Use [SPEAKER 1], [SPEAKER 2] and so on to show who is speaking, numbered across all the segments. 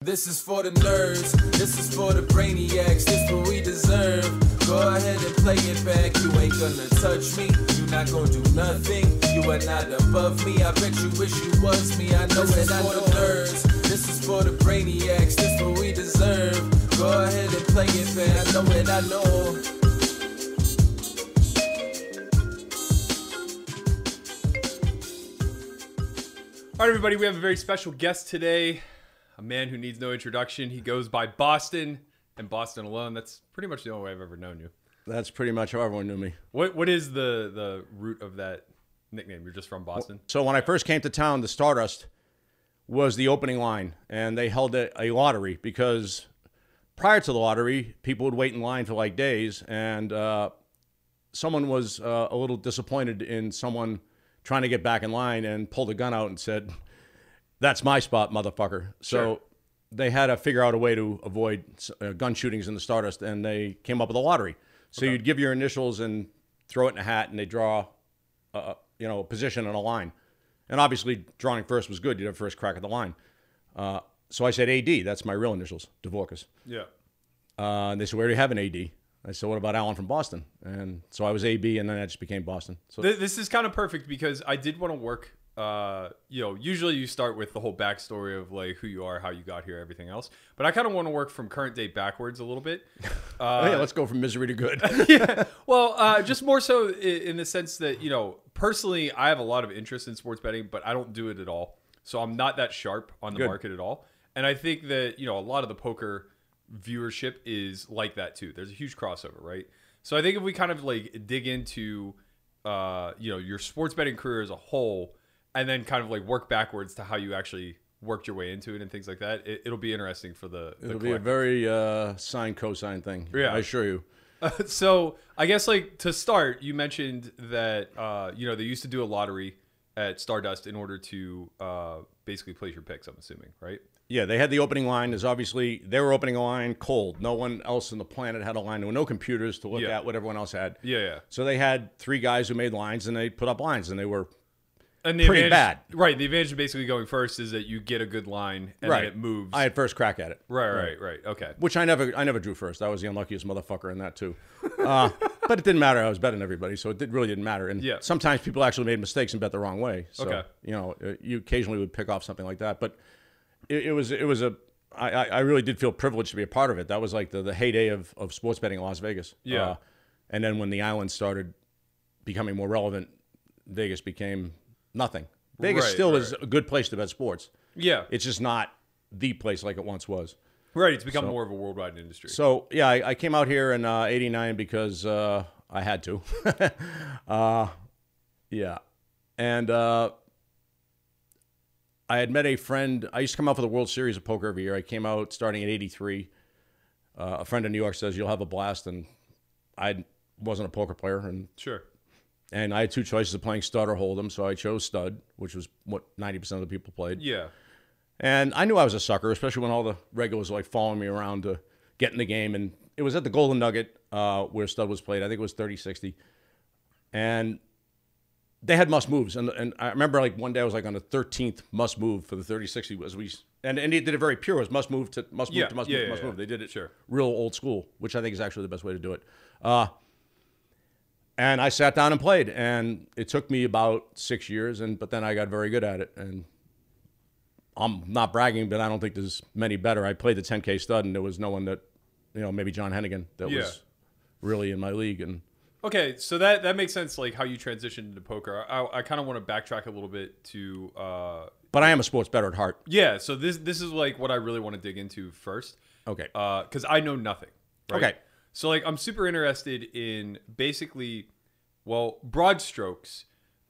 [SPEAKER 1] This is for the nerds, this is for the brainiacs, this what we deserve. Go ahead and play it back, you ain't gonna touch me, you not gonna do nothing, you are not above me. I bet you wish you was me, I know this is for the nerds, this is for the brainiacs, this what we deserve. Go ahead and play it back, I know it, I know.
[SPEAKER 2] All right, everybody, we have a very special guest today. A man who needs no introduction. He goes by Boston and Boston alone. That's pretty much the only way I've ever known you.
[SPEAKER 3] That's pretty much how everyone knew me.
[SPEAKER 2] What What is the, the root of that nickname? You're just from Boston?
[SPEAKER 3] So when I first came to town, the Stardust was the opening line, and they held a, a lottery because prior to the lottery, people would wait in line for like days, and uh, someone was uh, a little disappointed in someone trying to get back in line and pulled a gun out and said, "That's my spot, motherfucker." So.
[SPEAKER 2] Sure.
[SPEAKER 3] They had to figure out a way to avoid uh, gun shootings in the Stardust, and they came up with a lottery. So you'd give your initials and throw it in a hat, and they draw uh, you know, a position and a line. And obviously, drawing first was good. You'd have first crack at the line. Uh, so I said AD. That's my real initials, Dvorkas.
[SPEAKER 2] Yeah.
[SPEAKER 3] Uh, and they said, We already have an AD. I said, What about Alan from Boston? And so I was AB, and then I just became Boston. So
[SPEAKER 2] Th- this is kind of perfect because I did want to work. Uh, you know, usually you start with the whole backstory of like who you are, how you got here, everything else. But I kind of want to work from current day backwards a little bit. Uh,
[SPEAKER 3] Oh, yeah, let's go from misery to good.
[SPEAKER 2] Well, uh, just more so i- in the sense that you know, personally, I have a lot of interest in sports betting, but I don't do it at all. So I'm not that sharp on the
[SPEAKER 3] Good.
[SPEAKER 2] market at all. And I think that you know, a lot of the poker viewership is like that too. There's a huge crossover, right? So I think if we kind of like dig into, uh, you know, your sports betting career as a whole, and then kind of like work backwards to how you actually worked your way into it and things like that, it, it'll be interesting for the. the
[SPEAKER 3] It'll be a
[SPEAKER 2] collector.
[SPEAKER 3] very uh, sine cosine thing.
[SPEAKER 2] Yeah.
[SPEAKER 3] I assure you.
[SPEAKER 2] so I guess like to start, you mentioned that uh, you know they used to do a lottery at Stardust in order to uh, basically place your picks. I'm assuming, right?
[SPEAKER 3] Yeah, they had the opening line. Is obviously they were opening a line cold. No one else on the planet had a line. There were no computers to look
[SPEAKER 2] Yeah.
[SPEAKER 3] at what everyone else had.
[SPEAKER 2] Yeah, yeah.
[SPEAKER 3] So they had three guys who made lines, and they put up lines, and they were
[SPEAKER 2] And the
[SPEAKER 3] Pretty
[SPEAKER 2] advantage, right? The advantage of basically going first is that you get a good line and
[SPEAKER 3] right.
[SPEAKER 2] then it moves.
[SPEAKER 3] I had first crack at it,
[SPEAKER 2] right, right, right. Okay.
[SPEAKER 3] which I never, I never drew first. I was the unluckiest motherfucker in that too. Uh, but it didn't matter. I was better than everybody, so it did, really didn't matter. And
[SPEAKER 2] Yeah.
[SPEAKER 3] sometimes people actually made mistakes and bet the wrong way. So
[SPEAKER 2] Okay.
[SPEAKER 3] you know, uh, you occasionally would pick off something like that. But it, it was, it was a. I, I I really did feel privileged to be a part of it. That was like the, the heyday of, of sports betting in Las Vegas. Uh,
[SPEAKER 2] Yeah.
[SPEAKER 3] and then when the island started becoming more relevant, Vegas became nothing. Vegas
[SPEAKER 2] Right,
[SPEAKER 3] still
[SPEAKER 2] right.
[SPEAKER 3] is a good place to bet sports.
[SPEAKER 2] Yeah.
[SPEAKER 3] It's just not the place like it once was.
[SPEAKER 2] right. It's become more of a worldwide industry.
[SPEAKER 3] So yeah, I, I came out here in uh, '89 because uh, I had to. uh, yeah, and uh, I had met a friend. I used to come out for the World Series of Poker every year. I came out starting at '83. Uh, a friend in New York says you'll have a blast, and I wasn't a poker player, and
[SPEAKER 2] sure.
[SPEAKER 3] and I had two choices of playing stud or hold'em, so I chose stud, which was what 90% of the people played.
[SPEAKER 2] Yeah.
[SPEAKER 3] And I knew I was a sucker, especially when all the regulars were like following me around to get in the game. And it was at the Golden Nugget uh, where stud was played. I think it was 30 60. And they had must moves. And, and I remember like one day I was like on the 13th must move for the 30 60 as we. And, and they did it very pure. It was must move to must move
[SPEAKER 2] Yeah,
[SPEAKER 3] to must
[SPEAKER 2] yeah,
[SPEAKER 3] move
[SPEAKER 2] yeah,
[SPEAKER 3] to must
[SPEAKER 2] yeah.
[SPEAKER 3] move. They did it
[SPEAKER 2] Sure.
[SPEAKER 3] real old school, which I think is actually the best way to do it. Uh, and I sat down and played, and it took me about six years, and but then I got very good at it, and I'm not bragging, but I don't think there's many better. I played the 10K stud, and there was no one that, you know, maybe John Hennigan that
[SPEAKER 2] Yeah.
[SPEAKER 3] was really in my league, and
[SPEAKER 2] Okay, so that that makes sense. Like how you transitioned into poker. I, I kind of want to backtrack a little bit to uh,
[SPEAKER 3] but I am a sports better at heart.
[SPEAKER 2] yeah. So this this is like what I really want to dig into first.
[SPEAKER 3] Okay,
[SPEAKER 2] because I know nothing. Right?
[SPEAKER 3] Uh, Okay.
[SPEAKER 2] So like I'm super interested in basically, well, broad strokes.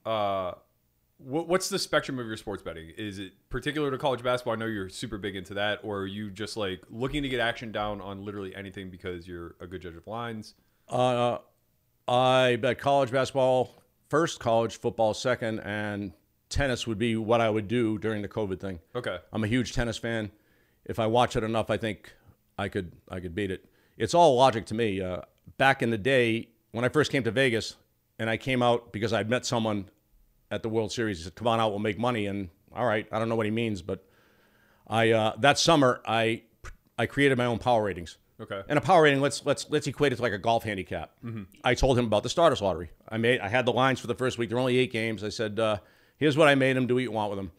[SPEAKER 2] Uh, what, what's the spectrum of your sports betting? Is it particular to college basketball? I know you're super big into that, or are you just like looking to get action down on literally anything because you're a good judge of lines?
[SPEAKER 3] uh, I bet college basketball first, college football second, and tennis would be what I would do during the COVID thing.
[SPEAKER 2] Okay.
[SPEAKER 3] I'm a huge tennis fan. If I watch it enough, I think I could I could beat it. It's all logic to me. Uh, back in the day when I first came to Vegas, and I came out because I'd met someone at the World Series. He said, "Come on out, we'll make money." And all right, I don't know what he means, but I uh, that summer I I created my own power ratings.
[SPEAKER 2] Okay.
[SPEAKER 3] And a power rating, let's let's let's equate it to like a golf handicap. I told him about the Stardust Lottery. I made I had the lines for the first week. There were only eight games. I said, uh, "Here's what I made him. Do what you want with him."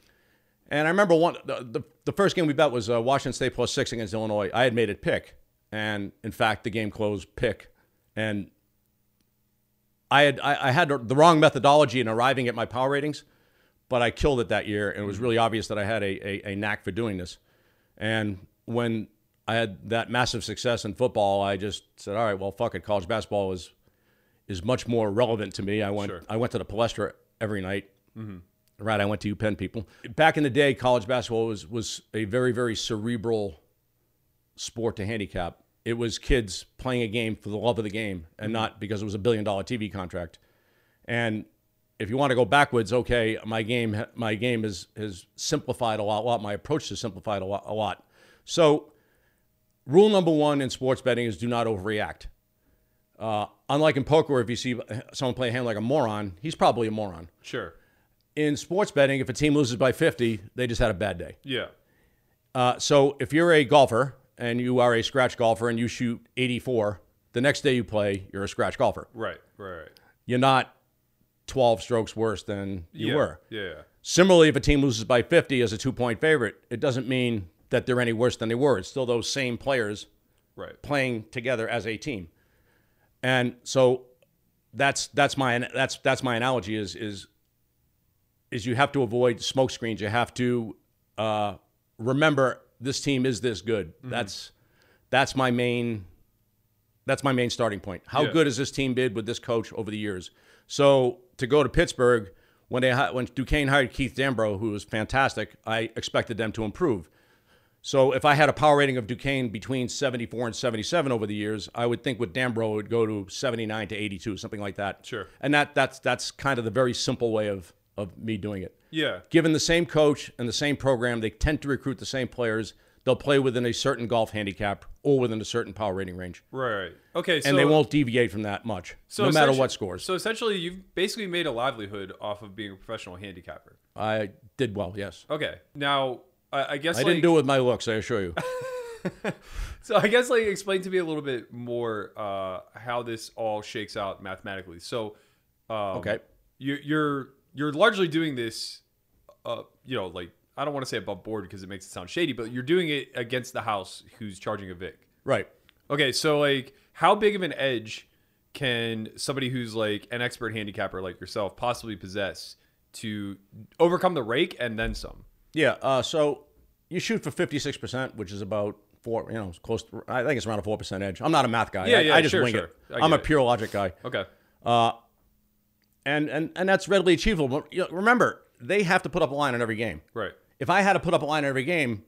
[SPEAKER 3] And I remember one the, the, the first game we bet was uh, Washington State plus six against Illinois. I had made it pick, and in fact, the game closed pick, and I had I, I had the wrong methodology in arriving at my power ratings, but I killed it that year, and it was really obvious that I had a, a, a knack for doing this. And when I had that massive success in football, I just said, "All right, well, fuck it. College basketball is is much more relevant to me." I went
[SPEAKER 2] Sure.
[SPEAKER 3] I went to the Palestra every night. Right, I went to UPenn people. Back in the day, college basketball was was a very very cerebral sport to handicap. It was kids playing a game for the love of the game and not because it was a billion dollar TV contract. And if you want to go backwards, okay, my game my game is has simplified a lot, lot. My approach has simplified a lot, a lot. So, rule number one in sports betting is do not overreact. Uh, unlike in poker, where if you see someone play a hand like a moron, he's probably a moron.
[SPEAKER 2] Sure.
[SPEAKER 3] In sports betting, if a team loses by 50, they just had a bad day.
[SPEAKER 2] Yeah.
[SPEAKER 3] Uh, so if you're a golfer and you are a scratch golfer and you shoot 84, the next day you play, you're a scratch golfer.
[SPEAKER 2] Right. Right. Right.
[SPEAKER 3] You're not 12 strokes worse than you
[SPEAKER 2] yeah.
[SPEAKER 3] were.
[SPEAKER 2] Yeah. yeah.
[SPEAKER 3] Similarly, if a team loses by 50 as a two point favorite, it doesn't mean that they're any worse than they were. It's still those same players
[SPEAKER 2] Right.
[SPEAKER 3] playing together as a team. And so that's that's my that's that's my analogy is is is you have to avoid smoke screens. You have to uh, remember this team is this good. That's that's my main that's my main starting point. How
[SPEAKER 2] Yeah.
[SPEAKER 3] good has this team been with this coach over the years? So to go to Pittsburgh when they hi- when Duquesne hired Keith Dambro, who was fantastic, I expected them to improve. So if I had a power rating of Duquesne between 74 and 77 over the years, I would think with Dambro it would go to 79 to 82, something like that.
[SPEAKER 2] Sure.
[SPEAKER 3] And that that's that's kind of the very simple way of of me doing it.
[SPEAKER 2] Yeah.
[SPEAKER 3] Given the same coach and the same program, they tend to recruit the same players. They'll play within a certain golf handicap or within a certain power rating range,
[SPEAKER 2] Right. Right. Okay. So
[SPEAKER 3] and they won't deviate from that much, no matter
[SPEAKER 2] essentially-
[SPEAKER 3] what scores.
[SPEAKER 2] So essentially, you've basically made a livelihood off of being a professional handicapper.
[SPEAKER 3] I did well, yes.
[SPEAKER 2] Okay. Now, I, I guess
[SPEAKER 3] I didn't
[SPEAKER 2] like-
[SPEAKER 3] do it with my looks, I assure you.
[SPEAKER 2] Oh. So I guess like explain to me a little bit more uh, how this all shakes out mathematically. So um,
[SPEAKER 3] Okay.
[SPEAKER 2] you, you're you're largely doing this, uh, you know, like I don't want to say above board because it makes it sound shady, but you're doing it against the house who's charging a vic.
[SPEAKER 3] right.
[SPEAKER 2] Okay, so like how big of an edge can somebody who's like an expert handicapper like yourself possibly possess to overcome the rake and then some?
[SPEAKER 3] Yeah. Uh, so you shoot for fifty six percent, which is about four. You know, it's close. To, I think it's around a four percent edge. I'm not a math guy.
[SPEAKER 2] Yeah,
[SPEAKER 3] I,
[SPEAKER 2] yeah,
[SPEAKER 3] I just
[SPEAKER 2] sure,
[SPEAKER 3] wing
[SPEAKER 2] sure. I
[SPEAKER 3] it. I'm a
[SPEAKER 2] get it.
[SPEAKER 3] pure logic guy,
[SPEAKER 2] Okay.
[SPEAKER 3] and and and that's readily achievable. But, you know, remember, they have to put up a line on every game.
[SPEAKER 2] Right.
[SPEAKER 3] If I had to put up a line on every game,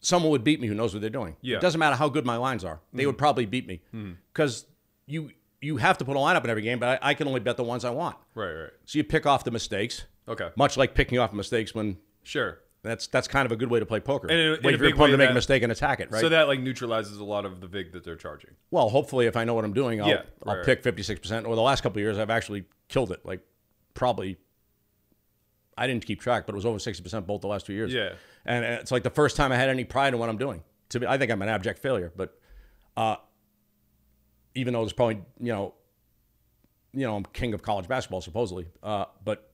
[SPEAKER 3] someone would beat me who knows what they're doing.
[SPEAKER 2] Yeah. Mm.
[SPEAKER 3] It doesn't matter how good my lines are; they would probably beat me because you you have to put a line up in every game. But I, I can only bet the ones I want.
[SPEAKER 2] Right, right.
[SPEAKER 3] So you pick off the mistakes.
[SPEAKER 2] Okay.
[SPEAKER 3] Much like picking off mistakes when
[SPEAKER 2] Sure.
[SPEAKER 3] that's that's kind of a good way to play poker.
[SPEAKER 2] in a- in
[SPEAKER 3] Wait
[SPEAKER 2] a
[SPEAKER 3] for your
[SPEAKER 2] big way
[SPEAKER 3] opponent to make
[SPEAKER 2] that-
[SPEAKER 3] a mistake and attack it, right?
[SPEAKER 2] So that like neutralizes a lot of the vig that they're charging.
[SPEAKER 3] Well, hopefully, if I know what I'm doing, I'll,
[SPEAKER 2] Yeah,
[SPEAKER 3] I'll
[SPEAKER 2] right,
[SPEAKER 3] pick 56%. Or the last couple of years, I've actually killed it. Like, probably, I didn't keep track, but it was over 60% both the last two years.
[SPEAKER 2] Yeah.
[SPEAKER 3] And and it's like the first time I had any pride in what I'm doing. To me, I think I'm an abject failure, but uh, even though there's probably, you know, you know, I'm king of college basketball, supposedly. Uh, but,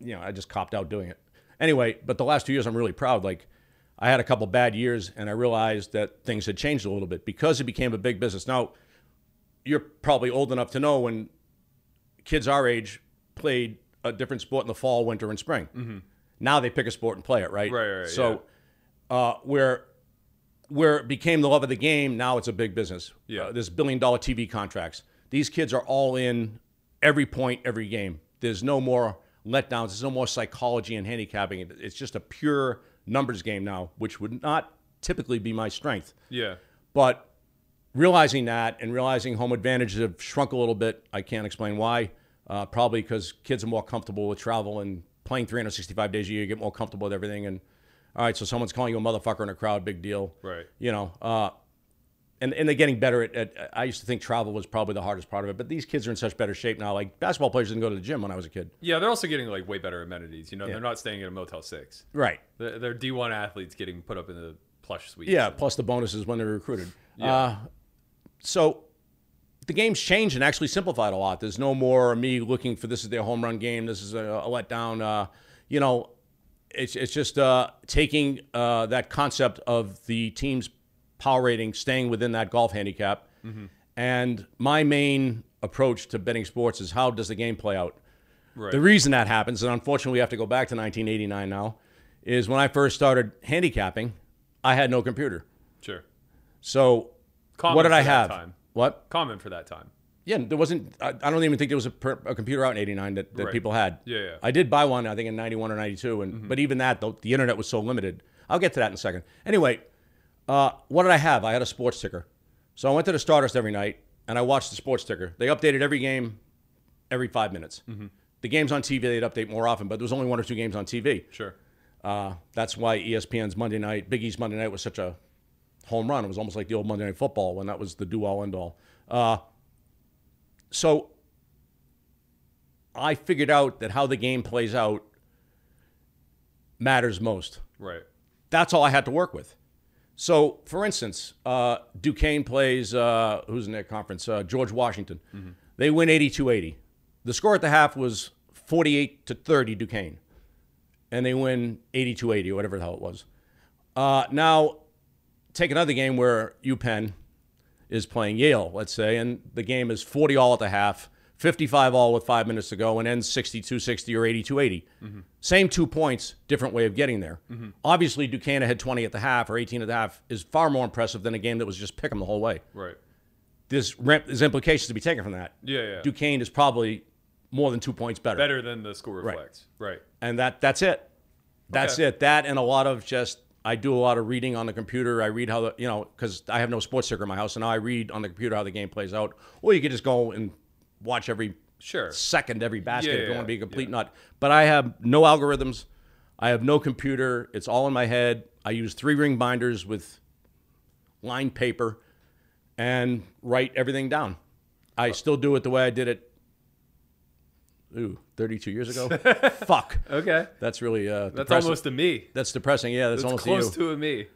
[SPEAKER 3] you know, I just copped out doing it. Anyway, but the last two years, I'm really proud. Like, I had a couple bad years, and I realized that things had changed a little bit because it became a big business. Now, you're probably old enough to know when kids our age played a different sport in the fall, winter, and spring. Now they pick a sport and play it, right?
[SPEAKER 2] Mm-hmm. Right, right,
[SPEAKER 3] So, uh, where where it became the love of the game, now it's a big business.
[SPEAKER 2] Yeah.
[SPEAKER 3] Uh, there's billion dollar TV contracts. These kids are all in every point, every game. There's no more letdowns. There's no more psychology and handicapping. It- It's just a pure numbers game now, which would not typically be my strength.
[SPEAKER 2] Yeah.
[SPEAKER 3] But realizing that and realizing home advantages have shrunk a little bit, I can't explain why. Uh, probably because kids are more comfortable with travel and playing 365 days a year, you get more comfortable with everything. And all right, so someone's calling you a motherfucker in a crowd, big deal.
[SPEAKER 2] Right.
[SPEAKER 3] You know, uh, and, and they're getting better at, at. I used to think travel was probably the hardest part of it, but these kids are in such better shape now. Like basketball players didn't go to the gym when I was a kid.
[SPEAKER 2] Yeah, they're also getting like way better amenities. You know, they're not staying at a Motel Six.
[SPEAKER 3] Right.
[SPEAKER 2] They're, they're D1 athletes getting put up in the plush suite.
[SPEAKER 3] Yeah, plus the bonuses when they're recruited. Uh, so the game's changed and actually simplified a lot. There's no more me looking for this is their home run game. This is a, a letdown. Uh, you know, it's it's just uh, taking uh, that concept of the team's power rating, staying within that golf handicap. And my main approach to betting sports is how does the game play out?
[SPEAKER 2] Right.
[SPEAKER 3] The reason that happens, and unfortunately we have to go back to 1989 now, is when I first started handicapping, I had no computer.
[SPEAKER 2] Sure.
[SPEAKER 3] So
[SPEAKER 2] Common
[SPEAKER 3] what did
[SPEAKER 2] for
[SPEAKER 3] I
[SPEAKER 2] that
[SPEAKER 3] have?
[SPEAKER 2] time.
[SPEAKER 3] What?
[SPEAKER 2] Common for that time.
[SPEAKER 3] Yeah, there wasn't. I, I don't even think there was a, per, a computer out in '89 that, that
[SPEAKER 2] Right.
[SPEAKER 3] people had.
[SPEAKER 2] Yeah, yeah. Mm-hmm.
[SPEAKER 3] I did buy one, I think, in '91 or '92, and but even that, the, the internet was so limited. I'll get to that in a second. Anyway, uh, what did I have? I had a sports ticker, so I went to the Stardust every night and I watched the sports ticker. They updated every game every five minutes.
[SPEAKER 2] Mm-hmm.
[SPEAKER 3] The games on TV they'd update more often, but there was only one or two games on TV.
[SPEAKER 2] Sure.
[SPEAKER 3] Uh, that's why ESPN's Monday night, Big East Monday night was such a home run. It was almost like the old Monday night football when that was the do all end all. Uh, so I figured out that how the game plays out matters most.
[SPEAKER 2] Right.
[SPEAKER 3] That's all I had to work with. So, for instance, uh, Duquesne plays, uh, who's in their conference? Uh, George Washington. They win 82 80. The score at the half was 48 to 30 Duquesne and they win 82 80 or whatever the hell it was. Uh, now, take another game where UPenn is playing Yale, let's say, and the game is 40 all at the half, 55 all with five minutes to go, and ends 62 60 or 82 80. Same two points, different way of getting there. Obviously, Duquesne had 20 at the half or 18 at the half is far more impressive than a game that was just pick 'em the whole way.
[SPEAKER 2] Right.
[SPEAKER 3] There's, rem- there's implications to be taken from that.
[SPEAKER 2] Yeah, yeah.
[SPEAKER 3] Duquesne is probably more than two points better
[SPEAKER 2] Better than the score reflects. Right.
[SPEAKER 3] and that that's it. That's
[SPEAKER 2] Okay.
[SPEAKER 3] it. That and a lot of just I do a lot of reading on the computer. I read how the you know because I have no sports ticker in my house, and now I read on the computer how the game plays out. Or you could just go and watch every
[SPEAKER 2] Sure.
[SPEAKER 3] second, every basket
[SPEAKER 2] Yeah,
[SPEAKER 3] if you
[SPEAKER 2] yeah,
[SPEAKER 3] want to be a complete
[SPEAKER 2] yeah.
[SPEAKER 3] nut. But I have no algorithms. I have no computer. It's all in my head. I use three ring binders with line paper and write everything down. I still do it the way I did it. Ooh, 32 years ago. Fuck.
[SPEAKER 2] Okay.
[SPEAKER 3] That's really uh,
[SPEAKER 2] That's
[SPEAKER 3] depressing.
[SPEAKER 2] almost a me.
[SPEAKER 3] that's depressing. Yeah, that's,
[SPEAKER 2] It's
[SPEAKER 3] almost
[SPEAKER 2] close
[SPEAKER 3] you.
[SPEAKER 2] to a me.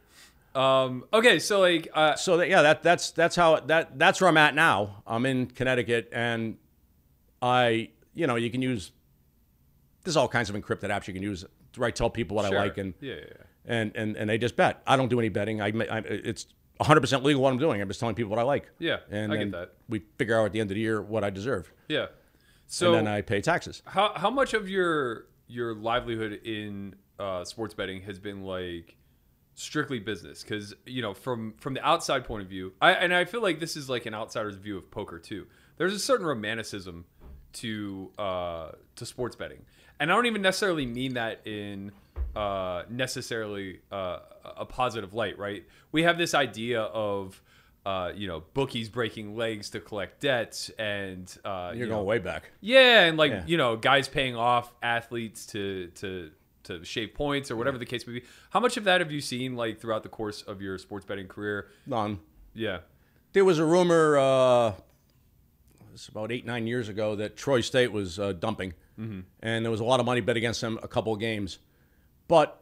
[SPEAKER 2] Um, okay, so like uh,
[SPEAKER 3] so that, yeah, that that's that's how that that's where I'm at now. I'm in Connecticut, and I you know you can use there's all kinds of encrypted apps you can use where I tell people what
[SPEAKER 2] sure.
[SPEAKER 3] I like and
[SPEAKER 2] yeah, yeah, yeah.
[SPEAKER 3] and and and they just bet. I don't do any betting. I, ma- I it's 100 percent legal what I'm doing. I'm just telling people what I like.
[SPEAKER 2] Yeah,
[SPEAKER 3] and
[SPEAKER 2] I get
[SPEAKER 3] then
[SPEAKER 2] that.
[SPEAKER 3] We figure out at the end of the year what I deserve,
[SPEAKER 2] Yeah. So
[SPEAKER 3] and then I pay taxes.
[SPEAKER 2] how how much of your your livelihood in uh, sports betting has been like strictly business? Because you know, from from the outside point of view, I and I feel like this is like an outsider's view of poker too. There's a certain romanticism to uh, to sports betting, and I don't even necessarily mean that in uh, necessarily uh, a positive light, right? We have this idea of uh, you know bookies breaking legs to collect debts, and uh, you
[SPEAKER 3] You're
[SPEAKER 2] know,
[SPEAKER 3] going way back.
[SPEAKER 2] yeah, and like you know, guys paying off athletes to to to shave points or whatever the case may be. How much of that have you seen like throughout the course of your sports betting career?
[SPEAKER 3] None.
[SPEAKER 2] Yeah,
[SPEAKER 3] There was a rumor, uh, it's about eight nine years ago, that Troy State was uh, dumping, and there was a lot of money bet against them a couple of games. But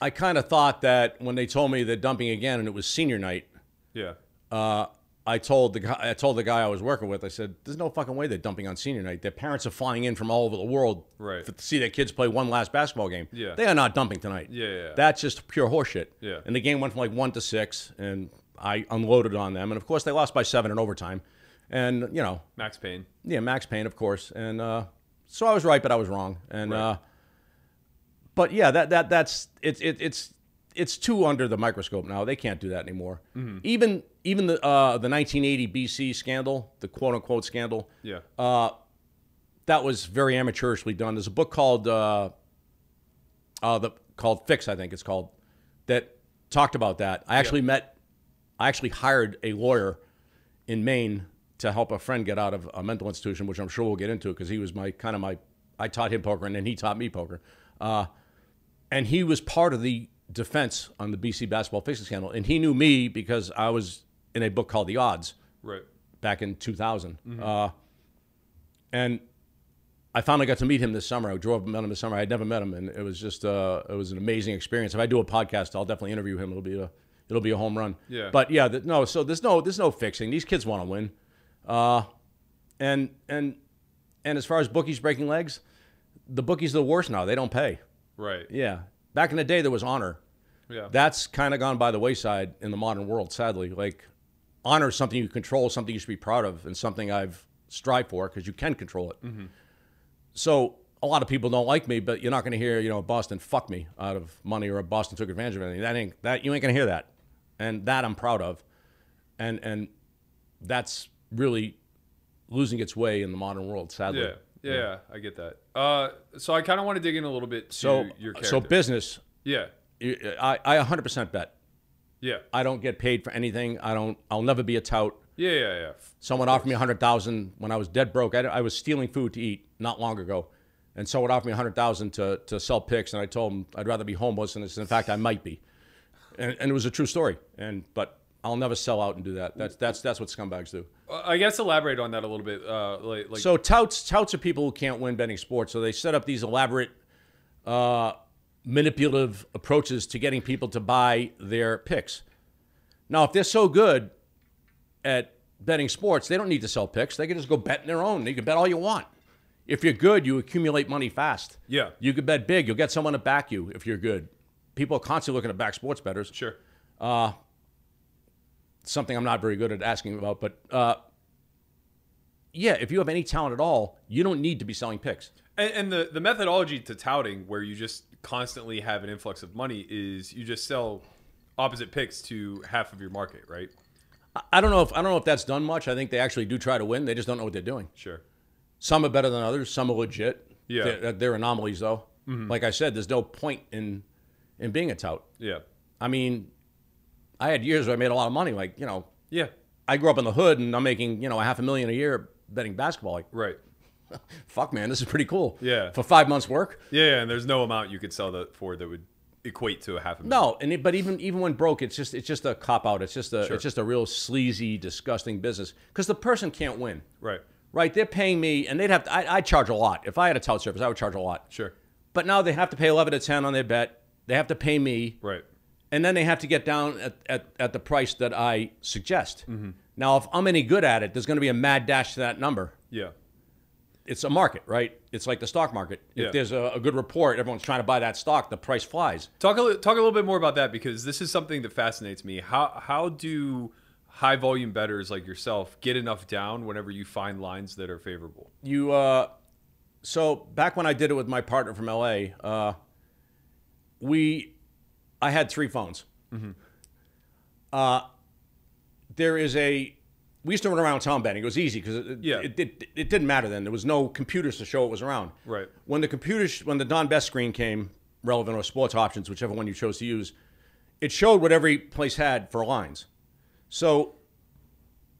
[SPEAKER 3] I kind of thought that when they told me they're dumping again, and it was senior night,
[SPEAKER 2] yeah,
[SPEAKER 3] uh, I told the guy I told the guy I was working with, I said, "There's no fucking way they're dumping on senior night. Their parents are flying in from all over the world
[SPEAKER 2] Right.
[SPEAKER 3] to see their kids play one last basketball game.
[SPEAKER 2] Yeah.
[SPEAKER 3] They are not dumping tonight.
[SPEAKER 2] Yeah, yeah, yeah.
[SPEAKER 3] That's just pure horseshit.
[SPEAKER 2] Yeah.
[SPEAKER 3] And the game went from like one to six, and I unloaded on them, and of course they lost by seven in overtime, and you know,
[SPEAKER 2] Max Payne.
[SPEAKER 3] yeah, Max Payne, of course, and uh, so I was right, but I was wrong, and
[SPEAKER 2] Right.
[SPEAKER 3] uh, but yeah, that that that's it's it, it's it's too under the microscope now. They can't do that anymore. Even even the uh, the 1980 BC scandal, the quote unquote scandal,
[SPEAKER 2] Yeah,
[SPEAKER 3] Uh, that was very amateurishly done. There's a book called uh, uh, the called Fix, I think it's called, that talked about that. I actually met, I actually hired a lawyer in Maine to help a friend get out of a mental institution, which I'm sure we'll get into because he was my kind of my, I taught him poker and then he taught me poker, uh, and he was part of the defense on the BC basketball fixing scandal, and he knew me because I was. in a book called The Odds
[SPEAKER 2] Right.
[SPEAKER 3] back in 2000. Uh, and I finally got to meet him this summer. I drove met him this summer. I had never met him, and it was just uh, it was an amazing experience. If I do a podcast, I'll definitely interview him. It'll be a it'll be a home run.
[SPEAKER 2] Yeah.
[SPEAKER 3] But yeah, th- no. So there's no there's no fixing. These kids want to win, uh, and and and as far as bookies breaking legs, the bookies are the worst now. They don't pay.
[SPEAKER 2] Right.
[SPEAKER 3] Yeah. Back in the day, there was honor.
[SPEAKER 2] Yeah.
[SPEAKER 3] That's kind of gone by the wayside in the modern world, sadly. Like, honor is something you control, something you should be proud of, and something I've strived for because you can control it.
[SPEAKER 2] Mm-hmm.
[SPEAKER 3] So, a lot of people don't like me, but you're not going to hear, you know, Boston fuck me out of money or Boston took advantage of anything. That ain't that you ain't going to hear that, and that I'm proud of, and and that's really losing its way in the modern world, sadly.
[SPEAKER 2] yeah. Yeah. I get that. Uh, so I kind of want to dig in a little bit to
[SPEAKER 3] So, uh,
[SPEAKER 2] your character.
[SPEAKER 3] so business,
[SPEAKER 2] yeah.
[SPEAKER 3] you- I, I 100% bet
[SPEAKER 2] Yeah.
[SPEAKER 3] I don't get paid for anything. I don't. I'll never be a tout.
[SPEAKER 2] Yeah. Yeah. Yeah.
[SPEAKER 3] Someone offered me a hundred thousand when I was dead broke. I, I was stealing food to eat not long ago, and someone offered me a hundred thousand to to sell picks, and I told him I'd rather be homeless, and it's, in fact I might be, and, and it was a true story. And but I'll never sell out and do that. That's that's that's what scumbags do.
[SPEAKER 2] Uh, I guess elaborate on that a little bit. Uh, like, like
[SPEAKER 3] So touts touts are people who can't win betting sports. So they set up these elaborate, uh, manipulative approaches to getting people to buy their picks. Now, if they're so good at betting sports, they don't need to sell picks. They can just go bet their own. You can bet all you want. If you're good, you accumulate money fast.
[SPEAKER 2] Yeah.
[SPEAKER 3] You can bet big. You'll get someone to back you if you're good. People are constantly looking to back sports betters
[SPEAKER 2] sure.
[SPEAKER 3] something I'm not very good at asking about, but uh, yeah, if you have any talent at all, you don't need to be selling picks.
[SPEAKER 2] And, and the, the methodology to touting, where you just constantly have an influx of money, is you just sell opposite picks to half of your market, right?
[SPEAKER 3] I- I don't know if I don't know if that's done much. I think they actually do try to win. They just don't know what they're doing.
[SPEAKER 2] Sure.
[SPEAKER 3] Some are better than others. Some are legit.
[SPEAKER 2] Yeah. Mm-hmm.
[SPEAKER 3] they're, uh, they're anomalies though. Like I said, there's no point in in being a tout.
[SPEAKER 2] Yeah.
[SPEAKER 3] I mean, I had years where I made a lot of money. Like you know,
[SPEAKER 2] Yeah.
[SPEAKER 3] I grew up in the hood and I'm making you know a half a million a year betting basketball. Like
[SPEAKER 2] Right.
[SPEAKER 3] fuck, man, this is pretty cool.
[SPEAKER 2] Yeah.
[SPEAKER 3] for five months work.
[SPEAKER 2] Yeah, yeah. And there's no amount you could sell that for that would equate to a half a million.
[SPEAKER 3] No, and it, but even even when broke, it's just it's just a cop out. It's just a it's just a real sleazy, disgusting business because the person can't win,
[SPEAKER 2] Right.
[SPEAKER 3] right? They're paying me, and they'd have to. I, I charge a lot. If I had a tout service, I would charge a lot.
[SPEAKER 2] Sure.
[SPEAKER 3] But now they have to pay eleven to ten on their bet. They have to pay me,
[SPEAKER 2] Right.
[SPEAKER 3] and then they have to get down at, at, at the price that I suggest.
[SPEAKER 2] Mm-hmm.
[SPEAKER 3] Now, if I'm any good at it, there's going to be a mad dash to that number.
[SPEAKER 2] Yeah.
[SPEAKER 3] It's a market, right? It's like the stock market.
[SPEAKER 2] Yeah.
[SPEAKER 3] If there's a, a good report, everyone's trying to buy that stock. The price flies.
[SPEAKER 2] Talk a, li- talk a little bit more about that because this is something that fascinates me. How how do high volume betters like yourself get enough down whenever you find lines that are favorable?
[SPEAKER 3] you uh so back when I did it with my partner from LA, uh we I had three phones.
[SPEAKER 2] Mm-hmm.
[SPEAKER 3] Uh there is a we used to run around town betting. It was easy because it,
[SPEAKER 2] Yeah.
[SPEAKER 3] it, it it didn't matter then. There was no computers to show it was around.
[SPEAKER 2] Right.
[SPEAKER 3] When the computers when the Don Best screen came, relevant or sports options, whichever one you chose to use, it showed what every place had for lines. So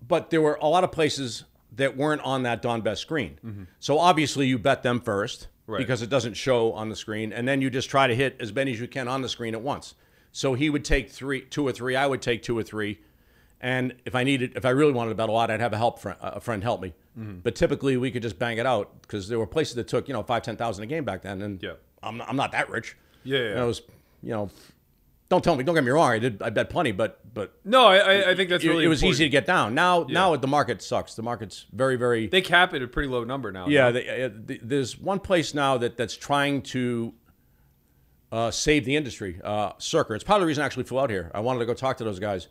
[SPEAKER 3] but there were a lot of places that weren't on that Don Best screen. So obviously you bet them first
[SPEAKER 2] Mm-hmm. Right.
[SPEAKER 3] because it doesn't show on the screen, and then you just try to hit as many as you can on the screen at once. So he would take three, two or three. I would take two or three, and if I needed, if I really wanted to bet a lot, I'd have a help friend, a friend help me.
[SPEAKER 2] Mm-hmm.
[SPEAKER 3] But typically we could just bang it out because there were places that took you know five, ten thousand a game back then, and
[SPEAKER 2] Yeah.
[SPEAKER 3] I'm not, I'm not that rich.
[SPEAKER 2] Yeah, yeah.
[SPEAKER 3] And I was, you know, don't tell me, don't get me wrong, I did, I bet plenty, but but
[SPEAKER 2] No, I, I, I think that's
[SPEAKER 3] it,
[SPEAKER 2] really
[SPEAKER 3] it was
[SPEAKER 2] important.
[SPEAKER 3] easy to get down. Now, now the market sucks. The market's very, very.
[SPEAKER 2] They cap at a pretty low number now.
[SPEAKER 3] yeah, they, uh, th- there's one place now that that's trying to uh, save the industry. Uh, Circa. It's part of the reason I actually flew out here. I wanted to go talk to those guys.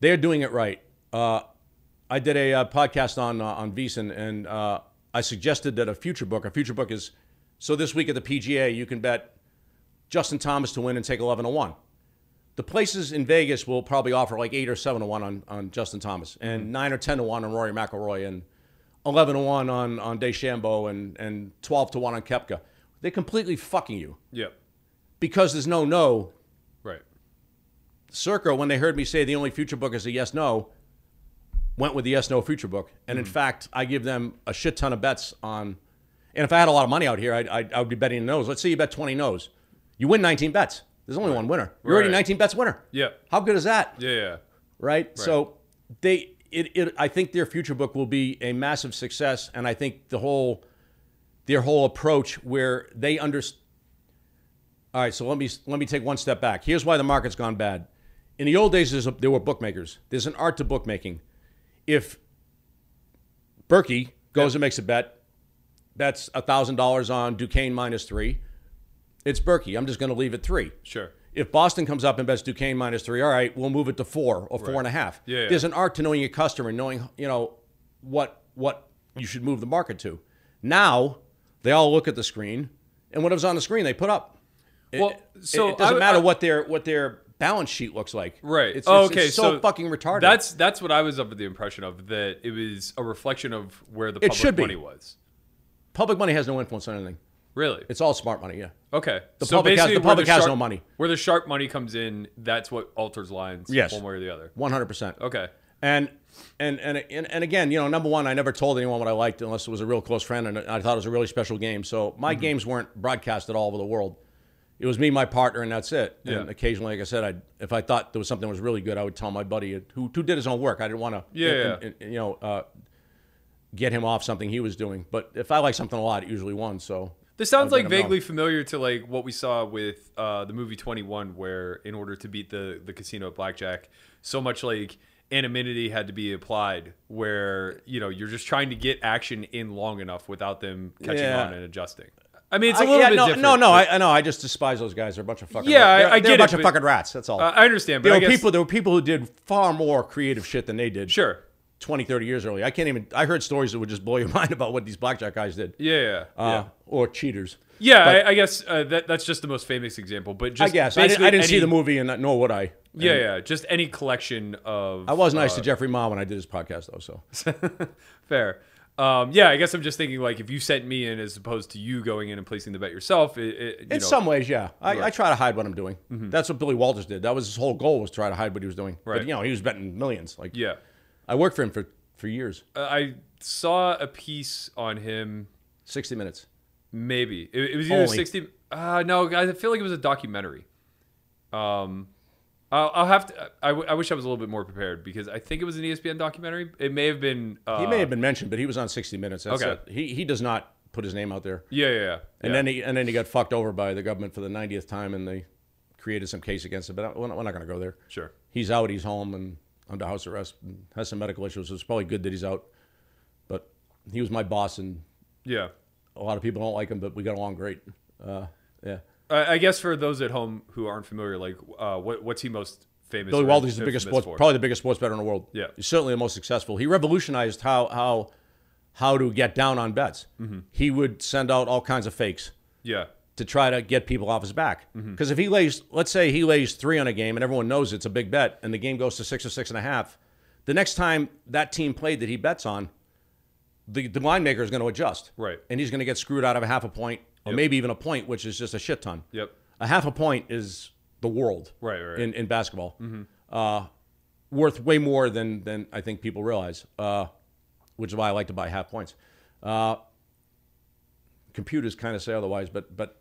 [SPEAKER 3] They're doing it right. Uh, I did a uh, podcast on uh, on Veasan, and uh, I suggested that a future book. A future book is so this week at the PGA, you can bet Justin Thomas to win and take eleven to one. The places in Vegas will probably offer like eight or seven to one on, on Justin Thomas, and nine or ten to one on Rory McIlroy, and eleven to one on on DeChambeau, and and twelve to one on Kepka. They're completely fucking you
[SPEAKER 2] Yeah.
[SPEAKER 3] because there's no no.
[SPEAKER 2] Right.
[SPEAKER 3] Circa, when they heard me say the only future book is a yes no, went with the yes no future book, and in fact, I give them a shit ton of bets on. And if I had a lot of money out here, I'd, I'd, I would be betting no's. Let's say you bet twenty no's, you win nineteen bets. There's only one winner. You're already
[SPEAKER 2] Right.
[SPEAKER 3] nineteen bets winner.
[SPEAKER 2] Yeah.
[SPEAKER 3] How good is that?
[SPEAKER 2] Yeah. Yeah.
[SPEAKER 3] right? So they it, it I think their future book will be a massive success, and I think the whole their whole approach where they understand. All right, so let me let me take one step back. Here's why the market's gone bad. In the old days, there's a, there were bookmakers. There's an art to bookmaking. If Berkey goes and makes a bet, that's thousand dollars on Duquesne minus three. It's Berkey. I'm just going to leave it three.
[SPEAKER 2] Sure.
[SPEAKER 3] If Boston comes up and bets Duquesne minus three, all right, we'll move it to four or four and a half.
[SPEAKER 2] Yeah, yeah.
[SPEAKER 3] There's an art to knowing your customer, knowing you know what what you should move the market to. Now they all look at the screen, and whatever's on the screen they put up. It-
[SPEAKER 2] Well,
[SPEAKER 3] it-
[SPEAKER 2] so
[SPEAKER 3] it, doesn't
[SPEAKER 2] I-
[SPEAKER 3] matter
[SPEAKER 2] I-
[SPEAKER 3] what their what their balance sheet looks like.
[SPEAKER 2] Right.
[SPEAKER 3] It's,
[SPEAKER 2] Oh,
[SPEAKER 3] it's-
[SPEAKER 2] okay.
[SPEAKER 3] it's so, fucking retarded.
[SPEAKER 2] That's that's what I was under the impression of that it was a reflection of where the public
[SPEAKER 3] should be.
[SPEAKER 2] money was.
[SPEAKER 3] public money has no influence on anything.
[SPEAKER 2] Really?
[SPEAKER 3] It's all smart money. Yeah.
[SPEAKER 2] okay. The
[SPEAKER 3] public has- the public has no money.
[SPEAKER 2] Where the sharp money comes in, that's what alters lines
[SPEAKER 3] Yes.
[SPEAKER 2] one way or the other.
[SPEAKER 3] One hundred percent.
[SPEAKER 2] Okay.
[SPEAKER 3] And and and and and again, you know, number one, I never told anyone what I liked unless it was a real close friend, and I thought it was a really special game. So my
[SPEAKER 2] Mm-hmm.
[SPEAKER 3] games weren't broadcast at all over the world. It was me, my partner, and that's it. And
[SPEAKER 2] Yeah.
[SPEAKER 3] occasionally, like I said, I would if I thought there was something that was really good, I would tell my buddy who who did his own work. I didn't want to,
[SPEAKER 2] Yeah, yeah.
[SPEAKER 3] you know, uh, get him off something he was doing. But if I like something a lot, it usually won. So
[SPEAKER 2] This sounds
[SPEAKER 3] I've
[SPEAKER 2] like
[SPEAKER 3] been around.
[SPEAKER 2] vaguely familiar to like what we saw with uh, the movie Twenty One, where in order to beat the the casino at blackjack, so much like anonymity had to be applied, where you know you're just trying to get action in long enough without them catching
[SPEAKER 3] Yeah.
[SPEAKER 2] on and adjusting. I mean, it's a
[SPEAKER 3] I-
[SPEAKER 2] little
[SPEAKER 3] yeah,
[SPEAKER 2] bit
[SPEAKER 3] no,
[SPEAKER 2] different.
[SPEAKER 3] no, no,
[SPEAKER 2] but-
[SPEAKER 3] I, I know. I just despise those guys. They're a bunch of fucking
[SPEAKER 2] Yeah, I-
[SPEAKER 3] They're,
[SPEAKER 2] I
[SPEAKER 3] they're
[SPEAKER 2] get
[SPEAKER 3] a
[SPEAKER 2] it,
[SPEAKER 3] bunch of
[SPEAKER 2] but-
[SPEAKER 3] fucking rats. That's all.
[SPEAKER 2] Uh, I understand, but
[SPEAKER 3] There
[SPEAKER 2] I
[SPEAKER 3] were
[SPEAKER 2] guess-
[SPEAKER 3] people. There were people who did far more creative shit than they did.
[SPEAKER 2] Sure.
[SPEAKER 3] 20, 30 years early. I can't even. I heard stories that would just blow your mind about what these blackjack guys did.
[SPEAKER 2] Yeah. Yeah.
[SPEAKER 3] Uh,
[SPEAKER 2] yeah.
[SPEAKER 3] Or cheaters.
[SPEAKER 2] Yeah, I, I guess uh, that that's just the most famous example. But
[SPEAKER 3] I
[SPEAKER 2] just
[SPEAKER 3] guess I didn't,
[SPEAKER 2] basically
[SPEAKER 3] I didn't see
[SPEAKER 2] any-
[SPEAKER 3] the movie, and nor would I.
[SPEAKER 2] Yeah, yeah, just any collection of.
[SPEAKER 3] I was
[SPEAKER 2] Uh,
[SPEAKER 3] nice to Jeffrey Ma when I did his podcast, though. So
[SPEAKER 2] Fair. Um, yeah, I guess I'm just thinking like if you sent me in as opposed to you going in and placing the bet yourself. It, it, you
[SPEAKER 3] in
[SPEAKER 2] know, Mm-hmm.
[SPEAKER 3] some ways, yeah, I, I try to hide what I'm doing. That's what Billy Walters did. That was his whole goal was to try to hide what he was doing.
[SPEAKER 2] Right.
[SPEAKER 3] But you know, he was betting millions. Like
[SPEAKER 2] Yeah,
[SPEAKER 3] I worked for him for for years,
[SPEAKER 2] Uh, I saw a piece on him.
[SPEAKER 3] sixty minutes.
[SPEAKER 2] Maybe it, it was either
[SPEAKER 3] Only.
[SPEAKER 2] sixty. Uh, no, I feel like it was a documentary. Um, I'll, I'll have to. I, w- I wish I was a little bit more prepared because I think it was an E ESPN documentary. It may have been. Uh,
[SPEAKER 3] He may have been mentioned, but he was on 60 Minutes. That's
[SPEAKER 2] Okay.
[SPEAKER 3] it. He he does not put his name out there.
[SPEAKER 2] Yeah, yeah, yeah.
[SPEAKER 3] And
[SPEAKER 2] yeah.
[SPEAKER 3] then he and then he got fucked over by the government for the 90th time, and they created some case against him. But I- we're not, we're not going to go there.
[SPEAKER 2] Sure.
[SPEAKER 3] He's out. He's home and under house arrest. And has some medical issues. It's probably good that he's out. But he was my boss, and
[SPEAKER 2] yeah.
[SPEAKER 3] a lot of people don't like him, but we got along great. Uh, yeah.
[SPEAKER 2] I I guess for those at home who aren't familiar, like uh, what, what's he most famous?
[SPEAKER 3] Billy
[SPEAKER 2] or
[SPEAKER 3] Walters is the biggest
[SPEAKER 2] infamous
[SPEAKER 3] sports,
[SPEAKER 2] for?
[SPEAKER 3] probably the biggest sports bettor in the world.
[SPEAKER 2] Yeah.
[SPEAKER 3] he's certainly the most successful. He revolutionized how how how to get down on bets.
[SPEAKER 2] Mm-hmm.
[SPEAKER 3] He would send out all kinds of fakes.
[SPEAKER 2] Yeah,
[SPEAKER 3] to try to get people off his back.
[SPEAKER 2] Mm-hmm.
[SPEAKER 3] Because if he lays, let's say he lays three on a game and everyone knows it's a big bet and the game goes to six or six and a half, the next time that team played that he bets on, the, the line maker is going to adjust.
[SPEAKER 2] Right.
[SPEAKER 3] And he's going to get screwed out of a half a point or maybe even a point, which is just a shit ton.
[SPEAKER 2] Yep.
[SPEAKER 3] A half a point is the world
[SPEAKER 2] Right, Mm-hmm. right, right.
[SPEAKER 3] In, in basketball. Uh, worth way more than, than I think people realize, uh, which is why I like to buy half points. Uh, computers kind of say otherwise, but but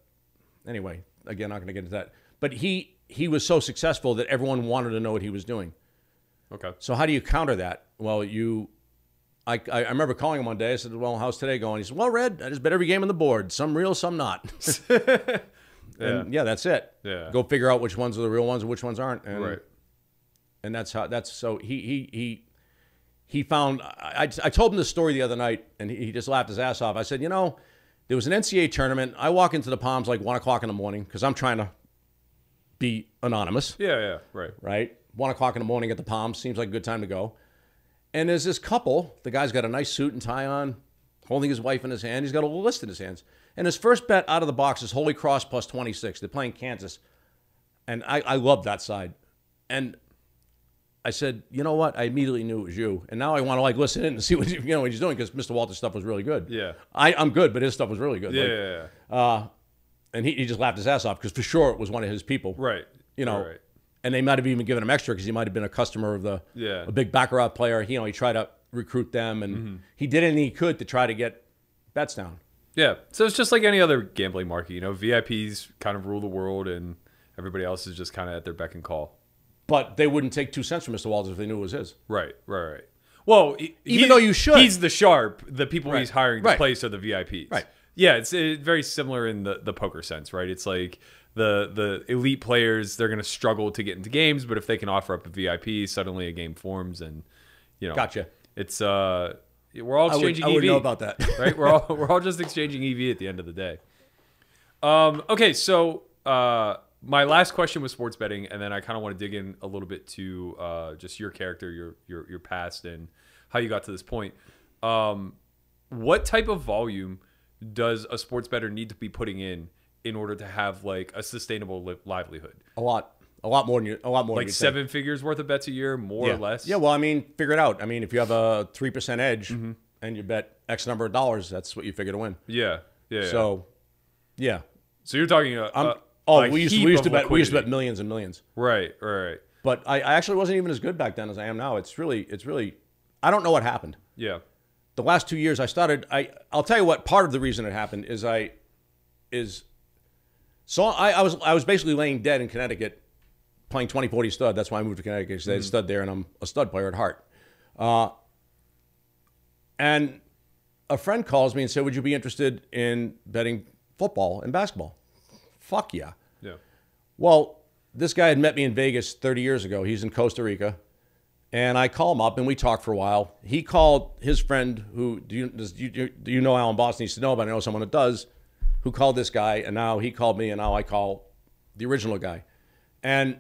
[SPEAKER 3] anyway, again, not going to get into that. But he he was so successful that everyone wanted to know what he was doing.
[SPEAKER 2] okay,
[SPEAKER 3] So how do you counter that? Well, you, I I I remember calling him one day. I said, "Well, how's today going?" He said, "Well, Red, I just bet every game on the board, some real, some not." And yeah, that's it.
[SPEAKER 2] Yeah.
[SPEAKER 3] Go figure out which ones are the real ones and which ones aren't. And,
[SPEAKER 2] right.
[SPEAKER 3] and that's how that's so he he he he found I, I I told him this story the other night and he, he just laughed his ass off i said you know there was an ncaa tournament i walk into the palms like one o'clock in the morning because i'm trying to be anonymous
[SPEAKER 2] Yeah, yeah, right.
[SPEAKER 3] right one o'clock in the morning at the palms seems like a good time to go and there's this couple the guy's got a nice suit and tie on holding his wife in his hand he's got a list in his hands and his first bet out of the box is holy cross plus 26 they're playing kansas and I, I love that side. And I said, you know what? I immediately knew it was you, and now I want to like listen in and see what you, you know what he's doing because Mr. Walter's stuff was really good.
[SPEAKER 2] Yeah.
[SPEAKER 3] I, I'm good, but his stuff was really good.
[SPEAKER 2] Yeah,
[SPEAKER 3] Like,
[SPEAKER 2] yeah, yeah.
[SPEAKER 3] and he, he just laughed his ass off because for sure it was one of his people.
[SPEAKER 2] right.
[SPEAKER 3] You know,
[SPEAKER 2] right.
[SPEAKER 3] and they might have even given him extra because he might have been a customer of the
[SPEAKER 2] Yeah. Mm-hmm.
[SPEAKER 3] a big baccarat player. You know, he tried to recruit them, and he did anything he could to try to get bets down.
[SPEAKER 2] yeah. So it's just like any other gambling market. You know, VIPs kind of rule the world, and everybody else is just kind of at their beck and call.
[SPEAKER 3] But they wouldn't take two cents from Mr. Walters if they knew it was his.
[SPEAKER 2] Right, right, right. Well, he,
[SPEAKER 3] Even
[SPEAKER 2] he-
[SPEAKER 3] though you should.
[SPEAKER 2] he's the sharp. The people he's hiring to
[SPEAKER 3] Right.
[SPEAKER 2] place are the VIPs.
[SPEAKER 3] Right.
[SPEAKER 2] Yeah, it's uh very similar in the the poker sense, right? It's like the the elite players they're going to struggle to get into games, but if they can offer up a VIP, suddenly a game forms, and you know,
[SPEAKER 3] Gotcha.
[SPEAKER 2] It's uh, we're all
[SPEAKER 3] I would-
[SPEAKER 2] exchanging
[SPEAKER 3] I would
[SPEAKER 2] EV.
[SPEAKER 3] know about that.
[SPEAKER 2] E right? We're all we're all just exchanging EV at the end of the day. Um, okay, so uh, my last question was sports betting, and then I kind of want to dig in a little bit to uh, just your character, your your your past, and how you got to this point. Um, what type of volume does a sports better need to be putting in in order to have like a sustainable li- livelihood?
[SPEAKER 3] A lot, a lot more than you, a lot more. than
[SPEAKER 2] Like
[SPEAKER 3] you'd
[SPEAKER 2] seven figures worth of bets a year, more
[SPEAKER 3] think.
[SPEAKER 2] or
[SPEAKER 3] yeah.
[SPEAKER 2] less?
[SPEAKER 3] Yeah. Well, I mean, figure it out. I mean, if you have a three percent edge
[SPEAKER 2] Mm-hmm.
[SPEAKER 3] and you bet X number of dollars, that's what you figure to win.
[SPEAKER 2] yeah, yeah. yeah. So,
[SPEAKER 3] So, yeah.
[SPEAKER 2] you're talking. A,
[SPEAKER 3] I'm,
[SPEAKER 2] a-
[SPEAKER 3] oh,
[SPEAKER 2] a
[SPEAKER 3] we used,
[SPEAKER 2] heap
[SPEAKER 3] we used
[SPEAKER 2] of
[SPEAKER 3] to bet we used to
[SPEAKER 2] liquidity.
[SPEAKER 3] bet millions and millions.
[SPEAKER 2] Right, right, right.
[SPEAKER 3] But I, I actually wasn't even as good back then as I am now. It's really, it's really, I don't know what happened.
[SPEAKER 2] Yeah.
[SPEAKER 3] the last two years I started I I'll tell you what part of the reason it happened is I is so I, I was I was basically laying dead in Connecticut playing 2040 stud that's why I moved to Connecticut because they had stud there and I'm a stud player at heart uh, and a friend calls me and said would you be interested in betting football and basketball fuck yeah
[SPEAKER 2] Yeah.
[SPEAKER 3] well, this guy had met me in Vegas 30 years ago. He's in Costa Rica. And I call him up and we talk for a while. He called his friend who, do you, does, do you, do you know Alan Boston? He said, no, but I know someone that does, who called this guy. And now he called me and now I call the original guy. And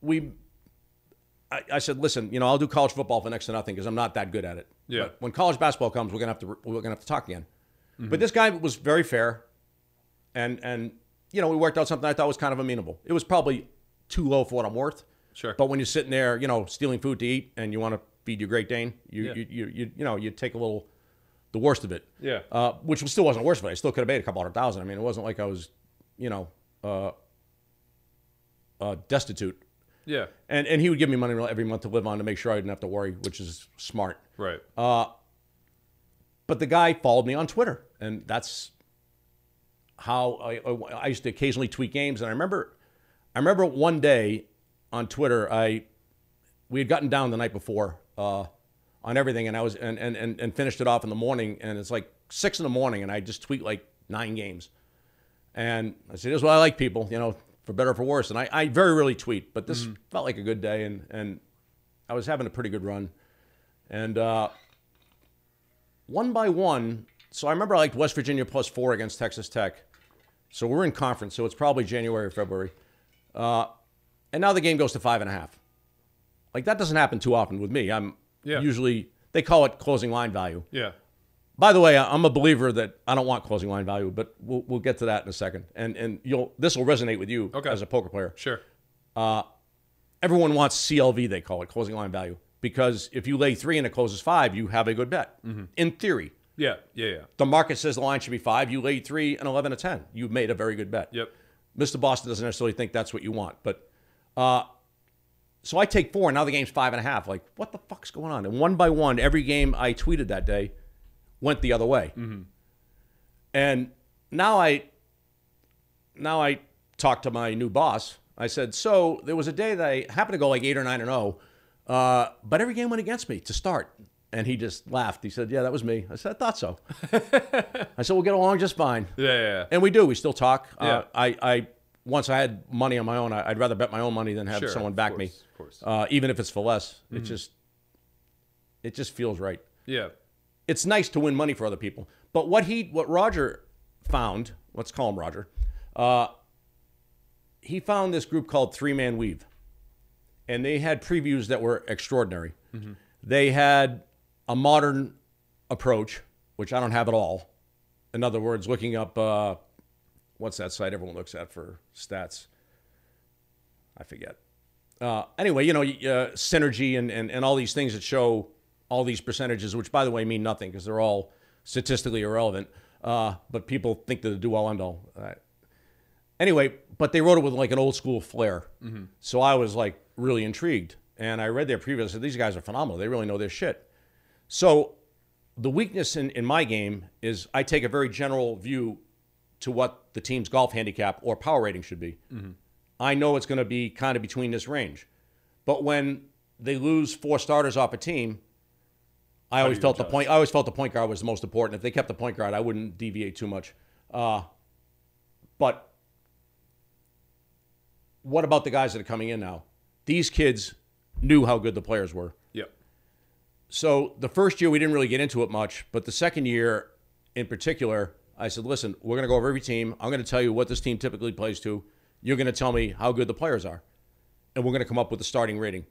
[SPEAKER 3] we, I, I said, listen, you know, I'll do college football for next to nothing because I'm not that good at it.
[SPEAKER 2] Yeah.
[SPEAKER 3] But when college basketball comes, we're gonna have to we're gonna have to talk again. But this guy was very fair and and you know we worked out something I thought was kind of amenable. It was probably too low for what I'm worth.
[SPEAKER 2] Sure.
[SPEAKER 3] But when you're sitting there, you know, stealing food to eat, and you want to feed your Great Dane, you
[SPEAKER 2] Yeah.
[SPEAKER 3] you, you you you know you take a little the worst of it.
[SPEAKER 2] Yeah.
[SPEAKER 3] Uh, which still wasn't the worst of it. I still could have made a couple hundred thousand. I mean, it wasn't like I was, you know, uh, uh, destitute.
[SPEAKER 2] Yeah.
[SPEAKER 3] And and he would give me money every month to live on to make sure I didn't have to worry, which is smart.
[SPEAKER 2] Right.
[SPEAKER 3] uh, But the guy followed me on Twitter, and that's how I, I- I used to occasionally tweet games. And I remember, I remember one day on Twitter, I we had gotten down the night before uh, on everything, and I was and, and and and finished it off in the morning, and it's like six in the morning, and I just tweet like nine games, and I said, "This is what I like, people, you know, for better or for worse." And I, I very rarely tweet, but this felt like a good day, and and I was having a pretty good run, and. uh one by one. So I remember I liked West Virginia plus four against Texas Tech. So we're in conference, so it's probably January or February. Uh, and now the game goes to five and a half. Like that doesn't happen too often with me. I'm
[SPEAKER 2] Yeah.
[SPEAKER 3] usually they call it closing line value.
[SPEAKER 2] yeah.
[SPEAKER 3] By the way, I- I'm a believer that I don't want closing line value, but we'll, we'll get to that in a second. And and you'll this will resonate with you
[SPEAKER 2] Okay.
[SPEAKER 3] as a poker player
[SPEAKER 2] Sure.
[SPEAKER 3] everyone wants CLV, they call it closing line value, because if you lay three and it closes five, you have a good bet in theory.
[SPEAKER 2] Yeah. Yeah. Yeah.
[SPEAKER 3] The market says the line should be five. You laid three and 11 to 10. You've made a very good bet.
[SPEAKER 2] Yep.
[SPEAKER 3] Mr. Boston doesn't necessarily think that's what you want. But uh, so I take four. and Now the game's five and a half. Like, what the fuck's going on? And one by one, every game I tweeted that day went the other way. And now I now I talked to my new boss. I said, so there was a day that I happened to go like eight or nine and zero, uh, but every game went against me to start. And he just laughed. He said, "Yeah, that was me." I said, "I thought so." I said, "We'll get along just fine."
[SPEAKER 2] Yeah. Yeah. yeah.
[SPEAKER 3] And we do. We still talk.
[SPEAKER 2] Yeah.
[SPEAKER 3] Uh, I, I once I had money on my own. I, I'd rather bet my own money than have
[SPEAKER 2] Sure,
[SPEAKER 3] someone
[SPEAKER 2] of
[SPEAKER 3] back me,
[SPEAKER 2] course, of course. Mm.
[SPEAKER 3] Uh, even if it's for less. It just it just feels right.
[SPEAKER 2] Yeah.
[SPEAKER 3] It's nice to win money for other people. But what he what Roger found, let's call him Roger. Uh, he found this group called Three Man Weave, and they had previews that were extraordinary. They had a modern approach, which I don't have at all. In other words, looking up uh, what's that site everyone looks at for stats? I forget. Uh, anyway, you know, y- uh, synergy and, and, and all these things that show all these percentages, which by the way mean nothing because they're all statistically irrelevant. Uh, but people think that they do all end all. Uh, anyway, but they wrote it with like an old school flair. So I was like really intrigued. And I read their preview. I said, these guys are phenomenal. They really know their shit. So the weakness in, in my game is I take a very general view to what the team's golf handicap or power rating should be. I know it's going to be kind of between this range. But when they lose four starters off a team, I always
[SPEAKER 2] you
[SPEAKER 3] felt the
[SPEAKER 2] adjust?
[SPEAKER 3] point. I always felt the point guard was the most important. If they kept the point guard, I wouldn't deviate too much. Uh, but what about the guys that are coming in now? These kids knew how good the players were.
[SPEAKER 2] Yep.
[SPEAKER 3] So the first year we didn't really get into it much, but the second year in particular, I said, "Listen, we're going to go over every team. I'm going to tell you what this team typically plays to. You're going to tell me how good the players are, and we're going to come up with a starting rating."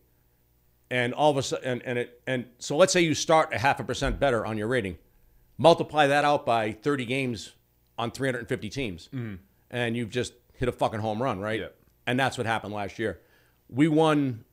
[SPEAKER 3] And all of a sudden, and, and it and so let's say you start a half a percent better on your rating, multiply that out by 30 games on 350 teams, and you've just hit a fucking home run, right?
[SPEAKER 2] Yeah.
[SPEAKER 3] And that's what happened last year. We won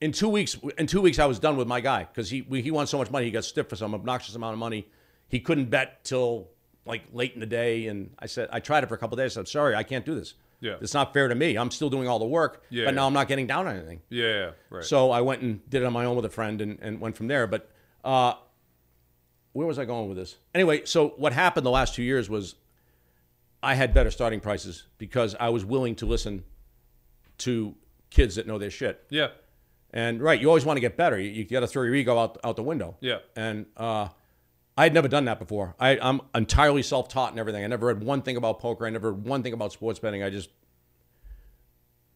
[SPEAKER 3] in two weeks in two weeks I was done with my guy because he we, he won so much money he got stiff for some obnoxious amount of money he couldn't bet till like late in the day and I said I tried it for a couple of days I said sorry I can't do this
[SPEAKER 2] Yeah.
[SPEAKER 3] it's not fair to me I'm still doing all the work
[SPEAKER 2] Yeah,
[SPEAKER 3] but now
[SPEAKER 2] yeah.
[SPEAKER 3] I'm not getting down on anything
[SPEAKER 2] Yeah, yeah, right.
[SPEAKER 3] so I went and did it on my own with a friend and, and went from there but uh, where was I going with this anyway so what happened the last two years was I had better starting prices because I was willing to listen to kids that know their shit
[SPEAKER 2] yeah.
[SPEAKER 3] and right, you always want to get better. You, you got to throw your ego out out the window.
[SPEAKER 2] Yeah.
[SPEAKER 3] And uh, I had never done that before. I, I'm entirely self taught and everything. I never read one thing about poker. I never read one thing about sports betting. I just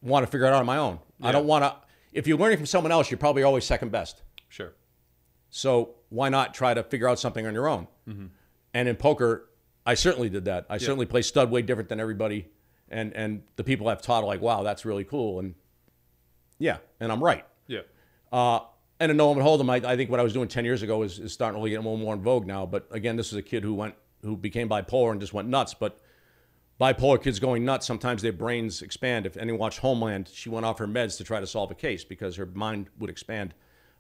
[SPEAKER 3] want to figure it out on my own. I don't want to. If you're learning from someone else, you're probably always second best.
[SPEAKER 2] Sure.
[SPEAKER 3] So why not try to figure out something on your own? And in poker, I certainly did that. I certainly play stud way different than everybody, and and the people I've taught are like, wow, that's really cool, and yeah, and I'm right.
[SPEAKER 2] Yeah.
[SPEAKER 3] Uh, and in Nolan Hold'em, I, I think what I was doing 10 years ago is, is starting to really get a little more in vogue now. But again, this is a kid who went who became bipolar and just went nuts. But bipolar kids going nuts, sometimes their brains expand. If anyone watched Homeland, she went off her meds to try to solve a case because her mind would expand.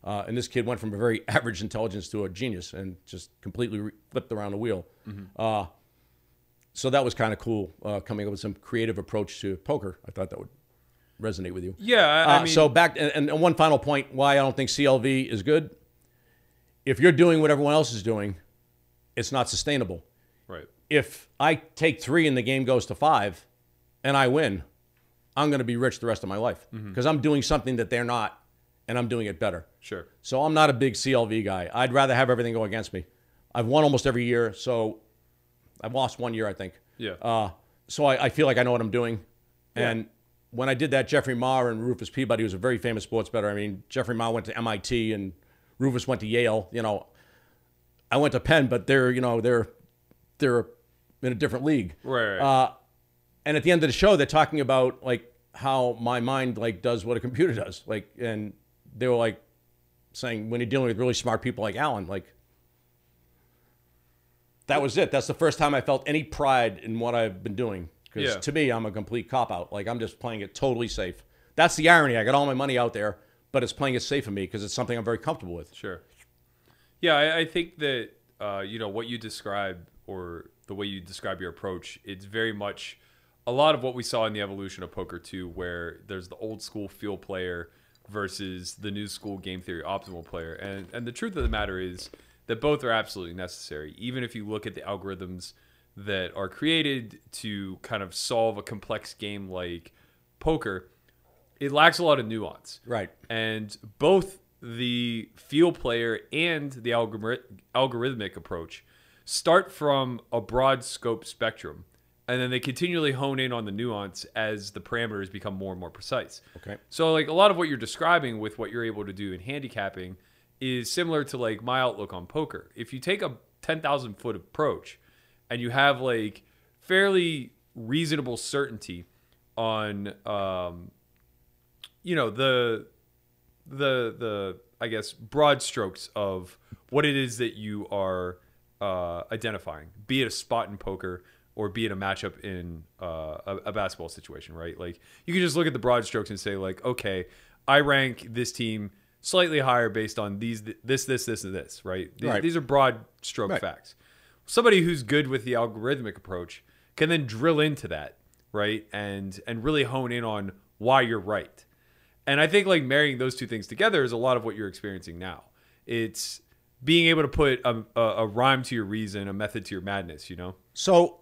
[SPEAKER 3] Uh, and this kid went from a very average intelligence to a genius and just completely re- flipped around the wheel. Uh, so that was kind of cool uh, coming up with some creative approach to poker. I thought that would resonate with you.
[SPEAKER 2] Yeah. I, I
[SPEAKER 3] Uh,
[SPEAKER 2] mean,
[SPEAKER 3] so back and, and one final point why I don't think CLV is good. If you're doing what everyone else is doing, it's not sustainable.
[SPEAKER 2] right.
[SPEAKER 3] If I take three and the game goes to five, and I win, I'm going to be rich the rest of my life
[SPEAKER 2] Mm-hmm.
[SPEAKER 3] because I'm doing something that they're not, and I'm doing it better.
[SPEAKER 2] Sure.
[SPEAKER 3] So I'm not a big CLV guy. I'd rather have everything go against me. I've won almost every year, so I've lost one year, I think.
[SPEAKER 2] Yeah.
[SPEAKER 3] Uh, so I, I feel like I know what I'm doing. And when I did that, Jeffrey Maher and Rufus Peabody was a very famous sports bettor. I mean, Jeffrey Maher went to MIT and Rufus went to Yale. You know, I went to Penn, but they're you know they're they're in a different league.
[SPEAKER 2] Right, right.
[SPEAKER 3] Uh, and at the end of the show, they're talking about like how my mind like does what a computer does. Like, and they were like saying when you're dealing with really smart people like Alan, like that was it. That's the first time I felt any pride in what I've been doing. Because
[SPEAKER 2] Yeah.
[SPEAKER 3] to me, I'm a complete cop out. Like I'm just playing it totally safe. That's the irony. I got all my money out there, but it's playing it safe for me because it's something I'm very comfortable with.
[SPEAKER 2] Sure. Yeah, I, I think that uh, you know what you describe or the way you describe your approach, it's very much a lot of what we saw in the evolution of poker too, where there's the old school field player versus the new school game theory optimal player, and and the truth of the matter is that both are absolutely necessary. Even if you look at the algorithms that are created to kind of solve a complex game like poker, it lacks a lot of nuance.
[SPEAKER 3] Right.
[SPEAKER 2] And both the field player and the algori- algorithmic approach start from a broad scope spectrum. And then they continually hone in on the nuance as the parameters become more and more precise.
[SPEAKER 3] Okay.
[SPEAKER 2] So, like a lot of what you're describing with what you're able to do in handicapping is similar to like my outlook on poker. If you take a 10,000 foot approach and you have like fairly reasonable certainty on um, you know the the the I guess broad strokes of what it is that you are uh, identifying, be it a spot in poker or be it a matchup in uh, a, a basketball situation, right? Like you can just look at the broad strokes and say like, okay, I rank this team slightly higher based on these this this this and this, right? These,
[SPEAKER 3] Right.
[SPEAKER 2] these are broad stroke facts. Somebody who's good with the algorithmic approach can then drill into that, right? And and really hone in on why you're right. And I think like marrying those two things together is a lot of what you're experiencing now. It's being able to put a, a, a rhyme to your reason, a method to your madness, you know?
[SPEAKER 3] So,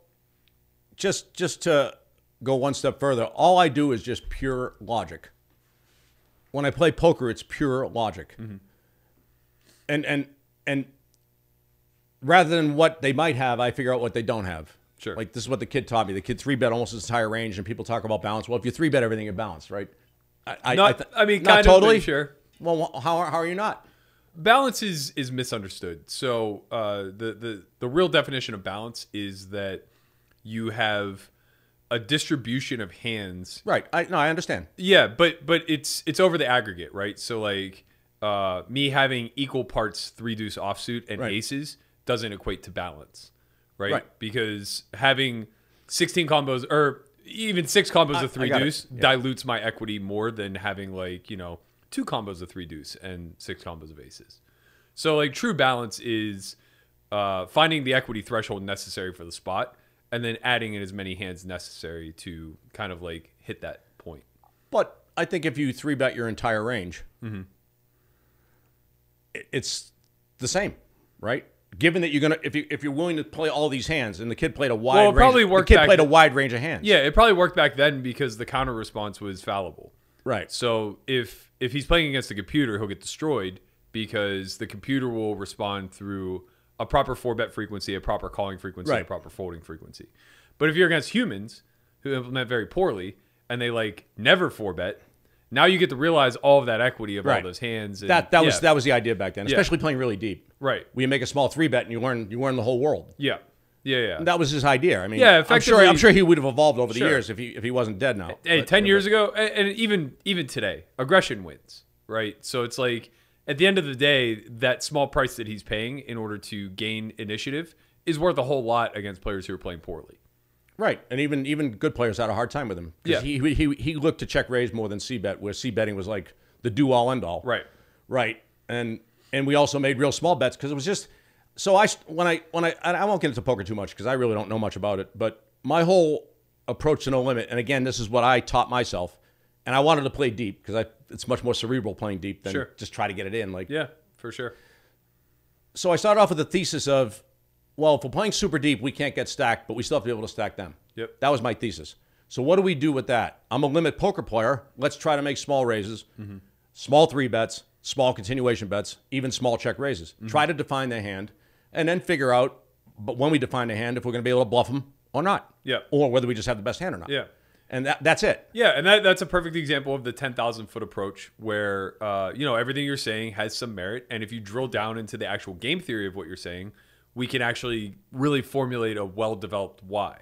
[SPEAKER 3] just just to go one step further. All I do is just pure logic. When I play poker, it's pure logic.
[SPEAKER 2] Mm-hmm.
[SPEAKER 3] And and and rather than what they might have, I figure out what they don't have.
[SPEAKER 2] Sure.
[SPEAKER 3] Like this is what the kid taught me. The kid three bet almost his entire range, and people talk about balance. Well, if you three bet everything, you're balanced, right? I, I,
[SPEAKER 2] Not-
[SPEAKER 3] th-
[SPEAKER 2] I mean,
[SPEAKER 3] not
[SPEAKER 2] kind of, but
[SPEAKER 3] totally
[SPEAKER 2] sure.
[SPEAKER 3] Well, wh- how, are- how are you not?
[SPEAKER 2] balance is is misunderstood. So uh, the the the real definition of balance is that you have a distribution of hands.
[SPEAKER 3] Right. I no, I understand.
[SPEAKER 2] Yeah, but but it's it's over the aggregate, right? So like uh, me having equal parts three deuce offsuit and
[SPEAKER 3] Right.
[SPEAKER 2] aces doesn't equate to balance, right?
[SPEAKER 3] Right.
[SPEAKER 2] Because having sixteen combos or even six combos of three
[SPEAKER 3] got it.
[SPEAKER 2] deuce dilutes my equity more than having like you know two combos of three deuce and six combos of aces. So like true balance is uh, finding the equity threshold necessary for the spot, and then adding in as many hands necessary to kind of like hit that point.
[SPEAKER 3] But I think if you three bet your entire range,
[SPEAKER 2] Mm-hmm.
[SPEAKER 3] i- it's the same, right? Given that you're gonna, if you if you're willing to play all these hands, and the kid played a wide,
[SPEAKER 2] Well, it
[SPEAKER 3] range,
[SPEAKER 2] probably worked
[SPEAKER 3] The kid
[SPEAKER 2] back-
[SPEAKER 3] played a wide range of hands.
[SPEAKER 2] Yeah, it probably worked back then because the counter response was fallible.
[SPEAKER 3] Right.
[SPEAKER 2] So if if he's playing against the computer, he'll get destroyed because the computer will respond through a proper four bet frequency, a proper calling frequency, and a
[SPEAKER 3] Right.
[SPEAKER 2] proper folding frequency. But if you're against humans who implement very poorly and they like never four bet, now you get to realize all of that equity of all
[SPEAKER 3] Right.
[SPEAKER 2] those hands. And,
[SPEAKER 3] That that
[SPEAKER 2] yeah,
[SPEAKER 3] was that was the idea back then, especially playing really deep.
[SPEAKER 2] Right.
[SPEAKER 3] Where you make a small three bet and you learn you learn the whole world.
[SPEAKER 2] Yeah. Yeah. Yeah.
[SPEAKER 3] That was his idea. I mean,
[SPEAKER 2] Yeah,
[SPEAKER 3] I'm sure I'm
[SPEAKER 2] effectively-
[SPEAKER 3] sure he would have evolved over the
[SPEAKER 2] Sure.
[SPEAKER 3] years if he if he wasn't dead now.
[SPEAKER 2] hey,
[SPEAKER 3] But-
[SPEAKER 2] ten years ago, a- and even even today, aggression wins, right? So it's like at the end of the day, that small price that he's paying in order to gain initiative is worth a whole lot against players who are playing poorly.
[SPEAKER 3] Right, and even even good players had a hard time with him. 'Cause
[SPEAKER 2] Yeah.
[SPEAKER 3] he, he he looked to check raise more than c bet, where c betting was like the do all end all.
[SPEAKER 2] Right.
[SPEAKER 3] right, and and we also made real small bets because it was just so I st- when I when I and I won't get into poker too much because I really don't know much about it, but my whole approach to no limit, and again, this is what I taught myself, and I wanted to play deep because I it's much more cerebral playing deep than
[SPEAKER 2] Sure.
[SPEAKER 3] just try to get it in. Like
[SPEAKER 2] Yeah, for sure.
[SPEAKER 3] so I started off with the thesis of, well, if we're playing super deep, we can't get stacked, but we still have to be able to stack them.
[SPEAKER 2] Yep.
[SPEAKER 3] That was my thesis. So what do we do with that? I'm a limit poker player. Let's try to make small raises,
[SPEAKER 2] Mm-hmm.
[SPEAKER 3] small three bets, small continuation bets, even small check raises.
[SPEAKER 2] Mm-hmm.
[SPEAKER 3] Try to define the hand, and then figure out, but when we define the hand, if we're going to be able to bluff them or not.
[SPEAKER 2] Yeah.
[SPEAKER 3] Or whether we just have the best hand or not.
[SPEAKER 2] Yeah.
[SPEAKER 3] And that, that's it.
[SPEAKER 2] Yeah, and that, that's a perfect example of the 10,000 foot approach where, uh, you know, everything you're saying has some merit. And if you drill down into the actual game theory of what you're saying, we can actually really formulate a well developed why.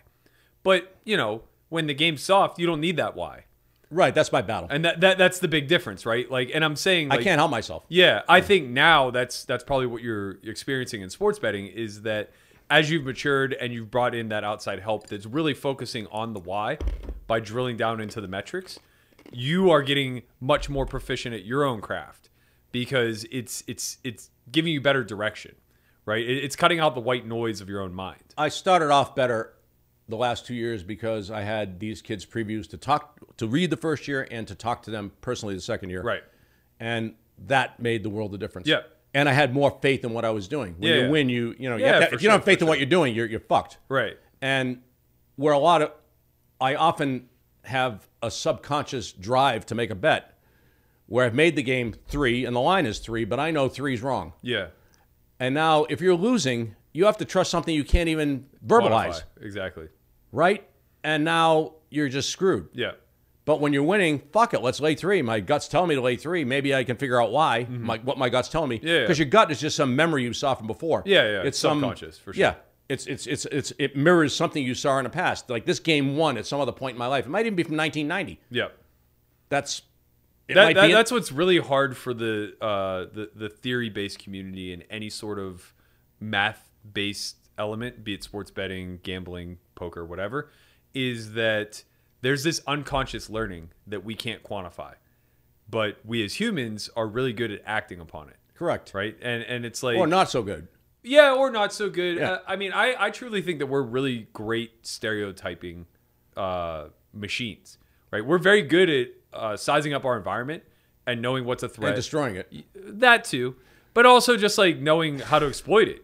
[SPEAKER 2] But, you know, when the game's soft, you don't need that why.
[SPEAKER 3] Right. That's my battle.
[SPEAKER 2] and that, that that's the big difference right like and i'm saying like,
[SPEAKER 3] I can't help myself.
[SPEAKER 2] yeah i think now that's that's probably what you're experiencing in sports betting is that as you've matured and you've brought in that outside help that's really focusing on the why by drilling down into the metrics you are getting much more proficient at your own craft because it's it's it's giving you better direction right it, it's cutting out the white noise of your own mind
[SPEAKER 3] I started off better the last two years because I had these kids previews to talk to read the first year and to talk to them personally the second year.
[SPEAKER 2] Right.
[SPEAKER 3] And that made the world a difference.
[SPEAKER 2] Yeah.
[SPEAKER 3] And I had more faith in what I was doing. When
[SPEAKER 2] Yeah.
[SPEAKER 3] you win, you you know, you
[SPEAKER 2] Yeah,
[SPEAKER 3] have to-
[SPEAKER 2] for
[SPEAKER 3] if you don't
[SPEAKER 2] sure,
[SPEAKER 3] have faith
[SPEAKER 2] for
[SPEAKER 3] in what you're doing, you're you're fucked.
[SPEAKER 2] right
[SPEAKER 3] And where a lot of I often have a subconscious drive to make a bet where I've made the game three and the line is three, but I know three's wrong.
[SPEAKER 2] yeah
[SPEAKER 3] And now if you're losing, you have to trust something you can't even
[SPEAKER 2] Quantify.
[SPEAKER 3] verbalize
[SPEAKER 2] exactly
[SPEAKER 3] right? And now you're just screwed.
[SPEAKER 2] yeah
[SPEAKER 3] But when you're winning, fuck it, let's lay three. My gut's telling me to lay three. Maybe I can figure out why, my, what my gut's telling me.
[SPEAKER 2] Yeah, Mm-hmm. yeah.
[SPEAKER 3] Because your gut is just some memory you saw from before.
[SPEAKER 2] Yeah, yeah,
[SPEAKER 3] It's
[SPEAKER 2] subconscious,
[SPEAKER 3] some,
[SPEAKER 2] for sure.
[SPEAKER 3] Yeah. It's, it's, it's, it's, it mirrors something you saw in the past. Like this game won at some other point in my life. It might even be from 1990.
[SPEAKER 2] yeah
[SPEAKER 3] That's, it
[SPEAKER 2] that,
[SPEAKER 3] might
[SPEAKER 2] that-
[SPEAKER 3] be.
[SPEAKER 2] that's what's really hard for the uh, the, the theory based community and any sort of math based element, be it sports betting, gambling, poker, whatever, is that there's this unconscious learning that we can't quantify, but we as humans are really good at acting upon it,
[SPEAKER 3] correct.
[SPEAKER 2] right? And and it's like
[SPEAKER 3] Or not so good.
[SPEAKER 2] yeah, or not so good.
[SPEAKER 3] Yeah.
[SPEAKER 2] Uh, I mean, I, I truly think that we're really great stereotyping uh, machines, right? We're very good at uh, sizing up our environment and knowing what's a
[SPEAKER 3] And
[SPEAKER 2] threat.
[SPEAKER 3] destroying it.
[SPEAKER 2] that too, but also just like knowing how to exploit it,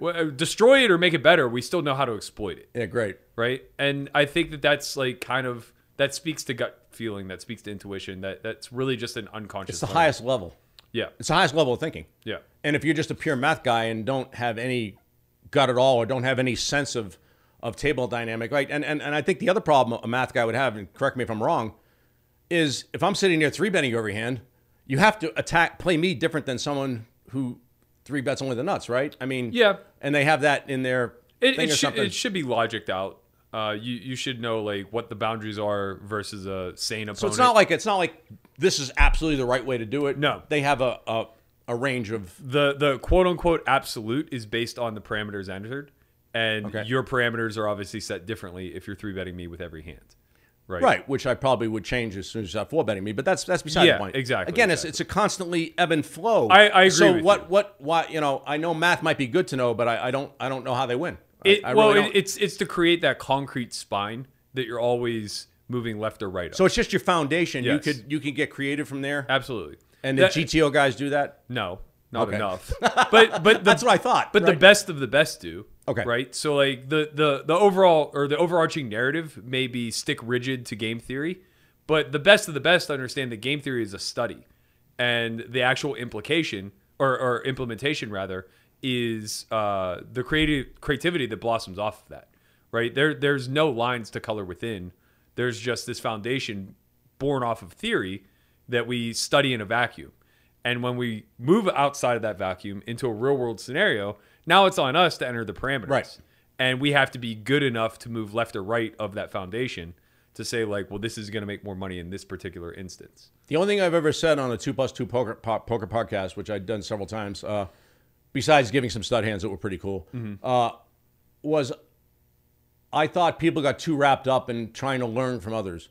[SPEAKER 2] w- destroy it or make it better, we still know how to exploit it,
[SPEAKER 3] Yeah, great.
[SPEAKER 2] right? And I think that that's like kind of that speaks to gut feeling, that speaks to intuition, that that's really just an unconscious.
[SPEAKER 3] It's the
[SPEAKER 2] learning.
[SPEAKER 3] highest level.
[SPEAKER 2] Yeah,
[SPEAKER 3] It's the highest level of thinking.
[SPEAKER 2] yeah,
[SPEAKER 3] And if you're just a pure math guy and don't have any gut at all or don't have any sense of, of table dynamic, right? And, and and I think the other problem a math guy would have, and correct me if I'm wrong, is if I'm sitting there three betting every hand, you have to attack play me different than someone who three bets only the nuts, right? I mean
[SPEAKER 2] Yeah.
[SPEAKER 3] And they have that in their
[SPEAKER 2] It,
[SPEAKER 3] thing
[SPEAKER 2] it,
[SPEAKER 3] or
[SPEAKER 2] should,
[SPEAKER 3] something.
[SPEAKER 2] it should be logicked out. Uh, you you should know like what the boundaries are versus a sane opponent.
[SPEAKER 3] so it's not like it's not like this is absolutely the right way to do it.
[SPEAKER 2] No.
[SPEAKER 3] They have a, a, a range of
[SPEAKER 2] the the quote unquote absolute is based on the parameters entered, and
[SPEAKER 3] Okay.
[SPEAKER 2] your parameters are obviously set differently if you're three betting me with every hand, right?
[SPEAKER 3] Right, which I probably would change as soon as I four betting me, but that's that's beside
[SPEAKER 2] Yeah,
[SPEAKER 3] the point.
[SPEAKER 2] exactly,
[SPEAKER 3] Again,
[SPEAKER 2] exactly.
[SPEAKER 3] it's it's a constantly ebb and flow.
[SPEAKER 2] I- I agree
[SPEAKER 3] So
[SPEAKER 2] with
[SPEAKER 3] what
[SPEAKER 2] you.
[SPEAKER 3] what why you know I know math might be good to know, but I, I don't I don't know how they win. I-
[SPEAKER 2] It,
[SPEAKER 3] I,
[SPEAKER 2] well,
[SPEAKER 3] really
[SPEAKER 2] it-
[SPEAKER 3] don't.
[SPEAKER 2] it's it's to create that concrete spine that you're always moving left or right.
[SPEAKER 3] so it's just your foundation.
[SPEAKER 2] Yes.
[SPEAKER 3] You could you can get creative from there,
[SPEAKER 2] absolutely.
[SPEAKER 3] and the
[SPEAKER 2] That-
[SPEAKER 3] GTO guys do that.
[SPEAKER 2] No, not
[SPEAKER 3] Okay.
[SPEAKER 2] enough. But but the,
[SPEAKER 3] That's what I thought,
[SPEAKER 2] But
[SPEAKER 3] right?
[SPEAKER 2] the best of the best do.
[SPEAKER 3] Okay.
[SPEAKER 2] Right. So like the the the overall or the overarching narrative may be stick rigid to game theory, but the best of the best understand that game theory is a study, and the actual implication or, or implementation rather is uh, the creative creativity that blossoms off of that. Right. There there's no lines to color within. There's just this foundation born off of theory that we study in a vacuum. And when we move outside of that vacuum into a real world scenario, now it's on us to enter the parameters.
[SPEAKER 3] Right.
[SPEAKER 2] And we have to be good enough to move left or right of that foundation to say, like, well, this is going to make more money in this particular instance.
[SPEAKER 3] The only thing I've ever said on a two plus two poker po- poker podcast, which I've done several times, uh, besides giving some stud hands that were pretty cool, uh, was I thought people got too wrapped up in trying to learn from others.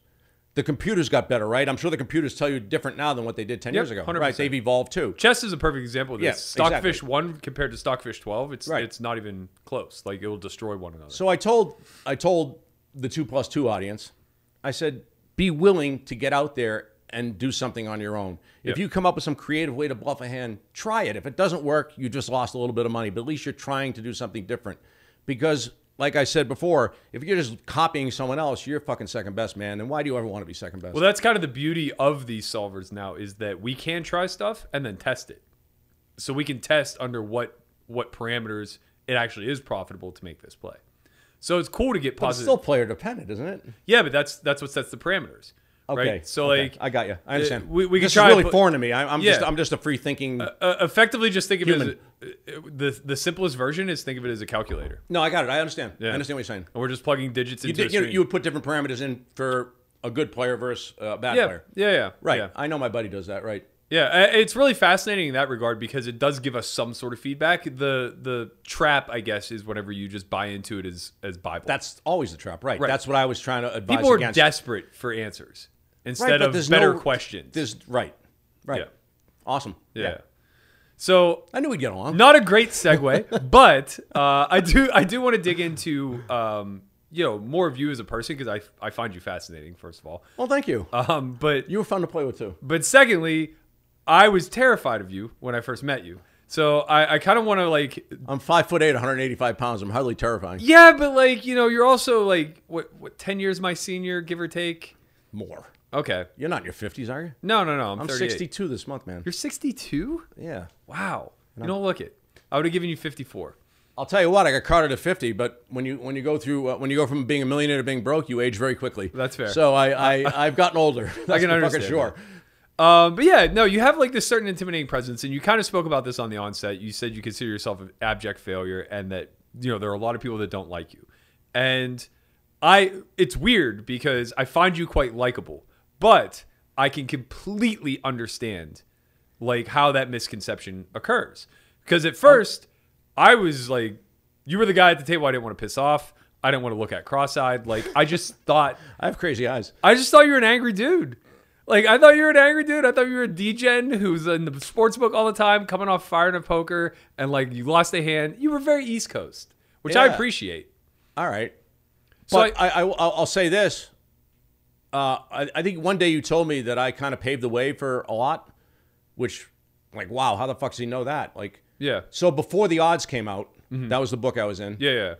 [SPEAKER 3] The computers got better, right? I'm sure the computers tell you different now than what they did ten
[SPEAKER 2] Yep,
[SPEAKER 3] years ago, right?
[SPEAKER 2] 100%.
[SPEAKER 3] They've evolved too.
[SPEAKER 2] Chess is a perfect example of this.
[SPEAKER 3] Yeah,
[SPEAKER 2] Stockfish
[SPEAKER 3] exactly.
[SPEAKER 2] 1 compared to Stockfish 12, it's,
[SPEAKER 3] Right.
[SPEAKER 2] it's not even close. Like, it'll destroy one another.
[SPEAKER 3] So I told I told the two plus two audience, I said, be willing to get out there and do something on your own. If
[SPEAKER 2] Yep.
[SPEAKER 3] you come up with some creative way to bluff a hand, try it. If it doesn't work, you just lost a little bit of money, but at least you're trying to do something different. Because like I said before, if you're just copying someone else, you're fucking second best, man. And why do you ever want to be second best?
[SPEAKER 2] well, that's kind of the beauty of these solvers now is that we can try stuff and then test it. so we can test under what what parameters it actually is profitable to make this play. So it's cool to get
[SPEAKER 3] it's
[SPEAKER 2] positive.
[SPEAKER 3] still player dependent, isn't it?
[SPEAKER 2] yeah, but that's that's what sets the parameters.
[SPEAKER 3] Okay.
[SPEAKER 2] Right. So
[SPEAKER 3] okay.
[SPEAKER 2] like uh,
[SPEAKER 3] I got you. I understand.
[SPEAKER 2] we- we
[SPEAKER 3] this
[SPEAKER 2] could try
[SPEAKER 3] is
[SPEAKER 2] and
[SPEAKER 3] really
[SPEAKER 2] put-
[SPEAKER 3] foreign to me. I, I'm just
[SPEAKER 2] Yeah.
[SPEAKER 3] I'm just a free thinking.
[SPEAKER 2] uh, effectively just think of
[SPEAKER 3] Human.
[SPEAKER 2] it as a, uh, the the simplest version is think of it as a calculator.
[SPEAKER 3] no, I got it. I understand. I
[SPEAKER 2] Yeah.
[SPEAKER 3] understand what you're saying.
[SPEAKER 2] And we're just plugging digits
[SPEAKER 3] You,
[SPEAKER 2] into
[SPEAKER 3] did,
[SPEAKER 2] a
[SPEAKER 3] you,
[SPEAKER 2] string.
[SPEAKER 3] you would put different parameters in for a good player versus a bad
[SPEAKER 2] yeah,
[SPEAKER 3] player.
[SPEAKER 2] yeah, yeah.
[SPEAKER 3] Right.
[SPEAKER 2] Yeah.
[SPEAKER 3] I know my buddy does that, right?
[SPEAKER 2] Yeah, uh, it's really fascinating in that regard because it does give us some sort of feedback. The the trap, I guess, is whenever you just buy into it as as Bible.
[SPEAKER 3] That's always the trap, right?
[SPEAKER 2] Right.
[SPEAKER 3] That's what I was trying to advise
[SPEAKER 2] people are
[SPEAKER 3] against.
[SPEAKER 2] desperate for answers
[SPEAKER 3] right,
[SPEAKER 2] instead
[SPEAKER 3] but
[SPEAKER 2] of
[SPEAKER 3] there's
[SPEAKER 2] better
[SPEAKER 3] no-
[SPEAKER 2] questions.
[SPEAKER 3] There's, right. Right.
[SPEAKER 2] Yeah.
[SPEAKER 3] Awesome.
[SPEAKER 2] yeah. So
[SPEAKER 3] I knew we'd get along.
[SPEAKER 2] not a great segue, but uh, I do I do want to dig into um, you know more of you as a person because I I find you fascinating first of all.
[SPEAKER 3] Well, thank you.
[SPEAKER 2] Um, but
[SPEAKER 3] you were fun to play with, too.
[SPEAKER 2] but secondly, I was terrified of you when I first met you. So I, I kind of want to like
[SPEAKER 3] I'm five foot eight, 185 pounds. I'm hardly terrifying.
[SPEAKER 2] yeah, but like you know you're also like what what ten years my senior give or take.
[SPEAKER 3] More.
[SPEAKER 2] Okay,
[SPEAKER 3] You're not in your 50s, are you?
[SPEAKER 2] no no no I'm,
[SPEAKER 3] I'm
[SPEAKER 2] 38.
[SPEAKER 3] 62 this month, man.
[SPEAKER 2] You're 62.
[SPEAKER 3] yeah.
[SPEAKER 2] Wow. You don't look it. I would have given you 54.
[SPEAKER 3] I'll tell you what, I got carded at 50, but when you when you go through uh, when you go from being a millionaire to being broke, you age very quickly.
[SPEAKER 2] That's fair.
[SPEAKER 3] So I, I I've gotten older. That's
[SPEAKER 2] can
[SPEAKER 3] for
[SPEAKER 2] understand
[SPEAKER 3] fucking sure.
[SPEAKER 2] that. Um, but yeah, no, you have like this certain intimidating presence, and you kind of spoke about this on the onset. You said you consider yourself an abject failure, and that you know there are a lot of people that don't like you. And I, it's weird because I find you quite likable, but I can completely understand like how that misconception occurs. Because at first, I was like, you were the guy at the table I didn't want to piss off. I didn't want to look at cross-eyed. Like I just thought
[SPEAKER 3] I have crazy eyes.
[SPEAKER 2] I just thought you were an angry dude. Like I thought you were an angry dude. I thought you were a degen who's in the sports book all the time, coming off firing a poker, and like you lost a hand. You were very East Coast, which I
[SPEAKER 3] Yeah.
[SPEAKER 2] appreciate.
[SPEAKER 3] All right.
[SPEAKER 2] So
[SPEAKER 3] but I, I, will I'll say this. Uh, I, I think one day you told me that I kind of paved the way for a lot, which, like, wow, how the fuck does he know that? Like,
[SPEAKER 2] Yeah.
[SPEAKER 3] So before the odds came out,
[SPEAKER 2] Mm-hmm.
[SPEAKER 3] That was the book I was in.
[SPEAKER 2] Yeah, yeah.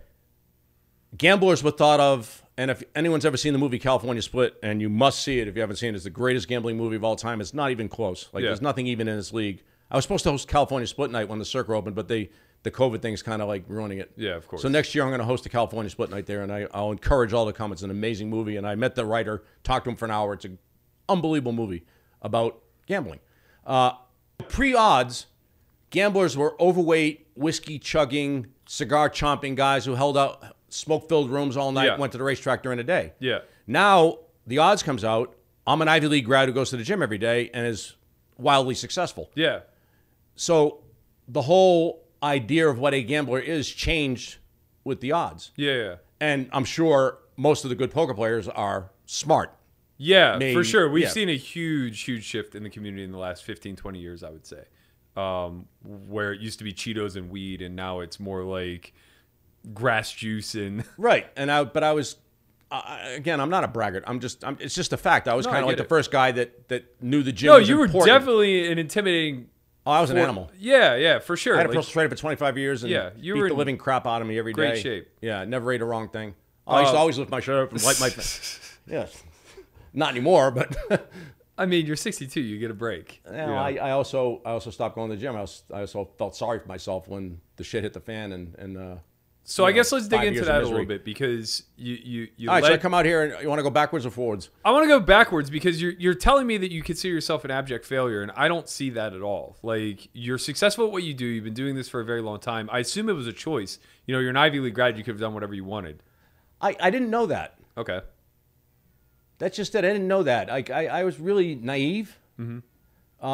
[SPEAKER 3] Gamblers were thought of, and if anyone's ever seen the movie California Split, and you must see it if you haven't seen it, it's the greatest gambling movie of all time. It's not even close. Like
[SPEAKER 2] Yeah.
[SPEAKER 3] there's nothing even in this league. I was supposed to host California Split night when the circle opened, but they the COVID thing's kind of like ruining it.
[SPEAKER 2] Yeah, of course.
[SPEAKER 3] So next year I'm going to host a California Split night there, and I, I'll encourage all to come. It's an amazing movie, and I met the writer, talked to him for an hour. It's an unbelievable movie about gambling. Uh, Pre odds, gamblers were overweight, whiskey chugging, cigar chomping guys who held out smoke filled rooms all night,
[SPEAKER 2] Yeah.
[SPEAKER 3] went to the racetrack during the day.
[SPEAKER 2] Yeah.
[SPEAKER 3] Now the odds comes out. I'm an Ivy League grad who goes to the gym every day and is wildly successful.
[SPEAKER 2] Yeah.
[SPEAKER 3] So the whole idea of what a gambler is changed with the odds.
[SPEAKER 2] Yeah. Yeah.
[SPEAKER 3] And I'm sure most of the good poker players are smart.
[SPEAKER 2] Yeah,
[SPEAKER 3] May-
[SPEAKER 2] for sure. We've
[SPEAKER 3] yeah.
[SPEAKER 2] seen a huge, huge shift in the community in the last 15, 20 years, I would say. Um, where it used to be Cheetos and weed, and now it's more like grass juice and.
[SPEAKER 3] Right. And I but I was I, I- again, I'm not a braggart. I'm just I'm, it's just a fact. I was
[SPEAKER 2] No,
[SPEAKER 3] kind
[SPEAKER 2] I
[SPEAKER 3] of like
[SPEAKER 2] get
[SPEAKER 3] the
[SPEAKER 2] it.
[SPEAKER 3] first guy that that knew the gym
[SPEAKER 2] No,
[SPEAKER 3] was
[SPEAKER 2] you were
[SPEAKER 3] important.
[SPEAKER 2] definitely an intimidating.
[SPEAKER 3] Oh, I was an animal.
[SPEAKER 2] Yeah, yeah, for sure.
[SPEAKER 3] I had a
[SPEAKER 2] Like,
[SPEAKER 3] personal trainer for 25 years and
[SPEAKER 2] Yeah, you
[SPEAKER 3] beat
[SPEAKER 2] were
[SPEAKER 3] the
[SPEAKER 2] in
[SPEAKER 3] living crap out of me every day.
[SPEAKER 2] great shape.
[SPEAKER 3] Yeah, never ate a wrong thing. I used to
[SPEAKER 2] Uh,
[SPEAKER 3] always lift my shirt up and wipe my. yeah, not anymore. But
[SPEAKER 2] I mean, you're 62. You get a break.
[SPEAKER 3] you know,
[SPEAKER 2] Yeah.
[SPEAKER 3] I, I also I also stopped going to the gym. I, was, I also felt sorry for myself when the shit hit the fan and and. Uh,
[SPEAKER 2] so
[SPEAKER 3] you
[SPEAKER 2] I
[SPEAKER 3] know,
[SPEAKER 2] guess let's dig
[SPEAKER 3] five
[SPEAKER 2] into
[SPEAKER 3] years of
[SPEAKER 2] that a little
[SPEAKER 3] misery.
[SPEAKER 2] bit because you you you.
[SPEAKER 3] All right,
[SPEAKER 2] led-
[SPEAKER 3] should I come out here and you want to go backwards or forwards?
[SPEAKER 2] I want to go backwards because you're you're telling me that you consider yourself an abject failure, and I don't see that at all. Like you're successful at what you do. You've been doing this for a very long time. I assume it was a choice. You know, you're an Ivy League grad. You could have done whatever you wanted.
[SPEAKER 3] I, I didn't know that.
[SPEAKER 2] Okay.
[SPEAKER 3] That's just it. I didn't know that. Like I, I was really naive. Uh,
[SPEAKER 2] Mm-hmm.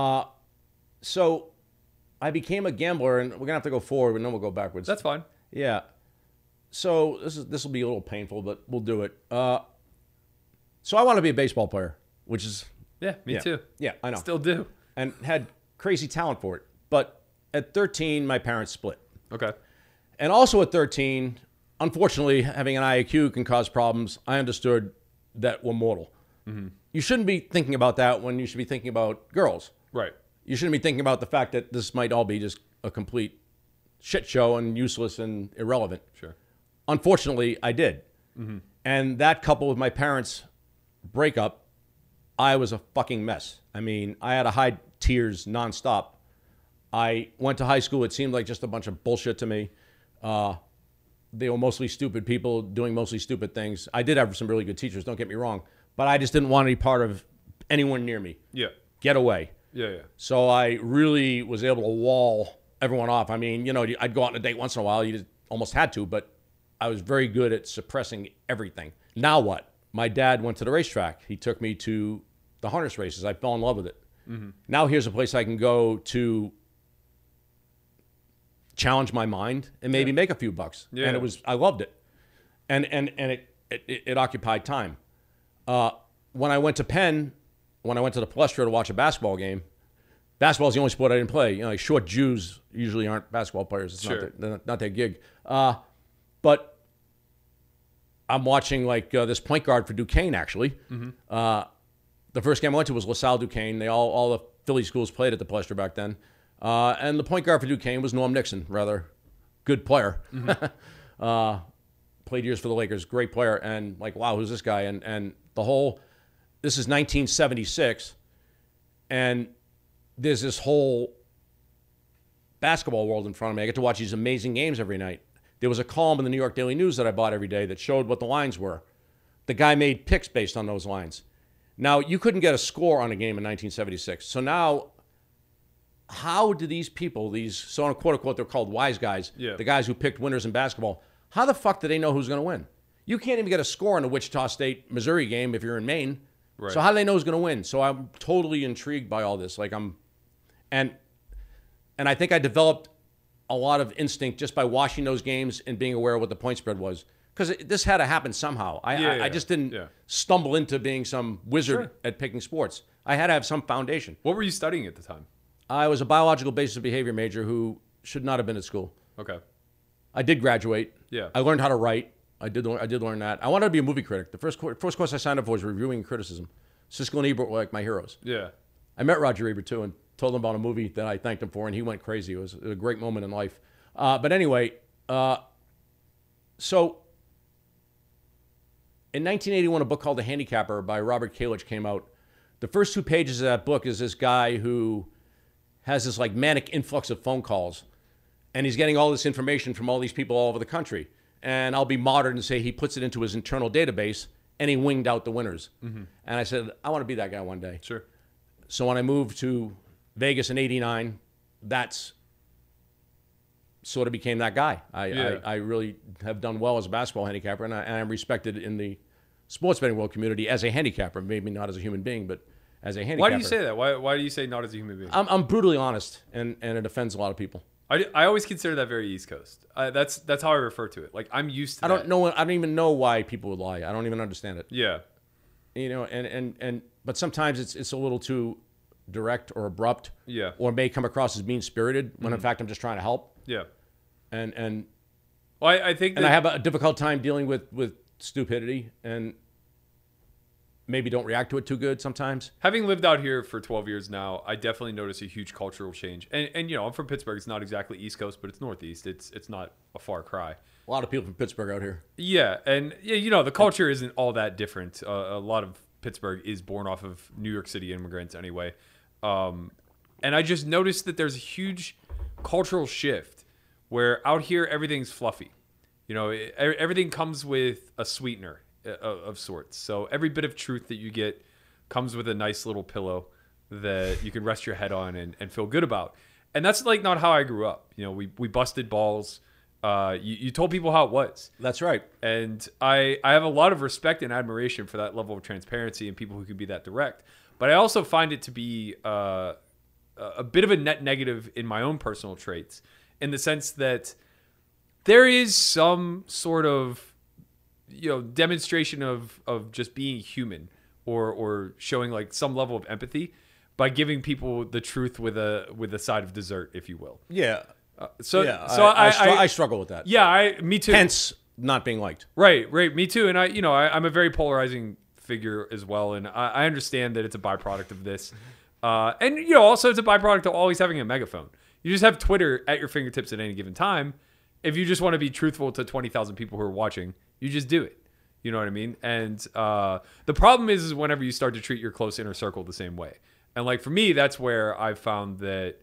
[SPEAKER 3] so I became a gambler, and we're gonna have to go forward, and then we'll go backwards.
[SPEAKER 2] That's fine.
[SPEAKER 3] Yeah. So this is this will be a little painful, but we'll do it. Uh, so I want to be a baseball player, which is
[SPEAKER 2] Yeah, me
[SPEAKER 3] yeah.
[SPEAKER 2] too.
[SPEAKER 3] Yeah, I know,
[SPEAKER 2] Still do.
[SPEAKER 3] and had crazy talent for it. But at 13, my parents split,
[SPEAKER 2] Okay.
[SPEAKER 3] and also at 13, unfortunately, having an IAQ can cause problems. I understood that we're mortal. You shouldn't be thinking about that when you should be thinking about girls.
[SPEAKER 2] Right.
[SPEAKER 3] You shouldn't be thinking about the fact that this might all be just a complete shit show and useless and irrelevant
[SPEAKER 2] Sure.
[SPEAKER 3] unfortunately, I did. And that coupled with my parents' breakup, I was a fucking mess. I mean, I had to hide tears nonstop. I went to high school. It seemed like just a bunch of bullshit to me. Uh, they were mostly stupid people doing mostly stupid things. I did have some really good teachers, don't get me wrong, but I just didn't want to be part of anyone near me.
[SPEAKER 2] Yeah.
[SPEAKER 3] Get away.
[SPEAKER 2] Yeah. Yeah.
[SPEAKER 3] So I really was able to wall everyone off. I mean, you know, I'd go out on a date once in a while. You just almost had to, but I was very good at suppressing everything. Now what? My dad went to the racetrack. He took me to the harness races. I fell in love with it.
[SPEAKER 2] Mm-hmm.
[SPEAKER 3] Now here's a place I can go to challenge my mind and maybe make a few bucks.
[SPEAKER 2] Yeah.
[SPEAKER 3] And it was I loved it. And and and it it, it, it occupied time. Uh, when I went to Penn, when I went to the Palestra to watch a basketball game, basketball is the only sport I didn't play. You know, like short Jews usually aren't basketball players. It's
[SPEAKER 2] Sure.
[SPEAKER 3] not, their, not their gig. Uh, but I'm watching like uh, this point guard for Duquesne actually. Uh, the first game I went to was LaSalle Duquesne. They all all the Philly schools played at the Palestra back then, uh, and the point guard for Duquesne was Norm Nixon, rather good player. uh, played years for the Lakers, great player, and like wow, who's this guy? And and the whole this is 1976, and there's this whole basketball world in front of me. I get to watch these amazing games every night. There was a column in the New York Daily News that I bought every day that showed what the lines were. The guy made picks based on those lines. Now, you couldn't get a score on a game in 1976. So now, how do these people, these so on quote unquote, they're called wise guys,
[SPEAKER 2] Yeah.
[SPEAKER 3] the guys who picked winners in basketball, how the fuck do they know who's going to win? You can't even get a score on a Wichita State Missouri game if you're in Maine.
[SPEAKER 2] Right.
[SPEAKER 3] So how do they know who's going to win? So I'm totally intrigued by all this. Like I'm, and and I think I developed a lot of instinct just by watching those games and being aware of what the point spread was. Because this had to happen somehow. I,
[SPEAKER 2] Yeah,
[SPEAKER 3] I,
[SPEAKER 2] yeah,
[SPEAKER 3] I just didn't
[SPEAKER 2] yeah.
[SPEAKER 3] stumble into being some wizard
[SPEAKER 2] Sure.
[SPEAKER 3] at picking sports. I had to have some foundation.
[SPEAKER 2] What were you studying at the time?
[SPEAKER 3] I was a biological basis of behavior major who should not have been at school.
[SPEAKER 2] Okay.
[SPEAKER 3] I did graduate.
[SPEAKER 2] Yeah.
[SPEAKER 3] I learned how to write. I did. learn- I did learn that. I wanted to be a movie critic. The first cour- first course I signed up for was reviewing and criticism. Siskel and Ebert were like my heroes.
[SPEAKER 2] Yeah.
[SPEAKER 3] I met Roger Ebert too and told him about a movie that I thanked him for, and he went crazy. It was a great moment in life. Uh, but anyway, So, in 1981, a book called The Handicapper by Robert Kalich came out. The first two pages of that book is this guy who has this like manic influx of phone calls, and he's getting all this information from all these people all over the country. And I'll be modern and say he puts it into his internal database and he winged out the winners. And I said, I want to be that guy one day.
[SPEAKER 2] Sure.
[SPEAKER 3] So when I moved to Vegas in '89, that's sort of became that guy. I,
[SPEAKER 2] Yeah.
[SPEAKER 3] I, I really have done well as a basketball handicapper, and, I, and I'm respected in the sports betting world community as a handicapper, maybe not as a human being, but as a handicapper.
[SPEAKER 2] Why do you say that? Why, why do you say not as a human being?
[SPEAKER 3] I'm, I'm brutally honest, and, and it offends a lot of people.
[SPEAKER 2] I, I always consider that very East Coast. Uh, that's that's how I refer to it. Like I'm used to.
[SPEAKER 3] I
[SPEAKER 2] that.
[SPEAKER 3] don't know. I don't even know why people would lie. I don't even understand it.
[SPEAKER 2] Yeah.
[SPEAKER 3] You know, and and and but sometimes it's it's a little too direct or abrupt.
[SPEAKER 2] Yeah. Mm-hmm.
[SPEAKER 3] Or may come across as mean spirited when in fact I'm just trying to help.
[SPEAKER 2] Yeah.
[SPEAKER 3] And and
[SPEAKER 2] Well, I, I think that,
[SPEAKER 3] and I have a difficult time dealing with with stupidity and maybe don't react to it too good sometimes.
[SPEAKER 2] having lived out here for 12 years now, I definitely notice a huge cultural change. And and you know, I'm from Pittsburgh. It's not exactly East Coast, but it's Northeast. It's it's not a far cry.
[SPEAKER 3] A lot of people from Pittsburgh out here.
[SPEAKER 2] Yeah, and yeah, you know, the culture isn't all that different. Uh, a lot of Pittsburgh is born off of New York City immigrants anyway. Um, and I just noticed that there's a huge cultural shift where out here everything's fluffy. You know, e- everything comes with a sweetener uh, of sorts. So every bit of truth that you get comes with a nice little pillow that you can rest your head on and, and feel good about. And that's like not how I grew up. You know, we, we busted balls. Uh, you, you told people how it was
[SPEAKER 3] That's right.
[SPEAKER 2] and I I have a lot of respect and admiration for that level of transparency and people who can be that direct. But I also find it to be uh, a a bit of a net negative in my own personal traits, in the sense that there is some sort of you know demonstration of of just being human or or showing like some level of empathy by giving people the truth with a with a side of dessert, if you will.
[SPEAKER 3] Yeah.
[SPEAKER 2] So
[SPEAKER 3] Uh, yeah.
[SPEAKER 2] so
[SPEAKER 3] I,
[SPEAKER 2] I,
[SPEAKER 3] I, str-
[SPEAKER 2] I-
[SPEAKER 3] I struggle with that.
[SPEAKER 2] yeah I me too.
[SPEAKER 3] Hence not being liked.
[SPEAKER 2] Right, right. Me too. And I, you know, I, I'm a very polarizing figure as well, and I, I understand that it's a byproduct of this, uh, and you know, also it's a byproduct of always having a megaphone. You just have Twitter at your fingertips at any given time. If you just want to be truthful to twenty thousand people who are watching, you just do it. You know what I mean? And uh, the problem is, is whenever you start to treat your close inner circle the same way. And like for me, that's where I've found that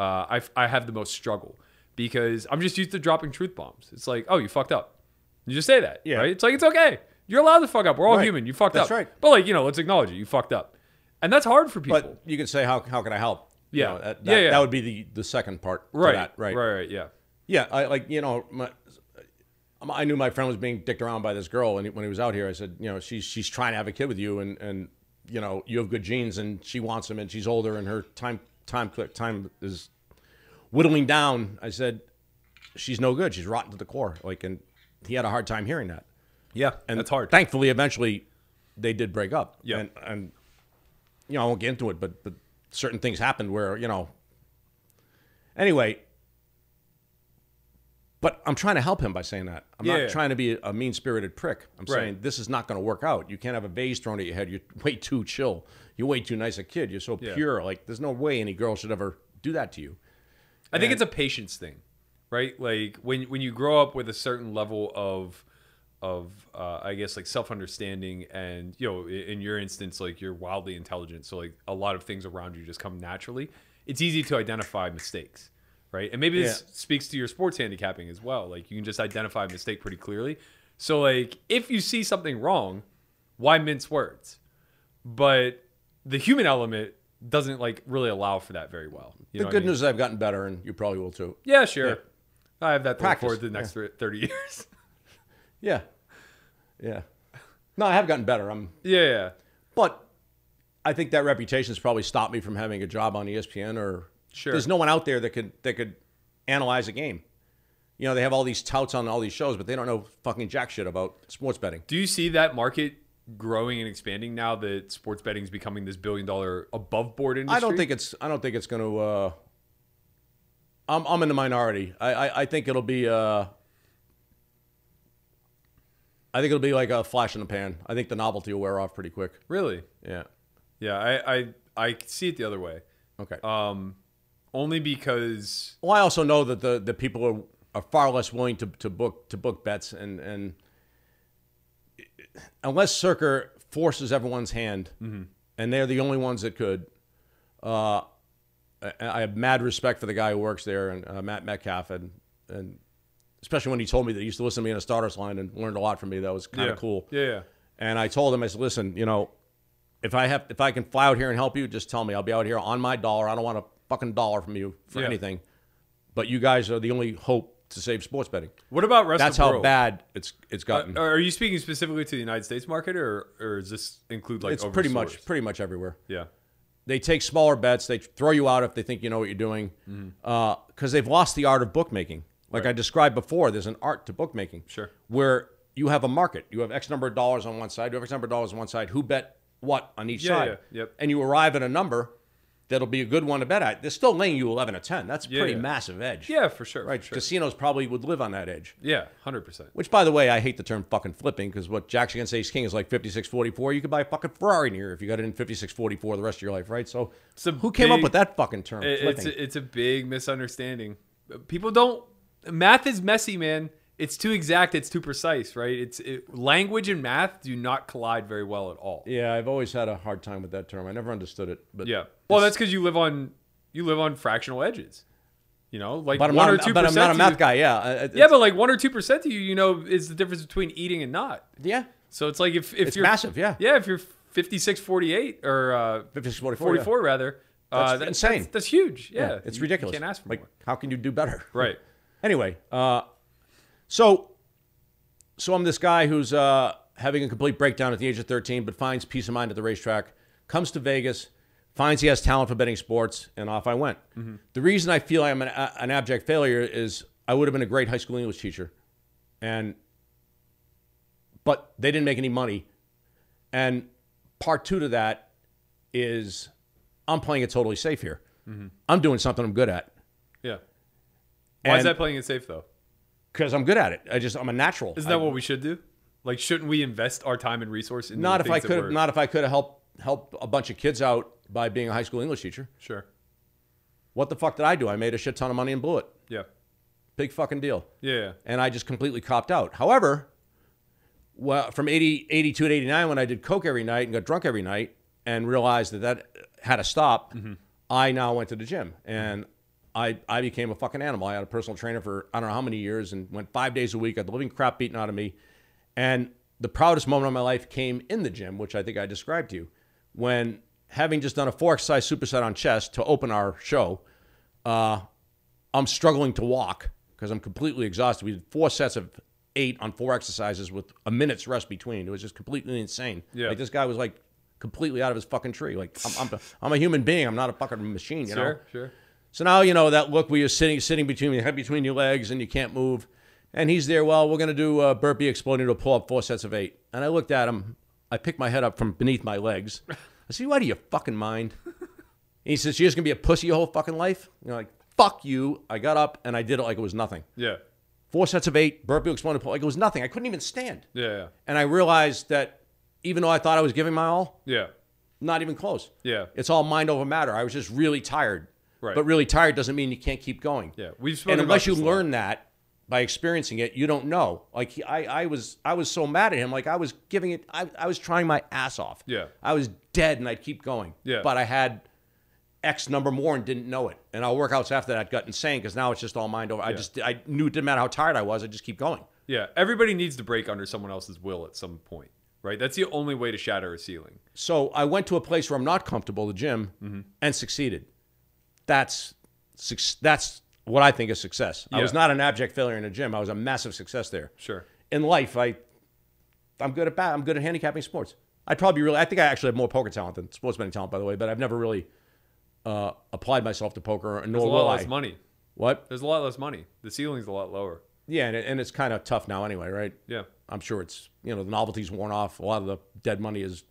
[SPEAKER 2] uh, I, I have the most struggle because I'm just used to dropping truth bombs. It's like, oh, you fucked up. You just say that.
[SPEAKER 3] Yeah.
[SPEAKER 2] Right? It's like it's okay. You're allowed to fuck up. We're all
[SPEAKER 3] Right.
[SPEAKER 2] human. You fucked
[SPEAKER 3] That's
[SPEAKER 2] up.
[SPEAKER 3] right.
[SPEAKER 2] But like, you know, let's acknowledge it. You fucked up. And that's hard for people.
[SPEAKER 3] But you can say how how can I help? You
[SPEAKER 2] Yeah.
[SPEAKER 3] know, that,
[SPEAKER 2] Yeah,
[SPEAKER 3] that-
[SPEAKER 2] yeah.
[SPEAKER 3] that would be the, the second part. to
[SPEAKER 2] right.
[SPEAKER 3] that,
[SPEAKER 2] right.
[SPEAKER 3] Right.
[SPEAKER 2] Right. Yeah.
[SPEAKER 3] Yeah, I like you know, my, I knew my friend was being dicked around by this girl, and when he was out here, I said, you know, she's she's trying to have a kid with you, and and you know, you have good genes, and she wants him, and she's older, and her time time cl- time is whittling down. I said, she's no good. She's rotten to the core. Like, and he had a hard time hearing that.
[SPEAKER 2] Yeah.
[SPEAKER 3] And
[SPEAKER 2] And that's hard.
[SPEAKER 3] Thankfully, eventually, they did break up.
[SPEAKER 2] Yeah.
[SPEAKER 3] and, and you know, I won't get into it, but but certain things happened where you know. Anyway, but I'm trying to help him by saying that. I'm
[SPEAKER 2] Yeah.
[SPEAKER 3] not trying to be a mean spirited prick. I'm
[SPEAKER 2] Right.
[SPEAKER 3] saying this is not going to work out. You can't have a vase thrown at your head. You're way too chill. You're way too nice a kid. You're so
[SPEAKER 2] Yeah.
[SPEAKER 3] pure. Like there's no way any girl should ever do that to you.
[SPEAKER 2] I think it's a patience thing, right? Like when when you grow up with a certain level of of uh, I guess like self understanding, and you know, i- in your instance, like you're wildly intelligent, so like a lot of things around you just come naturally. It's easy to identify mistakes, right? And maybe this
[SPEAKER 3] Yeah.
[SPEAKER 2] speaks to your sports handicapping as well. Like you can just identify a mistake pretty clearly. So like if you see something wrong, why mince words? But the human element doesn't like really allow for that very well. You know
[SPEAKER 3] the
[SPEAKER 2] what I
[SPEAKER 3] good
[SPEAKER 2] mean?
[SPEAKER 3] news is I've gotten better, and you probably will too.
[SPEAKER 2] Yeah, sure. I have that to look
[SPEAKER 3] Practice,
[SPEAKER 2] forward to the next thir- 30 years.
[SPEAKER 3] Yeah, yeah. No, I have gotten better. I'm
[SPEAKER 2] yeah, yeah.
[SPEAKER 3] But I think that reputation has probably stopped me from having a job on E ESPN or
[SPEAKER 2] Sure.
[SPEAKER 3] There's no one out there that could that could analyze a game. You know, they have all these touts on all these shows, but they don't know fucking jack shit about sports betting.
[SPEAKER 2] Do you see that market growing and expanding now that sports betting is becoming this billion dollar above board industry?
[SPEAKER 3] I don't think it's I don't think it's going to. Uh, I'm I'm in the minority. I I, I think it'll be. Uh, I think it'll be like a flash in the pan. I think the novelty will wear off pretty quick.
[SPEAKER 2] Really?
[SPEAKER 3] Yeah.
[SPEAKER 2] Yeah, I, I, I see it the other way.
[SPEAKER 3] Okay.
[SPEAKER 2] Um, only because,
[SPEAKER 3] Well, I also know that the, the people are, are far less willing to, to book to book bets and and unless Circa forces everyone's hand
[SPEAKER 2] Mm-hmm.
[SPEAKER 3] and they're the only ones that could. Uh, I, I have mad respect for the guy who works there and uh, Matt Metcalf and and especially when he told me that he used to listen to me in a starters line and learned a lot from me. That was kind
[SPEAKER 2] yeah.
[SPEAKER 3] of cool.
[SPEAKER 2] Yeah, yeah.
[SPEAKER 3] And I told him, I said, listen, you know, if I have, if I can fly out here and help you, just tell me. I'll be out here on my dollar. I don't want a fucking dollar from you for
[SPEAKER 2] Yeah.
[SPEAKER 3] anything. But you guys are the only hope to save sports betting.
[SPEAKER 2] What about rest
[SPEAKER 3] That's
[SPEAKER 2] of
[SPEAKER 3] how
[SPEAKER 2] world? Uh,
[SPEAKER 3] bad it's it's gotten.
[SPEAKER 2] Are are you speaking specifically to the United States market, or or does this include like
[SPEAKER 3] it's
[SPEAKER 2] overseas?
[SPEAKER 3] pretty much pretty much everywhere.
[SPEAKER 2] yeah
[SPEAKER 3] They take smaller bets. They throw you out if they think you know what you're doing, because
[SPEAKER 2] Mm-hmm.
[SPEAKER 3] they've lost the art of bookmaking. Like I described before, there's an art to bookmaking.
[SPEAKER 2] Sure.
[SPEAKER 3] Where you have a market, you have X number of dollars on one side, you have X number of dollars on one side. Who bet what on each
[SPEAKER 2] Yeah,
[SPEAKER 3] side?
[SPEAKER 2] yeah, yep.
[SPEAKER 3] And you arrive at a number that'll be a good one to bet at. They're still laying you 11 to 10. That's a
[SPEAKER 2] Yeah,
[SPEAKER 3] pretty
[SPEAKER 2] yeah.
[SPEAKER 3] massive edge.
[SPEAKER 2] yeah for sure
[SPEAKER 3] Right.
[SPEAKER 2] for sure.
[SPEAKER 3] Casinos probably would live on that edge.
[SPEAKER 2] yeah hundred percent
[SPEAKER 3] Which, by the way, I hate the term fucking flipping because what Jack's against Ace King is like 56.44. You could buy a fucking Ferrari in here if you got it in 56.44 the rest of your life, right? So,
[SPEAKER 2] a
[SPEAKER 3] who came up
[SPEAKER 2] big-
[SPEAKER 3] with that fucking term?
[SPEAKER 2] it's
[SPEAKER 3] flipping?
[SPEAKER 2] a, it's a big misunderstanding people don't math is messy man it's too exact it's too precise right it's it, language and math do not collide very well at all
[SPEAKER 3] yeah, I've always had a hard time with that term. I never understood it. But
[SPEAKER 2] yeah well that's because you live on you live on fractional edges you know like
[SPEAKER 3] But I'm,
[SPEAKER 2] one
[SPEAKER 3] not,
[SPEAKER 2] or two
[SPEAKER 3] but I'm not
[SPEAKER 2] percent
[SPEAKER 3] a
[SPEAKER 2] to
[SPEAKER 3] math
[SPEAKER 2] you-
[SPEAKER 3] guy. Yeah. I- I-
[SPEAKER 2] yeah but like one or two percent to you you know is the difference between eating and not
[SPEAKER 3] yeah.
[SPEAKER 2] so it's like if if
[SPEAKER 3] It's
[SPEAKER 2] you're
[SPEAKER 3] massive. Yeah.
[SPEAKER 2] Yeah, if you're 56 48 or uh,
[SPEAKER 3] 56.44.
[SPEAKER 2] 44 rather, uh,
[SPEAKER 3] That's insane.
[SPEAKER 2] That's, that's huge.
[SPEAKER 3] Yeah.
[SPEAKER 2] Yeah,
[SPEAKER 3] It's
[SPEAKER 2] You-
[SPEAKER 3] ridiculous.
[SPEAKER 2] You can't ask for
[SPEAKER 3] like,
[SPEAKER 2] more.
[SPEAKER 3] how can you do better?
[SPEAKER 2] Right.
[SPEAKER 3] Anyway, uh, so so I'm this guy who's uh, having a complete breakdown at the age of 13, but finds peace of mind at the racetrack. Comes to Vegas, finds he has talent for betting sports, and off I went.
[SPEAKER 2] Mm-hmm.
[SPEAKER 3] The reason I feel I'm an, a- an abject failure is I would have been a great high school English teacher, and but they didn't make any money. And part two to that is I'm playing it totally safe here.
[SPEAKER 2] Mm-hmm.
[SPEAKER 3] I'm doing something I'm good at
[SPEAKER 2] Yeah. Why is
[SPEAKER 3] And-
[SPEAKER 2] that playing it safe though?
[SPEAKER 3] because I'm good at it. I just I'm a natural.
[SPEAKER 2] Isn't that what we should do? Like, shouldn't we invest our time and resource in
[SPEAKER 3] not
[SPEAKER 2] the
[SPEAKER 3] if I
[SPEAKER 2] things that
[SPEAKER 3] could
[SPEAKER 2] work?
[SPEAKER 3] not if I could have helped help a bunch of kids out by being a high school English teacher.
[SPEAKER 2] Sure.
[SPEAKER 3] What the fuck did I do? I made a shit ton of money and blew it.
[SPEAKER 2] Yeah.
[SPEAKER 3] Big fucking deal.
[SPEAKER 2] Yeah. yeah.
[SPEAKER 3] And I just completely copped out. However, well, from 80, 82 to 89, when I did coke every night and got drunk every night and realized that that had to stop, I now went to the gym and I, I became a fucking animal. I had a personal trainer for I don't know how many years and went five days a week, got the living crap beaten out of me. And the proudest moment of my life came in the gym, which I think I described to you, when having just done a four exercise superset on chest to open our show, uh, I'm struggling to walk because I'm completely exhausted. We did four sets of eight on four exercises with a minute's rest between. It was just completely insane.
[SPEAKER 2] Yeah.
[SPEAKER 3] Like this guy was like completely out of his fucking tree. Like I'm, I'm, I'm a human being. I'm not a fucking machine. You
[SPEAKER 2] Sure.
[SPEAKER 3] know.
[SPEAKER 2] Sure.
[SPEAKER 3] So now you know that look where you're sitting sitting between your head between your legs and you can't move. And he's there. Well, we're gonna do uh, burpee exploding to pull up four sets of eight. And I looked at him. I picked my head up from beneath my legs. I said, "You out of your fucking mind?" And he says, "You're just gonna be a pussy your whole fucking life." You're like, "Fuck you!" I got up and I did it like it was nothing.
[SPEAKER 2] Yeah.
[SPEAKER 3] Four sets of eight, burpee exploding to pull like it was nothing. I couldn't even stand.
[SPEAKER 2] Yeah. Yeah.
[SPEAKER 3] And I realized that even though I thought I was giving my all,
[SPEAKER 2] Yeah.
[SPEAKER 3] not even close.
[SPEAKER 2] Yeah.
[SPEAKER 3] It's all mind over matter. I was just really tired.
[SPEAKER 2] Right.
[SPEAKER 3] But really tired doesn't mean you can't keep going.
[SPEAKER 2] Yeah. We've spoken
[SPEAKER 3] And
[SPEAKER 2] about
[SPEAKER 3] unless you
[SPEAKER 2] this a lot.
[SPEAKER 3] learn that by experiencing it, you don't know. Like he, I, I was, I was so mad at him. Like I was giving it. I, I was trying my ass off.
[SPEAKER 2] Yeah.
[SPEAKER 3] I was dead, and I'd keep going.
[SPEAKER 2] Yeah.
[SPEAKER 3] But I had X number more and didn't know it. And our workouts after that got insane because now it's just all mind over. I just, I knew it didn't matter how tired I was. I just keep going.
[SPEAKER 2] Yeah. Everybody needs to break under someone else's will at some point, right? That's the only way to shatter a ceiling.
[SPEAKER 3] So I went to a place where I'm not comfortable, the gym,
[SPEAKER 2] Mm-hmm.
[SPEAKER 3] and succeeded. That's suc- that's what I think is success. I
[SPEAKER 2] Yeah.
[SPEAKER 3] was not an abject failure in a gym. I was a massive success there.
[SPEAKER 2] Sure.
[SPEAKER 3] In life, I I'm good at bat. I'm good at handicapping sports. I probably really I think I actually have more poker talent than sports betting talent, by the way. But I've never really uh, applied myself to poker,
[SPEAKER 2] There's
[SPEAKER 3] nor
[SPEAKER 2] a lot
[SPEAKER 3] will I.
[SPEAKER 2] less money.
[SPEAKER 3] What?
[SPEAKER 2] There's a lot less money. The ceiling's a lot lower.
[SPEAKER 3] Yeah, and, it, and it's kind of tough now, anyway, right?
[SPEAKER 2] Yeah.
[SPEAKER 3] I'm sure it's you know the novelty's worn off. A lot of the dead money has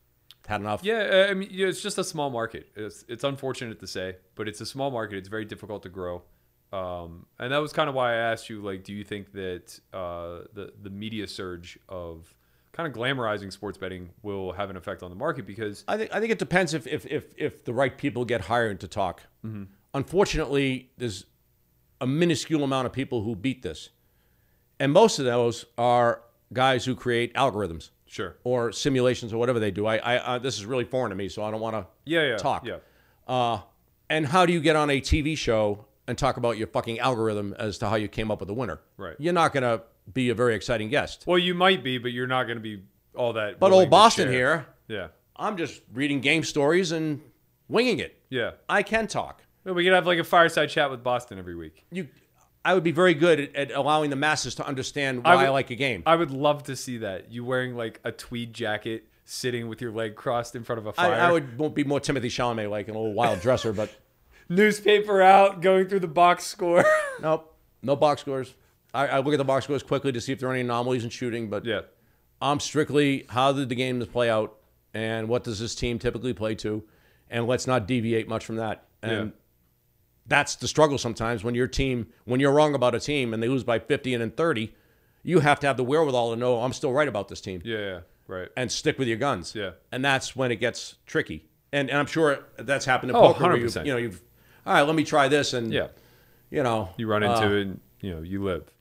[SPEAKER 3] had enough.
[SPEAKER 2] Yeah, uh, I- I mean, yeah, it's just a small market. It's, it's unfortunate to say, but it's a small market. It's very difficult to grow. Um, and that was kind of why I asked you, like, do you think that uh, the the media surge of kind of glamorizing sports betting will have an effect on the market? Because
[SPEAKER 3] I think I think it depends if if if, if the right people get hired
[SPEAKER 2] Mm-hmm.
[SPEAKER 3] to talk. Unfortunately, there's a minuscule amount of people who beat this. And most of those are guys who create algorithms
[SPEAKER 2] Sure.
[SPEAKER 3] or simulations or whatever they do. I, I, I this is really foreign to me, so I don't want to
[SPEAKER 2] Yeah, yeah.
[SPEAKER 3] talk.
[SPEAKER 2] Yeah.
[SPEAKER 3] Uh, and how do you get on a TV show and talk about your fucking algorithm as to how you came up with the winner?
[SPEAKER 2] Right.
[SPEAKER 3] You're not going to be a very exciting guest.
[SPEAKER 2] Well, you might be, but you're not going to be all that.
[SPEAKER 3] But
[SPEAKER 2] willing
[SPEAKER 3] old
[SPEAKER 2] to
[SPEAKER 3] Boston
[SPEAKER 2] share.
[SPEAKER 3] here,
[SPEAKER 2] Yeah.
[SPEAKER 3] I'm just reading game stories and winging it.
[SPEAKER 2] Yeah.
[SPEAKER 3] I can talk.
[SPEAKER 2] No, we could have like a fireside chat with Boston every week.
[SPEAKER 3] You, I would be very good at, at allowing the masses to understand why I,
[SPEAKER 2] would-
[SPEAKER 3] like a game.
[SPEAKER 2] I would love to see that. You wearing like a tweed jacket, sitting with your leg crossed in front of a
[SPEAKER 3] I,
[SPEAKER 2] fire.
[SPEAKER 3] I would won't be more Timothy Chalamet like an old wild dresser, but
[SPEAKER 2] Newspaper out, going through the box score.
[SPEAKER 3] nope, no box scores. I, I look at the box scores quickly to see if there are any anomalies in shooting, but
[SPEAKER 2] yeah.
[SPEAKER 3] I'm strictly how did the games play out and what does this team typically play to, and let's not deviate much from that. And
[SPEAKER 2] Yeah.
[SPEAKER 3] that's the struggle sometimes when your team, when you're wrong about a team and they lose by 50 and then 30, you have to have the wherewithal to know "Oh, I'm still right about this team
[SPEAKER 2] Yeah. Yeah. Right.
[SPEAKER 3] and stick with your guns.
[SPEAKER 2] Yeah.
[SPEAKER 3] And that's when it gets tricky. And, and I'm sure that's happened to
[SPEAKER 2] Oh,
[SPEAKER 3] poker. Where you,
[SPEAKER 2] 100%.
[SPEAKER 3] you know, you've, all right, let me try this. And,
[SPEAKER 2] Yeah.
[SPEAKER 3] you know,
[SPEAKER 2] You run
[SPEAKER 3] Uh,
[SPEAKER 2] into it, and you know you live.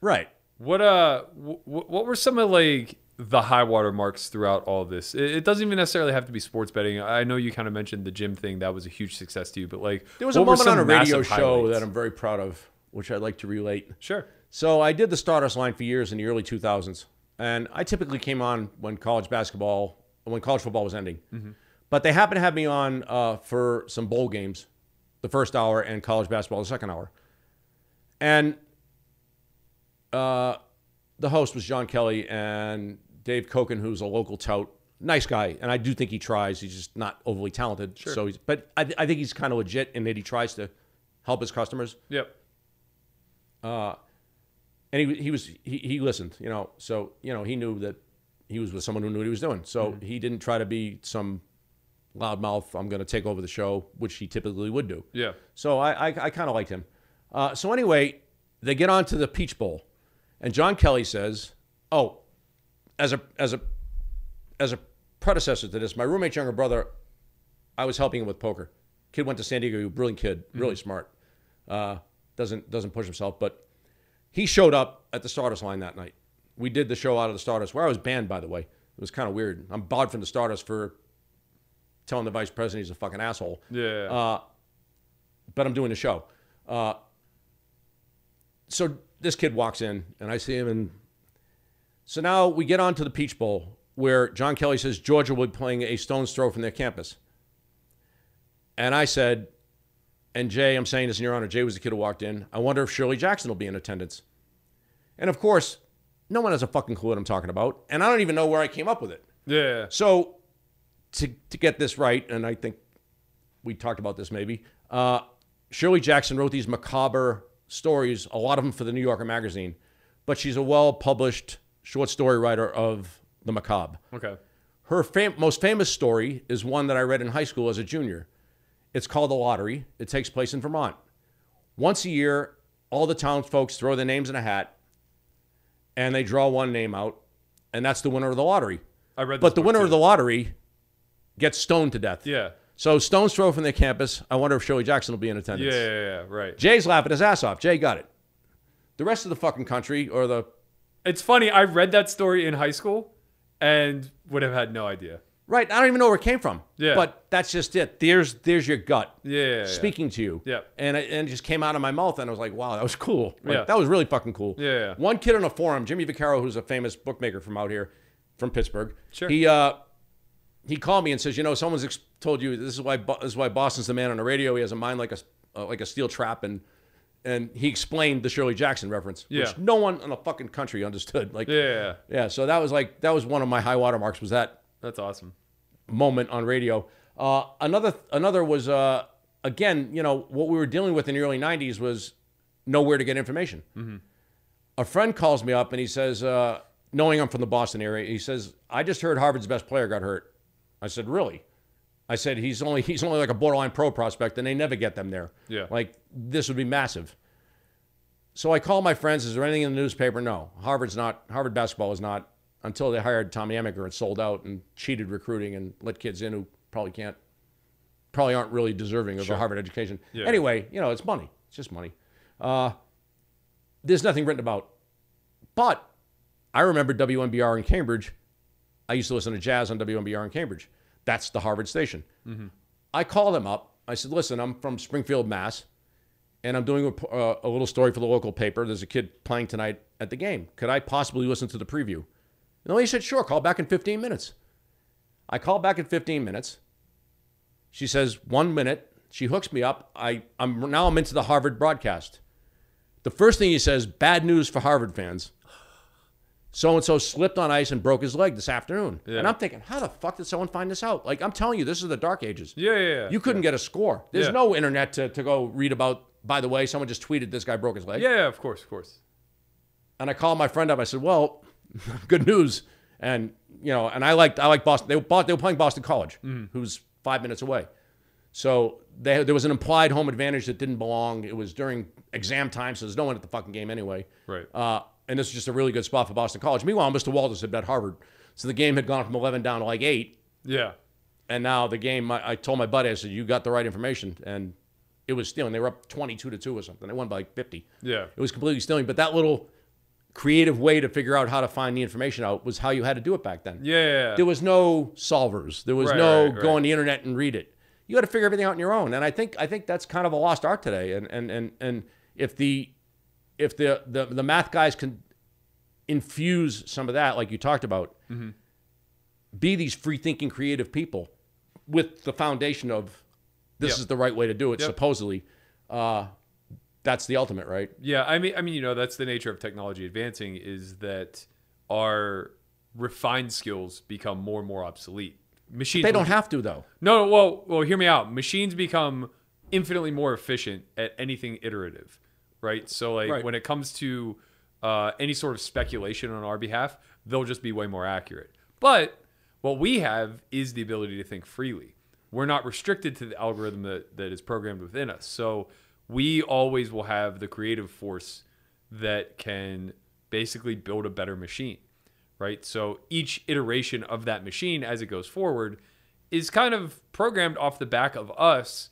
[SPEAKER 3] right.
[SPEAKER 2] What uh, w- what were some of like the high water marks throughout all this? It, it doesn't even necessarily have to be sports betting. I know you kind of mentioned the gym thing that was a huge success to you, but like
[SPEAKER 3] There was a
[SPEAKER 2] what were
[SPEAKER 3] moment
[SPEAKER 2] some
[SPEAKER 3] on a radio
[SPEAKER 2] massive
[SPEAKER 3] show
[SPEAKER 2] highlights?
[SPEAKER 3] that I'm very proud of, which I'd like to relate.
[SPEAKER 2] sure.
[SPEAKER 3] So I did the Stardust line for years in the early 2000s, and I typically came on when college basketball, when college football was ending. But they happened to have me on uh, for some bowl games, the first hour, and college basketball the second hour. And uh, the host was John Kelly and Dave Koken, who's a local tout, nice guy, and I do think he tries. He's just not overly talented, so he's. But I, I think he's kind of legit in that he tries to help his customers
[SPEAKER 2] Yep.
[SPEAKER 3] and he he was he, he listened, you know. So you know he knew that he was with someone who knew what he was doing. So he didn't try to be some loudmouth. I'm going to take over the show, which he typically would do.
[SPEAKER 2] Yeah.
[SPEAKER 3] So I I, I kind of liked him. Uh, so anyway, they get on to the Peach Bowl, and John Kelly says, "Oh, as a as a as a predecessor to this, my roommate's younger brother, I was helping him with poker. Kid went to San Diego, he was a brilliant kid, really smart. Uh, doesn't doesn't push himself, but he showed up at the Stardust line that night. We did the show out of the Stardust, where I was banned, by the way. It was kind of weird. I'm barred from the Stardust for telling the vice president he's a fucking asshole
[SPEAKER 2] Yeah.
[SPEAKER 3] Uh, but I'm doing the show. Uh, so this kid walks in, and I see him, and so now we get on to the Peach Bowl, where John Kelly says Georgia will be playing a stone's throw from their campus, and I said, and Jay, I'm saying this in your honor. Jay was the kid who walked in. I wonder if Shirley Jackson will be in attendance, and of course, no one has a fucking clue what I'm talking about, and I don't even know where I came up with it.
[SPEAKER 2] yeah.
[SPEAKER 3] So to to get this right, and I think we talked about this maybe. Uh, Shirley Jackson wrote these macabre stories, a lot of them for the New Yorker magazine, but she's a well published short story writer of the macabre.
[SPEAKER 2] Okay.
[SPEAKER 3] Her fam- most famous story is one that I read in high school as a junior. It's called The Lottery. It takes place in Vermont. Once a year, all the townsfolks throw their names in a hat and they draw one name out, and that's the winner of the lottery.
[SPEAKER 2] I read this
[SPEAKER 3] But the
[SPEAKER 2] book,
[SPEAKER 3] winner
[SPEAKER 2] too.
[SPEAKER 3] of the lottery gets stoned to death.
[SPEAKER 2] Yeah.
[SPEAKER 3] So stone's throw from their campus. I wonder if Shirley Jackson will be in
[SPEAKER 2] Yeah,
[SPEAKER 3] attendance.
[SPEAKER 2] yeah, yeah, right.
[SPEAKER 3] Jay's laughing his ass off. Jay got it. The rest of the fucking country or the
[SPEAKER 2] It's funny. I read that story in high school, and would have had no idea.
[SPEAKER 3] right, I don't even know where it came from.
[SPEAKER 2] Yeah.
[SPEAKER 3] But that's just it. There's there's your gut.
[SPEAKER 2] Yeah, yeah, yeah.
[SPEAKER 3] Speaking to you.
[SPEAKER 2] Yeah.
[SPEAKER 3] And it, and it just came out of my mouth and I was like, wow, that was cool. Like,
[SPEAKER 2] Yeah.
[SPEAKER 3] That was really fucking cool.
[SPEAKER 2] Yeah, yeah.
[SPEAKER 3] One kid on a forum, Jimmy Vaccaro, who's a famous bookmaker from out here, from Pittsburgh.
[SPEAKER 2] Sure.
[SPEAKER 3] He uh he called me and says, you know, someone's ex- told you this is why Bo- this is why Boston's the man on the radio. He has a mind like a s- uh, like a steel trap, and and he explained the Shirley Jackson reference,
[SPEAKER 2] Yeah.
[SPEAKER 3] which no one in the fucking country understood. Like,
[SPEAKER 2] Yeah,
[SPEAKER 3] yeah. So that was like that was one of my high water marks was that
[SPEAKER 2] that's awesome.
[SPEAKER 3] moment on radio. Uh, another another was uh, again, you know, what we were dealing with in the early '90s was nowhere to get information. A friend calls me up and he says, uh, knowing I'm from the Boston area, he says, "I just heard Harvard's best player got hurt." I said, "Really?" I said, "He's only he's only like a borderline pro prospect, and they never get them there."
[SPEAKER 2] Yeah.
[SPEAKER 3] like this would be massive. So I called my friends. Is there anything in the newspaper? No. Harvard's not. Harvard basketball is not. Until they hired Tommy Emmiger and sold out and cheated recruiting and let kids in who probably can't, probably aren't really deserving of a Harvard education.
[SPEAKER 2] Yeah.
[SPEAKER 3] Anyway, you know, it's money. It's just money. Uh, there's nothing written about But I remember WNBR in Cambridge. I used to listen to jazz on WNBR in Cambridge. That's the Harvard station. I called them up. I said, listen, I'm from Springfield, Mass, and I'm doing a, uh, a little story for the local paper. There's a kid playing tonight at the game. Could I possibly listen to the preview? And he said, sure, call back in 15 minutes. I call back in 15 minutes. She says, one minute. She hooks me up. I, I'm now I'm into the Harvard broadcast. The first thing he says, bad news for Harvard fans. So and so slipped on ice and broke his leg this afternoon.
[SPEAKER 2] Yeah.
[SPEAKER 3] And I'm thinking, how the fuck did someone find this out? Like I'm telling you, this is the dark ages.
[SPEAKER 2] Yeah, yeah, yeah.
[SPEAKER 3] You couldn't get a score. There's
[SPEAKER 2] Yeah.
[SPEAKER 3] no internet to, to go read about. By the way, someone just tweeted this guy broke his leg.
[SPEAKER 2] yeah, yeah, of course, of course.
[SPEAKER 3] And I called my friend up. I said, "Well, good news." And you know, and I liked I liked Boston. They were, Bo- they were playing Boston College,
[SPEAKER 2] Mm-hmm.
[SPEAKER 3] who's five minutes away. So they, there was an implied home advantage that didn't belong. It was during exam time, so there's no one at the fucking game anyway.
[SPEAKER 2] Right.
[SPEAKER 3] Uh, and this is just a really good spot for Boston College. Meanwhile, Mr. Walters had bet Harvard, so the game had gone from 11 down to like eight,
[SPEAKER 2] Yeah.
[SPEAKER 3] and now the game. I, I told my buddy, I said, "You got the right information," and it was stealing. They were up 22 to two or something. They won by like 50.
[SPEAKER 2] Yeah.
[SPEAKER 3] It was completely stealing. But that little creative way to figure out how to find the information out was how you had to do it back then.
[SPEAKER 2] Yeah, yeah, yeah.
[SPEAKER 3] There was no solvers. There was
[SPEAKER 2] Right,
[SPEAKER 3] no
[SPEAKER 2] right, right.
[SPEAKER 3] go on the internet and read it. You had to figure everything out on your own. And I think I think that's kind of a lost art today. And and and and if the if the the, the math guys can infuse some of that, like you talked about,
[SPEAKER 2] Mm-hmm.
[SPEAKER 3] be these free thinking, creative people with the foundation of this
[SPEAKER 2] Yep.
[SPEAKER 3] is the right way to do it,
[SPEAKER 2] Yep.
[SPEAKER 3] supposedly. Uh, that's the ultimate, right?
[SPEAKER 2] Yeah, I mean, I mean, you know, that's the nature of technology advancing is that our refined skills become more and more obsolete. Machines
[SPEAKER 3] They don't have to though.
[SPEAKER 2] no, no, well, well, hear me out. Machines become infinitely more efficient at anything iterative, right? So, like
[SPEAKER 3] Right.
[SPEAKER 2] when it comes to uh, any sort of speculation on our behalf, they'll just be way more accurate. But what we have is the ability to think freely. We're not restricted to the algorithm that, that is programmed within us. So we always will have the creative force that can basically build a better machine right? So each iteration of that machine as it goes forward is kind of programmed off the back of us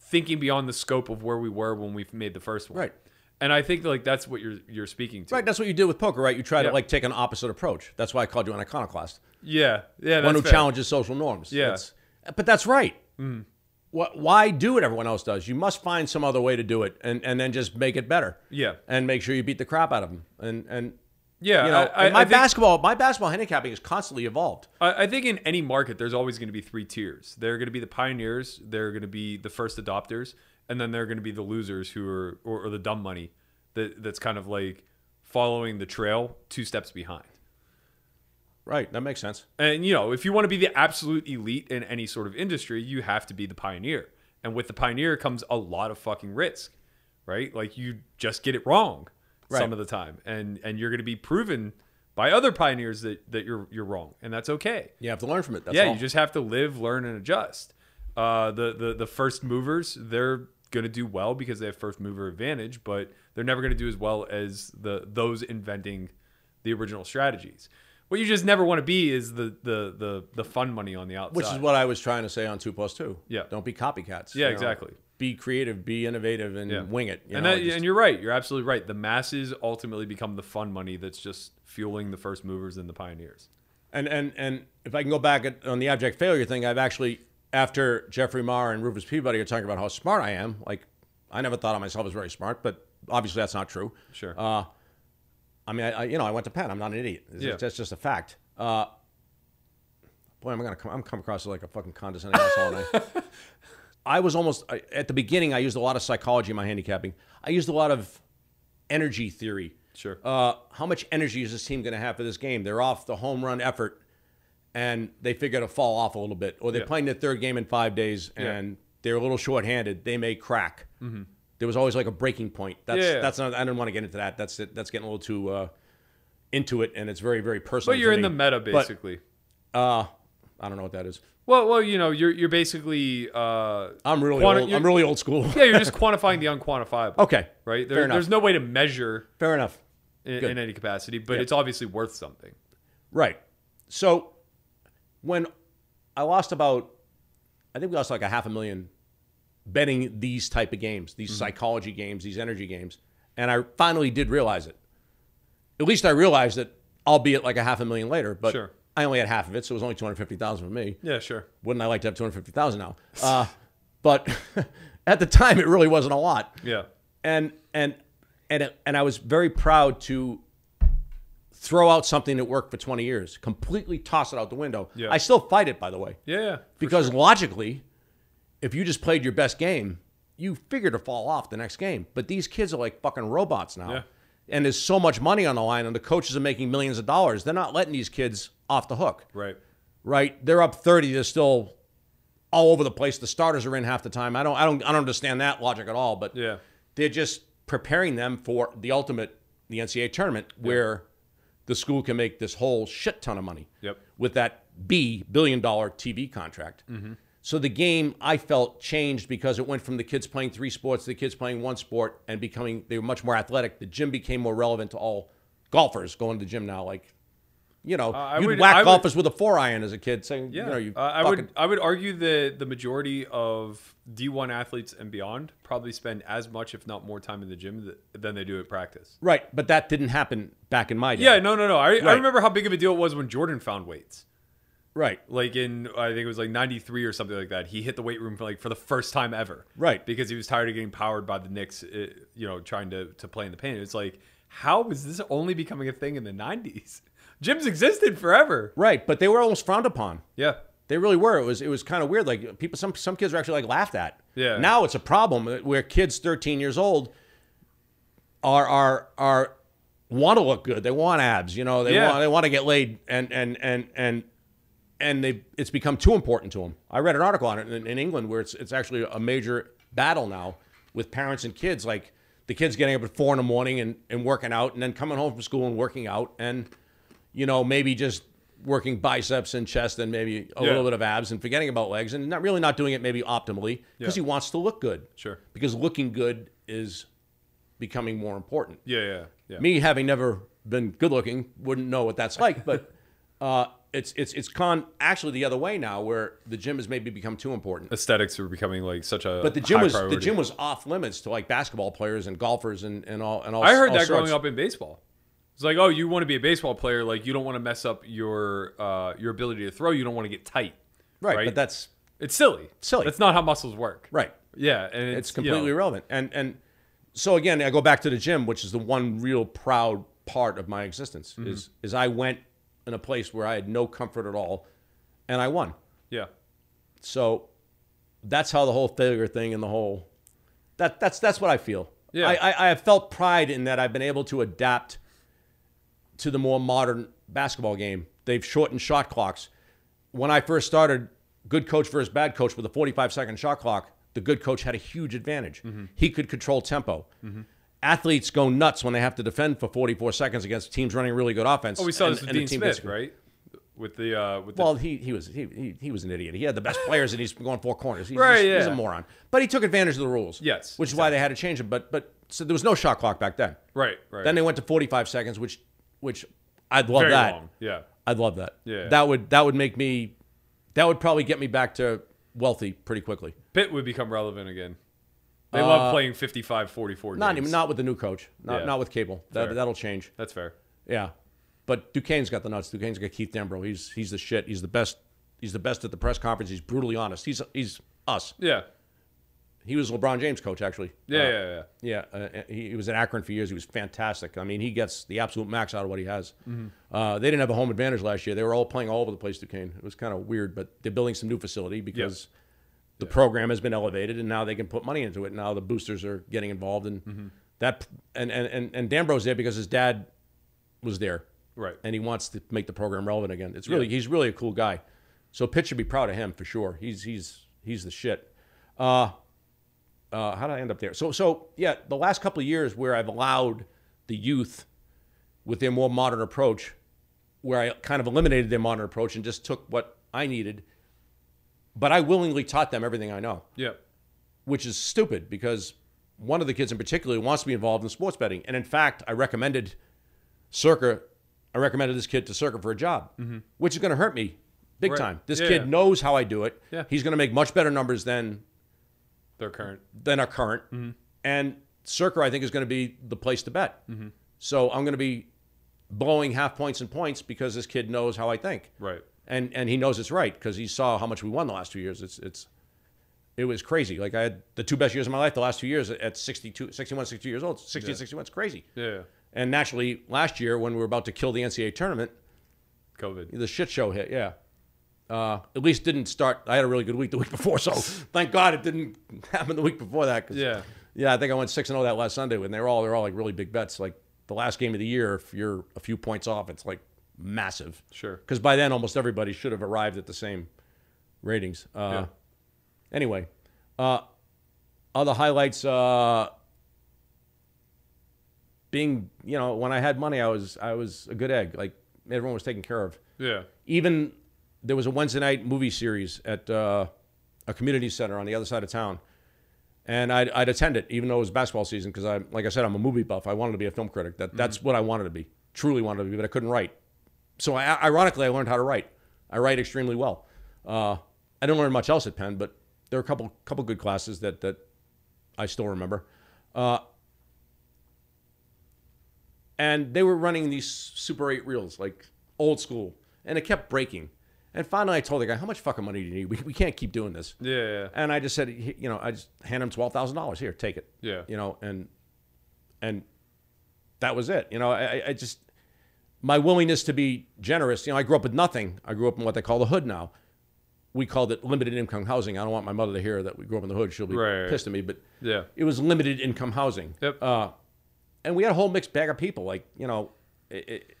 [SPEAKER 2] thinking beyond the scope of where we were when we made the first one.
[SPEAKER 3] Right.
[SPEAKER 2] And I think like that's what you're you're speaking to.
[SPEAKER 3] Right, that's what you did with poker, right? You try
[SPEAKER 2] Yeah.
[SPEAKER 3] to like take an opposite approach. That's why I called you an iconoclast,
[SPEAKER 2] Yeah. Yeah. That's
[SPEAKER 3] one who
[SPEAKER 2] fair.
[SPEAKER 3] challenges social norms.
[SPEAKER 2] Yeah. Hmm.
[SPEAKER 3] That's- but that's right. Wh- Why do what everyone else does? You must find some other way to do it, and, and then just make it better.
[SPEAKER 2] Yeah.
[SPEAKER 3] and make sure you beat the crap out of them. And and
[SPEAKER 2] Yeah.
[SPEAKER 3] you know,
[SPEAKER 2] I, I,
[SPEAKER 3] and my
[SPEAKER 2] I think,
[SPEAKER 3] basketball, my basketball handicapping has constantly evolved.
[SPEAKER 2] I, I think in any market, there's always going to be three tiers. There are going to be the pioneers. There are going to be the first adopters, and then there are going to be the losers who are or, or the dumb money that that's kind of like following the trail two steps behind.
[SPEAKER 3] Right, that makes sense.
[SPEAKER 2] And you know, if you want to be the absolute elite in any sort of industry, you have to be the pioneer. And with the pioneer comes a lot of fucking risk, right? Like you just get it wrong
[SPEAKER 3] Right.
[SPEAKER 2] some of the time, and and you're going to be proven by other pioneers that that you're you're wrong, and that's okay.
[SPEAKER 3] You have to learn from it. That's
[SPEAKER 2] yeah,
[SPEAKER 3] all.
[SPEAKER 2] you just have to live, learn, and adjust. Uh, the the the first movers, they're going to do well because they have first mover advantage, but they're never going to do as well as the those inventing the original strategies. What you just never want to be is the the the the fun money on the outside.
[SPEAKER 3] which is what I was trying to say on two plus two.
[SPEAKER 2] Yeah.
[SPEAKER 3] don't be copycats.
[SPEAKER 2] Yeah,
[SPEAKER 3] you know.
[SPEAKER 2] exactly.
[SPEAKER 3] Be creative, be innovative, and
[SPEAKER 2] Yeah.
[SPEAKER 3] wing it. You
[SPEAKER 2] and
[SPEAKER 3] know,
[SPEAKER 2] that,
[SPEAKER 3] just-
[SPEAKER 2] and you're right. You're absolutely right. The masses ultimately become the fun money that's just fueling the first movers and the pioneers.
[SPEAKER 3] And and and if I can go back at, on the abject failure thing, I've actually after Jeffrey Marr and Rufus Peabody are talking about how smart I am. Like I never thought of myself as very smart, but obviously that's not true.
[SPEAKER 2] Sure.
[SPEAKER 3] Uh, I mean, I, I you know I went to Penn. I'm not an idiot. It's-
[SPEAKER 2] Yeah.
[SPEAKER 3] That's just a fact. Uh, boy, I'm gonna come. I'm come across as like a fucking condescending asshole. And I, I was almost I, at the beginning. I used a lot of psychology in my handicapping. I used a lot of energy theory.
[SPEAKER 2] Sure.
[SPEAKER 3] Uh, how much energy is this team going to have for this game? They're off the home run effort, and they figure to fall off a little bit, or they're
[SPEAKER 2] Yeah.
[SPEAKER 3] playing their third game in five days, and they're a little shorthanded. They may crack. There was always like a breaking point. That's
[SPEAKER 2] Mm-hmm. Yeah.
[SPEAKER 3] that's not. I didn't want to get into that. That's it. That's getting a little too uh, into it, and it's very very personal.
[SPEAKER 2] But you're
[SPEAKER 3] for
[SPEAKER 2] in the
[SPEAKER 3] me.
[SPEAKER 2] meta
[SPEAKER 3] But,
[SPEAKER 2] basically.
[SPEAKER 3] uh, I don't know what that is.
[SPEAKER 2] well, well, you know, you're you're basically. Uh,
[SPEAKER 3] I'm really
[SPEAKER 2] quanti-
[SPEAKER 3] old.
[SPEAKER 2] you're-
[SPEAKER 3] I'm really old school.
[SPEAKER 2] yeah, you're just quantifying the unquantifiable.
[SPEAKER 3] Okay.
[SPEAKER 2] Right?
[SPEAKER 3] Fair
[SPEAKER 2] There,
[SPEAKER 3] enough.
[SPEAKER 2] there's no way to measure
[SPEAKER 3] Fair enough.
[SPEAKER 2] in,
[SPEAKER 3] Good.
[SPEAKER 2] in any capacity, but it's obviously worth something.
[SPEAKER 3] Right. So when I lost about, I think we lost like a half a million betting these
[SPEAKER 2] Mm-hmm.
[SPEAKER 3] type of games, these psychology games, these energy games, and I finally did realize it. at least I realized that, albeit like a half a million later, but
[SPEAKER 2] Sure.
[SPEAKER 3] I only had half of it, so it was only 250000 for me.
[SPEAKER 2] Yeah, sure.
[SPEAKER 3] Wouldn't I like to have 250000 now? Uh, but at the time, it really wasn't a lot.
[SPEAKER 2] Yeah.
[SPEAKER 3] And, and, and, it, and I was very proud to throw out something that worked for 20 years, completely toss it out the window.
[SPEAKER 2] Yeah.
[SPEAKER 3] I still fight it, by the way.
[SPEAKER 2] Yeah. yeah.
[SPEAKER 3] Because logically, if you just played your best game, you figure to fall off the next game. But these kids are like fucking robots now.
[SPEAKER 2] Yeah.
[SPEAKER 3] And there's so much money on the line, and the coaches are making millions of dollars. They're not letting these kids off the hook,
[SPEAKER 2] Right.
[SPEAKER 3] right? They're up 30. They're still all over the place. The starters are in half the time. I don't, I don't, I don't understand that logic at all. But
[SPEAKER 2] Yeah.
[SPEAKER 3] they're just preparing them for the ultimate, the NCAA tournament, where the school can make this whole shit ton of money
[SPEAKER 2] Yep.
[SPEAKER 3] with that B billion dollar TV contract.
[SPEAKER 2] Mm-hmm.
[SPEAKER 3] So the game I felt changed because it went from the kids playing three sports to the kids playing one sport and becoming they were much more athletic. The gym became more relevant to all golfers going to the gym now. Like, you know,
[SPEAKER 2] Uh, I
[SPEAKER 3] you'd
[SPEAKER 2] would-
[SPEAKER 3] whack
[SPEAKER 2] I would-
[SPEAKER 3] golfers with a four iron as a kid, saying,
[SPEAKER 2] Yeah.
[SPEAKER 3] you know, you
[SPEAKER 2] uh, I
[SPEAKER 3] fucking,
[SPEAKER 2] would I would argue that the majority of D1 athletes and beyond probably spend as much if not more time in the gym th- than they do at practice.
[SPEAKER 3] right, but that didn't happen back in my day.
[SPEAKER 2] Yeah, no, no, no. I, I
[SPEAKER 3] Right.
[SPEAKER 2] remember how big of a deal it was when Jordan found weights.
[SPEAKER 3] right.
[SPEAKER 2] Like in I think it was like 93 or something like that. He hit the weight room for like for the first time ever.
[SPEAKER 3] Right.
[SPEAKER 2] Because he was tired of getting powered by the Knicks, uh, you know, trying to to play in the paint. It's like how is this only becoming a thing in the 90s? Gyms existed forever.
[SPEAKER 3] Right, but they were almost frowned upon.
[SPEAKER 2] Yeah.
[SPEAKER 3] They really were. It was it was kind of weird. Like people, some some kids were actually like laughed at.
[SPEAKER 2] Yeah.
[SPEAKER 3] Now it's a problem uh, where kids 13 years old are are are want to look good. They want abs. You know. They
[SPEAKER 2] Yeah.
[SPEAKER 3] want they want to get laid and and and and and they it's become too important to them. I read an article on it in, in England where it's it's actually a major battle now with parents and kids. Like the kids getting up at four in the morning and and working out, and then coming home from school and working out, and you know maybe just working biceps and chest and maybe a
[SPEAKER 2] Yeah.
[SPEAKER 3] little bit of abs and forgetting about legs and not really not doing it maybe optimally because
[SPEAKER 2] Yeah.
[SPEAKER 3] he wants to look good.
[SPEAKER 2] Sure.
[SPEAKER 3] Because looking good is becoming more important
[SPEAKER 2] Yeah, yeah. Yeah.
[SPEAKER 3] me having never been good looking wouldn't know what that's like but uh, it's it's it's gone actually the other way now where the gym has maybe become too important
[SPEAKER 2] aesthetics are becoming like such a
[SPEAKER 3] but the gym
[SPEAKER 2] high
[SPEAKER 3] was
[SPEAKER 2] priority.
[SPEAKER 3] the gym was off limits to like basketball players and golfers and, and all and all
[SPEAKER 2] I heard
[SPEAKER 3] all
[SPEAKER 2] that growing
[SPEAKER 3] sorts.
[SPEAKER 2] up in baseball. It's like, oh, you want to be a baseball player, like you don't want to mess up your uh, your ability to throw. You don't want to get tight.
[SPEAKER 3] right,
[SPEAKER 2] right?
[SPEAKER 3] but that's
[SPEAKER 2] It's silly.
[SPEAKER 3] Silly.
[SPEAKER 2] That's not how muscles work.
[SPEAKER 3] right
[SPEAKER 2] Yeah, and it's,
[SPEAKER 3] it's completely
[SPEAKER 2] you know,
[SPEAKER 3] irrelevant and and so again I go back to the gym which is the one real proud part of my existence
[SPEAKER 2] Mm-hmm.
[SPEAKER 3] is is I went in a place where I had no comfort at all and I won
[SPEAKER 2] yeah.
[SPEAKER 3] So that's how the whole failure thing and the whole that that's that's what I feel.
[SPEAKER 2] Yeah.
[SPEAKER 3] I, I, I have felt pride in that I've been able to adapt to the more modern basketball game. They've shortened shot clocks. When I first started, good coach versus bad coach with a 45 second shot clock, the good coach had a huge advantage.
[SPEAKER 2] Mm-hmm.
[SPEAKER 3] He could control tempo. Athletes go nuts when they have to defend for 44 seconds against teams running really good offense.
[SPEAKER 2] Oh, we saw this with
[SPEAKER 3] the
[SPEAKER 2] Dean
[SPEAKER 3] team
[SPEAKER 2] Smith,
[SPEAKER 3] gets-
[SPEAKER 2] right? With the uh, with the
[SPEAKER 3] well, he he was he, he, he was an idiot. He had the best players, and he's going four corners. He's,
[SPEAKER 2] Right,
[SPEAKER 3] he's, he's a
[SPEAKER 2] yeah.
[SPEAKER 3] moron. But he took advantage of the rules.
[SPEAKER 2] Yes,
[SPEAKER 3] which is why they had to change them. But but so there was no shot clock back then.
[SPEAKER 2] right, right.
[SPEAKER 3] Then they went to forty five seconds, which which I'd love
[SPEAKER 2] very
[SPEAKER 3] that.
[SPEAKER 2] long. Yeah,
[SPEAKER 3] I'd love that.
[SPEAKER 2] Yeah.
[SPEAKER 3] that would that would make me that would probably get me back to wealthy pretty quickly.
[SPEAKER 2] Pitt would become relevant again. They love playing 55, 44
[SPEAKER 3] Uh, Not
[SPEAKER 2] games.
[SPEAKER 3] even not with the new coach. Not
[SPEAKER 2] Yeah.
[SPEAKER 3] not with Cable.
[SPEAKER 2] Fair.
[SPEAKER 3] That, that'll change.
[SPEAKER 2] That's fair.
[SPEAKER 3] Yeah, but Duquesne's got the nuts. Duquesne's got Keith Dembro. He's he's the shit. He's the best. He's the best at the press conference. He's brutally honest. He's he's us.
[SPEAKER 2] Yeah,
[SPEAKER 3] He was LeBron James' coach, actually.
[SPEAKER 2] yeah,
[SPEAKER 3] Uh,
[SPEAKER 2] yeah, yeah.
[SPEAKER 3] yeah. Uh, he, he was at Akron for years. He was fantastic. I mean, he gets the absolute max out of what he has.
[SPEAKER 2] Mm-hmm.
[SPEAKER 3] Uh, they didn't have a home advantage last year. They were all playing all over the place. Duquesne. It was kind of weird, but they're building some new facility because the program has been elevated, and now they can put money into it. Now the boosters are getting involved, and that and and and, and Danbro's there because his dad was there,
[SPEAKER 2] Right.
[SPEAKER 3] And he wants to make the program relevant again. It's really he's really a cool guy. So Pitt should be proud of him for sure. He's he's he's the shit. Uh, uh, how did I end up there? So, so yeah, the last couple of years where I've allowed the youth with their more modern approach, where I kind of eliminated their modern approach and just took what I needed, but I willingly taught them everything I know,
[SPEAKER 2] Yeah.
[SPEAKER 3] which is stupid because one of the kids in particular wants to be involved in sports betting, and in fact, I recommended Circa, I recommended this kid to Circa for a job, which is going to hurt me
[SPEAKER 2] Mm-hmm.
[SPEAKER 3] big
[SPEAKER 2] Right.
[SPEAKER 3] time. This
[SPEAKER 2] Yeah,
[SPEAKER 3] kid
[SPEAKER 2] yeah.
[SPEAKER 3] knows how I do it.
[SPEAKER 2] Yeah.
[SPEAKER 3] He's going to make much better numbers than
[SPEAKER 2] Their current.
[SPEAKER 3] than our current.
[SPEAKER 2] Mm-hmm. Mm-hmm.
[SPEAKER 3] And Circa, I think, is going to be the place to bet. So I'm going to be blowing half points and points because this kid knows how I think.
[SPEAKER 2] Right.
[SPEAKER 3] And and he knows it's right because he saw how much we won the last two years. It's it's it was crazy. Like I had the two best years of my life the last two years at 62, 61, 62 years old. 60 and 61 is crazy.
[SPEAKER 2] Yeah.
[SPEAKER 3] And naturally, last year when we were about to kill the NCAA tournament,
[SPEAKER 2] COVID.
[SPEAKER 3] the shit show hit. Yeah. Uh, at least didn't start. I had a really good week the week before, so thank God it didn't happen the week before that. 'cause-
[SPEAKER 2] Yeah.
[SPEAKER 3] Yeah, I think I went six and zero that last Sunday when they were all they're all like really big bets. Like the last game of the year, if you're a few points off, it's like massive.
[SPEAKER 2] Sure.
[SPEAKER 3] Because by then almost everybody should have arrived at the same ratings. Uh,
[SPEAKER 2] Yeah.
[SPEAKER 3] Anyway, uh, other highlights. Uh, being you know when I had money, I was I was a good egg. Like everyone was taken care of
[SPEAKER 2] Yeah.
[SPEAKER 3] even there was a Wednesday night movie series at uh, a community center on the other side of town, and I'd, I'd attend it even though it was basketball season because I, like I said, I'm a movie buff. I wanted to be a film critic. That that's what I wanted to be. Truly wanted to be, but I couldn't write. So I, ironically, I learned how to write. I write extremely well. Uh, I didn't learn much else at Penn, but there were a couple couple good classes that that I still remember. Uh, and they were running these Super 8 reels, like old school, and it kept breaking. And finally, I told the guy, "How much fucking money do you need? We, we can't keep doing this."
[SPEAKER 2] Yeah. Yeah.
[SPEAKER 3] And I just said, he- you know, I just hand him twelve thousand dollars. Here, take it.
[SPEAKER 2] Yeah.
[SPEAKER 3] You know, and and that was it. You know, I, I- I just my willingness to be generous. You know, I grew up with nothing. I grew up in what they call the hood now. We called it limited income housing. I don't want my mother to hear that we grew up in the hood. She'll be
[SPEAKER 2] Right.
[SPEAKER 3] pissed at me. But
[SPEAKER 2] Yeah.
[SPEAKER 3] it was limited income housing.
[SPEAKER 2] Yep.
[SPEAKER 3] Uh, and we had a whole mixed bag of people. Like you know, it, it,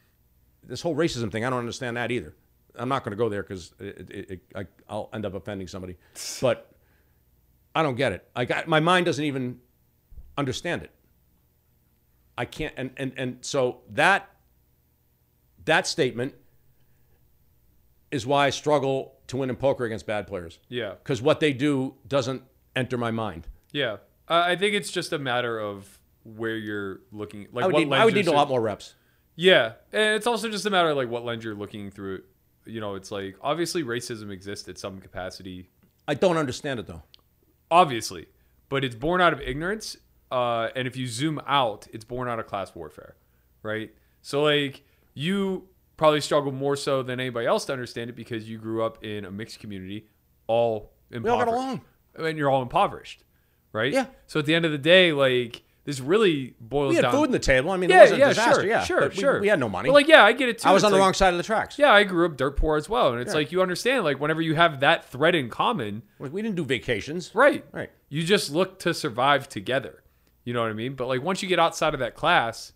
[SPEAKER 3] this whole racism thing, I don't understand that either. I'm not going to go there because it, it, it, I, I'll end up offending somebody. But I don't get it. I got my mind doesn't even understand it. I can't. And and and so that that statement is why I struggle to win in poker against bad players.
[SPEAKER 2] Yeah.
[SPEAKER 3] Because what they do doesn't enter my mind.
[SPEAKER 2] Yeah. I I think it's just a matter of where you're looking. Like
[SPEAKER 3] I would,
[SPEAKER 2] what
[SPEAKER 3] need, I
[SPEAKER 2] lens
[SPEAKER 3] would
[SPEAKER 2] you're
[SPEAKER 3] need a
[SPEAKER 2] seeing-
[SPEAKER 3] lot more reps.
[SPEAKER 2] Yeah, and it's also just a matter of like what lens you're looking through. it. You know, it's like obviously racism exists at some capacity,
[SPEAKER 3] I don't understand it though.
[SPEAKER 2] obviously, but it's born out of ignorance. Uh, and if you zoom out, it's born out of class warfare, right? So like you probably struggle more so than anybody else to understand it because you grew up in a mixed community, all impoverished.
[SPEAKER 3] all got along.
[SPEAKER 2] and you're all impoverished, right?
[SPEAKER 3] Yeah.
[SPEAKER 2] So at the end of the day, like this really boils
[SPEAKER 3] We had
[SPEAKER 2] down.
[SPEAKER 3] food in the table. I mean, it
[SPEAKER 2] yeah,
[SPEAKER 3] wasn't
[SPEAKER 2] yeah,
[SPEAKER 3] a disaster.
[SPEAKER 2] sure,
[SPEAKER 3] yeah,
[SPEAKER 2] sure,
[SPEAKER 3] but we,
[SPEAKER 2] sure.
[SPEAKER 3] We had no money.
[SPEAKER 2] But like, yeah, I get it too.
[SPEAKER 3] I was
[SPEAKER 2] It's
[SPEAKER 3] on the
[SPEAKER 2] like-
[SPEAKER 3] wrong side of the tracks.
[SPEAKER 2] yeah, I grew up dirt poor as well, and it's like you understand, like whenever you have that thread in common,
[SPEAKER 3] Like, we didn't do vacations.
[SPEAKER 2] right?
[SPEAKER 3] Right.
[SPEAKER 2] You just look to survive together. You know what I mean? But like once you get outside of that class,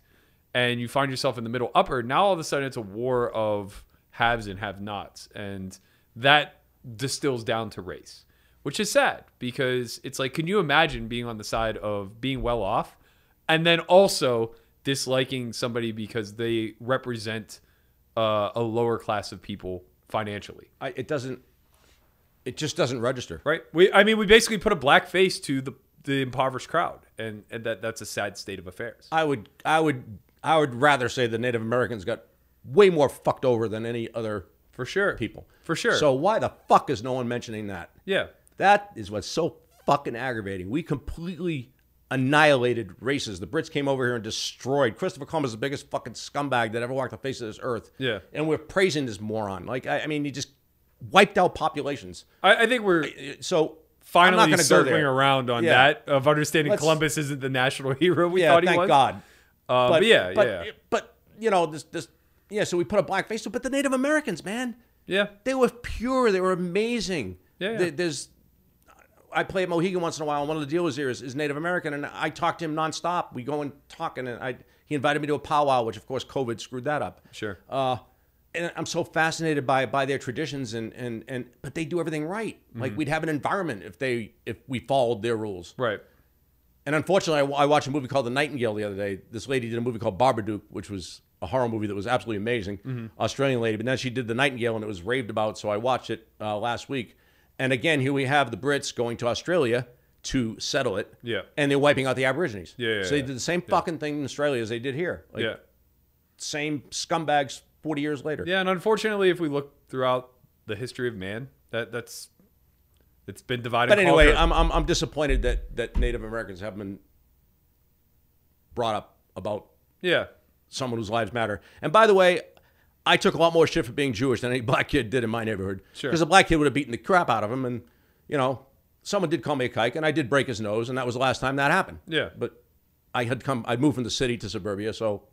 [SPEAKER 2] and you find yourself in the middle upper, now all of a sudden it's a war of haves and have-nots, and that distills down to race, which is sad because it's like, can you imagine being on the side of being well off, and then also disliking somebody because they represent uh, a lower class of people financially,
[SPEAKER 3] I, it doesn't. It just doesn't register.
[SPEAKER 2] right? We, I mean, we basically put a black face to the the impoverished crowd, and and that that's a sad state of affairs.
[SPEAKER 3] I would. I would. I would rather say the Native Americans got way more fucked over than any other
[SPEAKER 2] For sure,
[SPEAKER 3] people.
[SPEAKER 2] For sure.
[SPEAKER 3] So why the fuck is no one mentioning that?
[SPEAKER 2] yeah,
[SPEAKER 3] That is what's so fucking aggravating. We completely annihilated races. The Brits came over here and destroyed. Christopher Columbus is the biggest fucking scumbag that ever walked the face of this earth.
[SPEAKER 2] Yeah.
[SPEAKER 3] And we're praising this moron. Like, I, I mean, he just wiped out populations.
[SPEAKER 2] I, I think we're
[SPEAKER 3] So I'm not
[SPEAKER 2] finally
[SPEAKER 3] gonna go
[SPEAKER 2] circling
[SPEAKER 3] there.
[SPEAKER 2] around on
[SPEAKER 3] Yeah.
[SPEAKER 2] that of understanding
[SPEAKER 3] Let's-
[SPEAKER 2] Columbus isn't the national hero we
[SPEAKER 3] Yeah,
[SPEAKER 2] thought he
[SPEAKER 3] thank
[SPEAKER 2] was.
[SPEAKER 3] God.
[SPEAKER 2] Uh, but, yeah,
[SPEAKER 3] but,
[SPEAKER 2] yeah,
[SPEAKER 3] But, you know, this, this, yeah, so we put a black face to it. But the Native Americans, man,
[SPEAKER 2] yeah,
[SPEAKER 3] they were pure. They were amazing.
[SPEAKER 2] Yeah, yeah.
[SPEAKER 3] There- There's, I play at Mohegan once in a while, and one of the dealers here is, is Native American, and I talk to him nonstop. We go and talk, and I he invited me to a powwow, which of course COVID screwed that up.
[SPEAKER 2] Sure.
[SPEAKER 3] Uh, and I'm so fascinated by by their traditions, and and and but they do everything right.
[SPEAKER 2] Mm-hmm.
[SPEAKER 3] Like we'd have an environment if they if we followed their rules.
[SPEAKER 2] right.
[SPEAKER 3] And unfortunately, I, wa- I watched a movie called The Nightingale the other day. This lady did a movie called Barbadook, which was a horror movie that was absolutely amazing,
[SPEAKER 2] Mm-hmm.
[SPEAKER 3] Australian lady. But then she did The Nightingale, and it was raved about. So I watched it uh, last week. And again, here we have the Brits going to Australia to settle it.
[SPEAKER 2] Yeah.
[SPEAKER 3] And they're wiping out the Aborigines.
[SPEAKER 2] Yeah, yeah,
[SPEAKER 3] so they
[SPEAKER 2] yeah.
[SPEAKER 3] did the same fucking thing in Australia as they did here. Like,
[SPEAKER 2] yeah.
[SPEAKER 3] Same scumbags 40 years later.
[SPEAKER 2] Yeah, and unfortunately, if we look throughout the history of man, that that's it's been divided.
[SPEAKER 3] But anyway, um,
[SPEAKER 2] conquered.
[SPEAKER 3] I'm, I'm, I'm disappointed that, that Native Americans haven't been brought up about
[SPEAKER 2] yeah,
[SPEAKER 3] someone whose lives matter. And by the way, I took a lot more shit for being Jewish than any black kid did in my neighborhood.
[SPEAKER 2] Sure.
[SPEAKER 3] Because a black kid would have beaten the crap out of him. And, you know, someone did call me a kike, and I did break his nose, and that was the last time that happened.
[SPEAKER 2] Yeah.
[SPEAKER 3] But I had come, I moved from the city to suburbia, so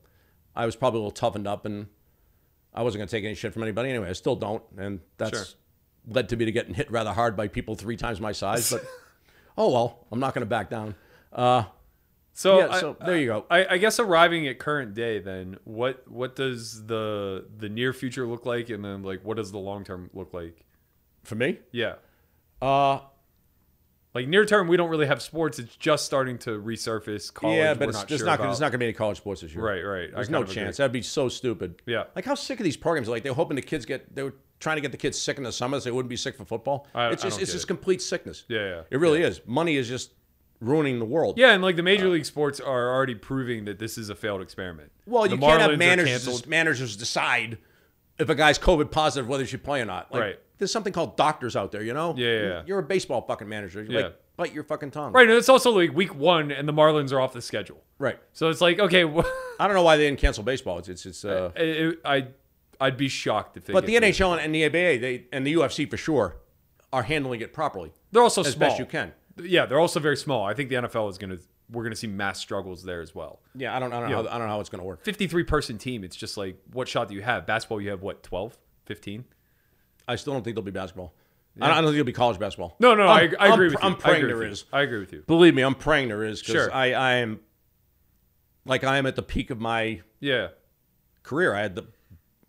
[SPEAKER 3] I was probably a little toughened up, and I wasn't going to take any shit from anybody anyway. I still don't. And that's
[SPEAKER 2] Sure.
[SPEAKER 3] led to me to getting hit rather hard by people three times my size. But, oh, well, I'm not going to back down. Uh,
[SPEAKER 2] So,
[SPEAKER 3] Yeah,
[SPEAKER 2] I-
[SPEAKER 3] so there you go.
[SPEAKER 2] I, I guess arriving at current day, then what what does the the near future look like, and then like what does the long term look like?
[SPEAKER 3] for me,
[SPEAKER 2] Yeah,
[SPEAKER 3] uh,
[SPEAKER 2] like near term, we don't really have sports. It's just starting to resurface. College,
[SPEAKER 3] yeah, but
[SPEAKER 2] we're
[SPEAKER 3] it's,
[SPEAKER 2] not
[SPEAKER 3] there's
[SPEAKER 2] sure
[SPEAKER 3] not
[SPEAKER 2] about.
[SPEAKER 3] there's not going to be any college sports this year.
[SPEAKER 2] Right, right. I
[SPEAKER 3] There's
[SPEAKER 2] kind
[SPEAKER 3] no
[SPEAKER 2] of agree.
[SPEAKER 3] chance. That'd be so stupid.
[SPEAKER 2] Yeah.
[SPEAKER 3] Like how sick of these programs? Like they're hoping the kids get. They were trying to get the kids sick in the summer so they wouldn't be sick for football.
[SPEAKER 2] I-
[SPEAKER 3] it's
[SPEAKER 2] I
[SPEAKER 3] just
[SPEAKER 2] don't
[SPEAKER 3] it's
[SPEAKER 2] get
[SPEAKER 3] just
[SPEAKER 2] it.
[SPEAKER 3] complete sickness.
[SPEAKER 2] Yeah, yeah,
[SPEAKER 3] It really is. Money is just ruining the world.
[SPEAKER 2] Yeah, and like the
[SPEAKER 3] Oh.
[SPEAKER 2] major league sports are already proving that this is a failed experiment.
[SPEAKER 3] Well,
[SPEAKER 2] The
[SPEAKER 3] you can't
[SPEAKER 2] Marlins are
[SPEAKER 3] have
[SPEAKER 2] canceled.
[SPEAKER 3] managers managers decide if a guy's COVID positive whether he should play or not. Like,
[SPEAKER 2] Right.
[SPEAKER 3] There's something called doctors out there. You know.
[SPEAKER 2] Yeah, yeah,
[SPEAKER 3] You-
[SPEAKER 2] yeah.
[SPEAKER 3] You're a baseball fucking manager. You're
[SPEAKER 2] Yeah.
[SPEAKER 3] Like, bite your fucking tongue.
[SPEAKER 2] Right, and it's also like week one, and the Marlins are off the schedule.
[SPEAKER 3] Right.
[SPEAKER 2] So it's like okay, wh-
[SPEAKER 3] I don't know why they didn't cancel baseball. It's it's it's. Uh,
[SPEAKER 2] I, I I'd be shocked if they.
[SPEAKER 3] But the
[SPEAKER 2] get-
[SPEAKER 3] NHL and the ABA, they and the UFC for sure, are handling it properly
[SPEAKER 2] they're also
[SPEAKER 3] as
[SPEAKER 2] small.
[SPEAKER 3] best you can.
[SPEAKER 2] Yeah, they're also very small. I think the NFL is gonna we're gonna see mass struggles there as well.
[SPEAKER 3] Yeah, I don't, I don't know, how, I don't know how it's going to work.
[SPEAKER 2] Fifty three person team, it's just like what shot do you have? Basketball, you have what 12, 15?
[SPEAKER 3] I still don't think there'll be basketball. I, don't, I don't think it'll be college basketball.
[SPEAKER 2] No, no, I,
[SPEAKER 3] I'm-
[SPEAKER 2] I agree with
[SPEAKER 3] I'm,
[SPEAKER 2] you.
[SPEAKER 3] I'm
[SPEAKER 2] I
[SPEAKER 3] praying
[SPEAKER 2] agree
[SPEAKER 3] there
[SPEAKER 2] with you.
[SPEAKER 3] is.
[SPEAKER 2] I agree with you.
[SPEAKER 3] Believe me, I'm praying there is because
[SPEAKER 2] Sure.
[SPEAKER 3] I, I am like I am at the peak of my
[SPEAKER 2] Yeah,
[SPEAKER 3] career. I had the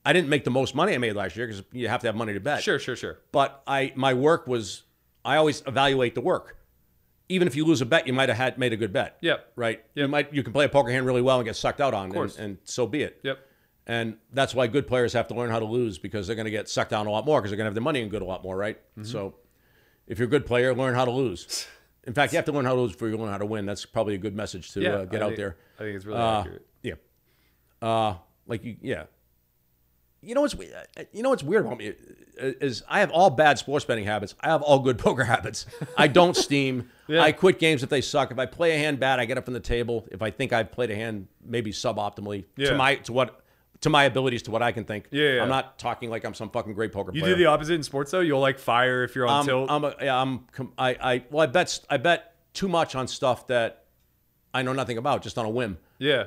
[SPEAKER 3] I didn't make the most money I made last year because you have to have money to bet.
[SPEAKER 2] sure, sure, sure.
[SPEAKER 3] but I my work was I always evaluate the work. Even if you lose a bet, you might have had made a good bet.
[SPEAKER 2] Yep.
[SPEAKER 3] Right. You
[SPEAKER 2] Yep.
[SPEAKER 3] might you can play a poker hand really well and get sucked out on,
[SPEAKER 2] course.
[SPEAKER 3] And, and so be it.
[SPEAKER 2] Yep.
[SPEAKER 3] And that's why good players have to learn how to lose because they're going to get sucked down a lot more because they're going to have their money in good a lot more, right?
[SPEAKER 2] Mm-hmm.
[SPEAKER 3] So, if you're a good player, learn how to lose. In fact, you have to learn how to lose before you learn how to win. That's probably a good message to
[SPEAKER 2] Yeah,
[SPEAKER 3] uh, get
[SPEAKER 2] I
[SPEAKER 3] out
[SPEAKER 2] think-
[SPEAKER 3] there.
[SPEAKER 2] I think it's really
[SPEAKER 3] Uh,
[SPEAKER 2] accurate.
[SPEAKER 3] Yeah. Uh, like you, yeah. You know what's we- uh, you know what's weird about me uh, is I have all bad sports betting habits. I have all good poker habits. I don't steam. I quit games if they suck. If I play a hand bad, I get up from the table. If I think I've played a hand maybe suboptimally
[SPEAKER 2] Yeah.
[SPEAKER 3] to my to what to my abilities to what I can think.
[SPEAKER 2] Yeah, yeah.
[SPEAKER 3] I'm not talking like I'm some fucking great poker
[SPEAKER 2] You
[SPEAKER 3] player.
[SPEAKER 2] do the opposite in sports though. You'll like fire if you're on
[SPEAKER 3] I'm,
[SPEAKER 2] tilt.
[SPEAKER 3] I'm a, yeah, I'm com- I I well I bet s- I bet too much on stuff that I know nothing about just on a whim.
[SPEAKER 2] yeah,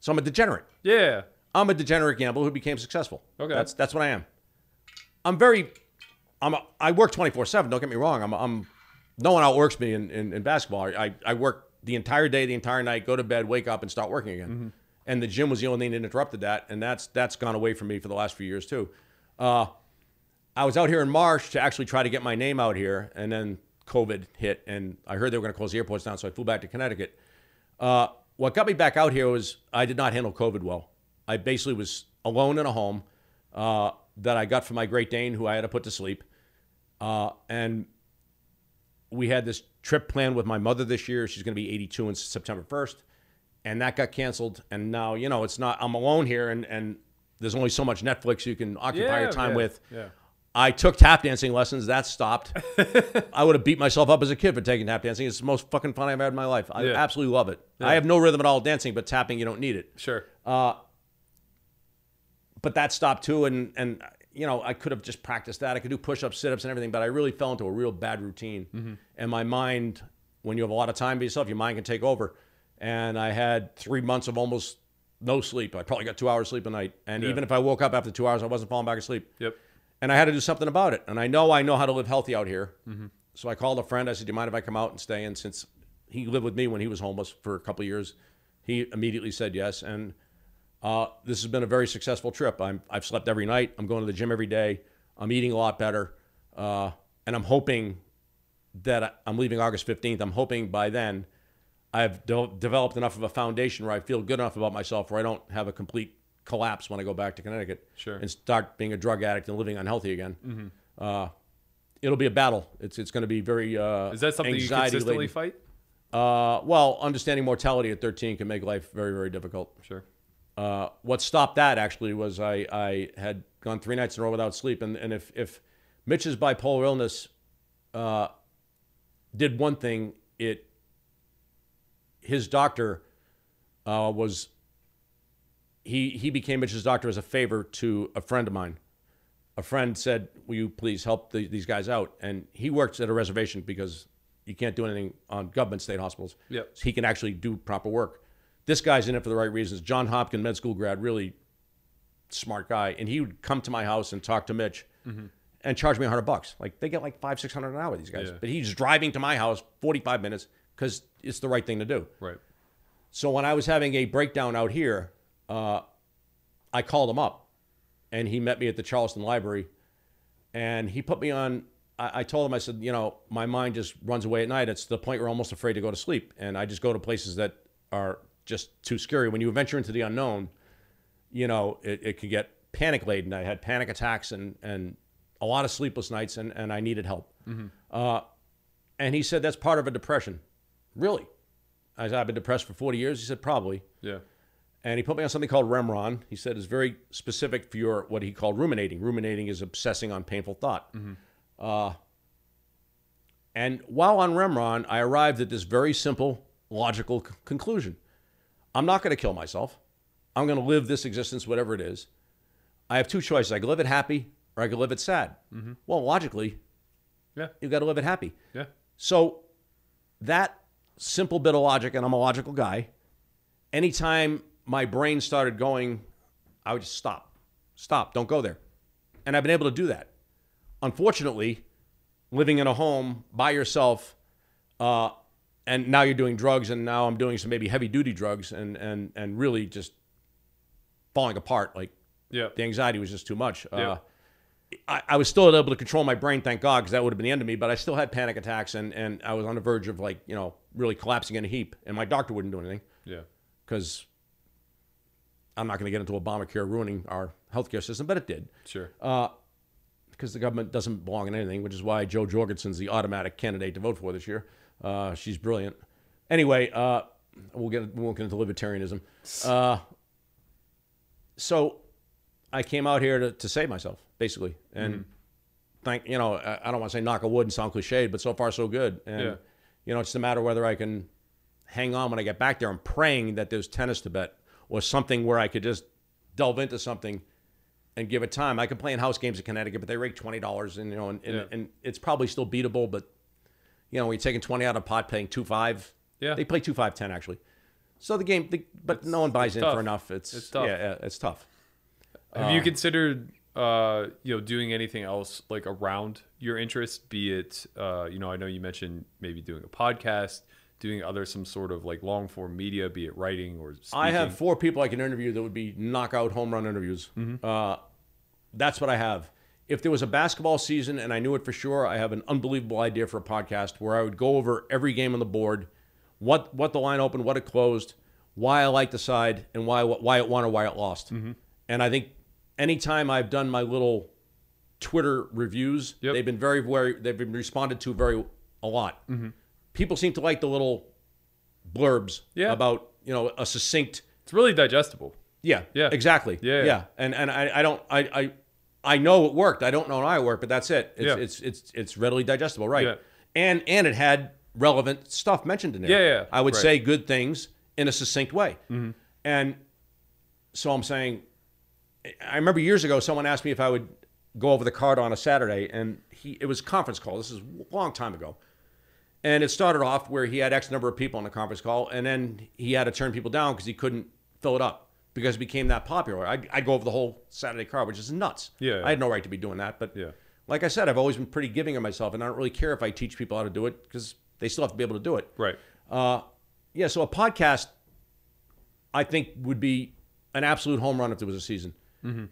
[SPEAKER 3] So I'm a degenerate.
[SPEAKER 2] yeah.
[SPEAKER 3] I'm a degenerate gambler who became successful.
[SPEAKER 2] Okay.
[SPEAKER 3] that's that's what I am. I'm very, I'm a, I work 24 seven. Don't get me wrong. I'm I'm no one outworks me in, in, in basketball. I I work the entire day, the entire night, go to bed, wake up, and start working again. And the gym was the only thing that interrupted that, and that's that's gone away from me for the last few years too. Uh, I was out here in March to actually try to get my name out here, and then COVID hit, and I heard they were going to close the airports down, so I flew back to Connecticut. Uh, what got me back out here was I did not handle COVID well. I basically was alone in a home uh, that I got from my Great Dane, who I had to put to sleep. Uh, and we had this trip planned with my mother this year. She's going to be 82 on September 1st. And that got canceled. And now, you know, it's not, I'm alone here and, and there's only so much Netflix you can occupy
[SPEAKER 2] Yeah,
[SPEAKER 3] your time
[SPEAKER 2] yeah,
[SPEAKER 3] with.
[SPEAKER 2] yeah.
[SPEAKER 3] I took tap dancing lessons. That stopped. I would have beat myself up as a kid for taking tap dancing. It's the most fucking fun I've ever had in my life. I
[SPEAKER 2] Yeah.
[SPEAKER 3] absolutely love it. I have no rhythm at all dancing, but tapping, you don't need it
[SPEAKER 2] Sure.
[SPEAKER 3] but that stopped too and and you know i could have just practiced that i could do push-ups sit-ups and everything but i really fell into a real bad routine
[SPEAKER 2] Mm-hmm.
[SPEAKER 3] and my mind when you have a lot of time to yourself your mind can take over and i had three months of almost no sleep i probably got two hours sleep a night and even if i woke up after two hours i wasn't falling back asleep
[SPEAKER 2] Yep.
[SPEAKER 3] and i had to do something about it and i know i know how to live healthy out here so i called a friend i said do you mind if i come out and stay and since he lived with me when he was homeless for a couple of years he immediately said yes and uh, this has been a very successful trip. I'm, I've slept every night. I'm going to the gym every day. I'm eating a lot better. Uh, and I'm hoping that I, I'm leaving August 15th. I'm hoping by then I've de- developed enough of a foundation where I feel good enough about myself where I don't have a complete collapse when I go back to Connecticut
[SPEAKER 2] Sure. Mm-hmm.
[SPEAKER 3] and start being a drug addict and living unhealthy again. Uh, it'll be a battle. It's, it's going to be very uh,
[SPEAKER 2] Is that something you
[SPEAKER 3] anxiety
[SPEAKER 2] consistently
[SPEAKER 3] laden.
[SPEAKER 2] fight?
[SPEAKER 3] Uh, well, understanding mortality at 13 can make life very, very difficult.
[SPEAKER 2] Sure.
[SPEAKER 3] Uh, what stopped that actually was I, I had gone three nights in a row without sleep. And, and if, if Mitch's bipolar illness uh, did one thing, it his doctor uh, was he he became Mitch's doctor as a favor to a friend of mine. A friend said, "Will you please help the, these guys out?" And he works at a reservation because you can't do anything on government state hospitals.
[SPEAKER 2] Yep.
[SPEAKER 3] So he can actually do proper work. This guy's in it for the right reasons. John Hopkins, med school grad, really smart guy, and he would come to my house and talk to Mitch
[SPEAKER 2] Mm-hmm.
[SPEAKER 3] and charge me a hundred bucks. Like they get like five, six hundred an hour. These guys,
[SPEAKER 2] Yeah.
[SPEAKER 3] but he's driving to my house forty five minutes because it's the right thing to do.
[SPEAKER 2] Right.
[SPEAKER 3] So when I was having a breakdown out here, uh, I called him up, and he met me at the Charleston Library, and he put me on. I, I told him, I said, you know, my mind just runs away at night. It's the point where I'm almost afraid to go to sleep, and I just go to places that are just too scary. When you venture into the unknown, you know, it, it could get panic laden. I had panic attacks and and a lot of sleepless nights, and and I needed help. Uh, and he said that's part of a depression. Really? I said I've been depressed for 40 years. He said probably.
[SPEAKER 2] Yeah.
[SPEAKER 3] And he put me on something called Remron. He said is very specific for your what he called ruminating. Ruminating is obsessing on painful thought. Uh, and while on Remron, I arrived at this very simple, logical c- conclusion: I'm not going to kill myself. I'm going to live this existence, whatever it is. I have two choices: I can live it happy, or I can live it sad. Well, logically,
[SPEAKER 2] Yeah.
[SPEAKER 3] you've got to live it happy.
[SPEAKER 2] Yeah.
[SPEAKER 3] So that simple bit of logic, and I'm a logical guy, anytime my brain started going, I would just stop, stop, don't go there. And I've been able to do that. Unfortunately, living in a home by yourself, uh, and now you're doing drugs, and now I'm doing some maybe heavy duty drugs, and and and really just falling apart. Like
[SPEAKER 2] Yeah.
[SPEAKER 3] the anxiety was just too much.
[SPEAKER 2] Yeah.
[SPEAKER 3] Uh, I, I was still able to control my brain, thank God, because that would have been the end of me. But I still had panic attacks, and and I was on the verge of like you know really collapsing in a heap. And my doctor wouldn't do anything
[SPEAKER 2] Yeah.
[SPEAKER 3] because I'm not going to get into Obamacare ruining our healthcare system, but it did
[SPEAKER 2] Sure.
[SPEAKER 3] because the government doesn't belong in anything, which is why Joe Jorgensen's the automatic candidate to vote for this year. Uh, she's brilliant. Anyway, uh, we'll get we won't get into libertarianism. Uh, so I came out here to, to save myself, basically, and
[SPEAKER 2] Mm-hmm.
[SPEAKER 3] thank you know I, I don't want to say knock a wood and sound cliched, but so far so good. And
[SPEAKER 2] Yeah.
[SPEAKER 3] you know it's just a matter of whether I can hang on when I get back there. I'm praying that there's tennis to bet or something where I could just delve into something and give it time. I can play in house games in Connecticut, but they rake twenty dollars, and you know, and, and,
[SPEAKER 2] Yeah.
[SPEAKER 3] and it's probably still beatable. But you know, when you're taking twenty out of pot, paying two five.
[SPEAKER 2] Yeah.
[SPEAKER 3] they play two five ten actually. So the game, the, but no one buys in
[SPEAKER 2] tough.
[SPEAKER 3] for enough. It's,
[SPEAKER 2] It's tough.
[SPEAKER 3] Yeah, yeah, it's tough.
[SPEAKER 2] Have
[SPEAKER 3] Um,
[SPEAKER 2] you considered, uh, you know, doing anything else like around your interest? Be it, uh, you know, I know you mentioned maybe doing a podcast, doing other some sort of like long form media, be it writing or. Speaking.
[SPEAKER 3] I have four people I can interview that would be knockout home run interviews. Uh, that's what I have. If there was a basketball season and I knew it for sure, I have an unbelievable idea for a podcast where I would go over every game on the board, what what the line opened, what it closed, why I like the side, and why why it won or why it lost. And I think anytime I've done my little Twitter reviews,
[SPEAKER 2] Yep.
[SPEAKER 3] they've been very very they've been responded to very a lot. People seem to like the little blurbs
[SPEAKER 2] Yeah.
[SPEAKER 3] about you know a succinct
[SPEAKER 2] It's really digestible.
[SPEAKER 3] yeah
[SPEAKER 2] Yeah.
[SPEAKER 3] exactly
[SPEAKER 2] Yeah, yeah.
[SPEAKER 3] and and I, I don't I, I I know it worked I don't know how it worked but that's it it's
[SPEAKER 2] Yeah.
[SPEAKER 3] it's, it's it's readily digestible right
[SPEAKER 2] Yeah.
[SPEAKER 3] and and it had relevant stuff mentioned in it
[SPEAKER 2] Yeah, yeah,
[SPEAKER 3] I would
[SPEAKER 2] right. Mm-hmm.
[SPEAKER 3] say good things in a succinct way and so I'm saying I remember years ago someone asked me if I would go over the card on a Saturday, and he it was a conference call. This is a long time ago, and it started off where he had X number of people on the conference call, and then he had to turn people down because he couldn't fill it up because it became that popular. I I go over the whole Saturday card, which is nuts.
[SPEAKER 2] Yeah.
[SPEAKER 3] I had no right to be doing that, but
[SPEAKER 2] Yeah.
[SPEAKER 3] like I said, I've always been pretty giving of myself, and I don't really care if I teach people how to do it because they still have to be able to do it.
[SPEAKER 2] Right.
[SPEAKER 3] Uh, yeah, so a podcast, I think, would be an absolute home run if there was a season.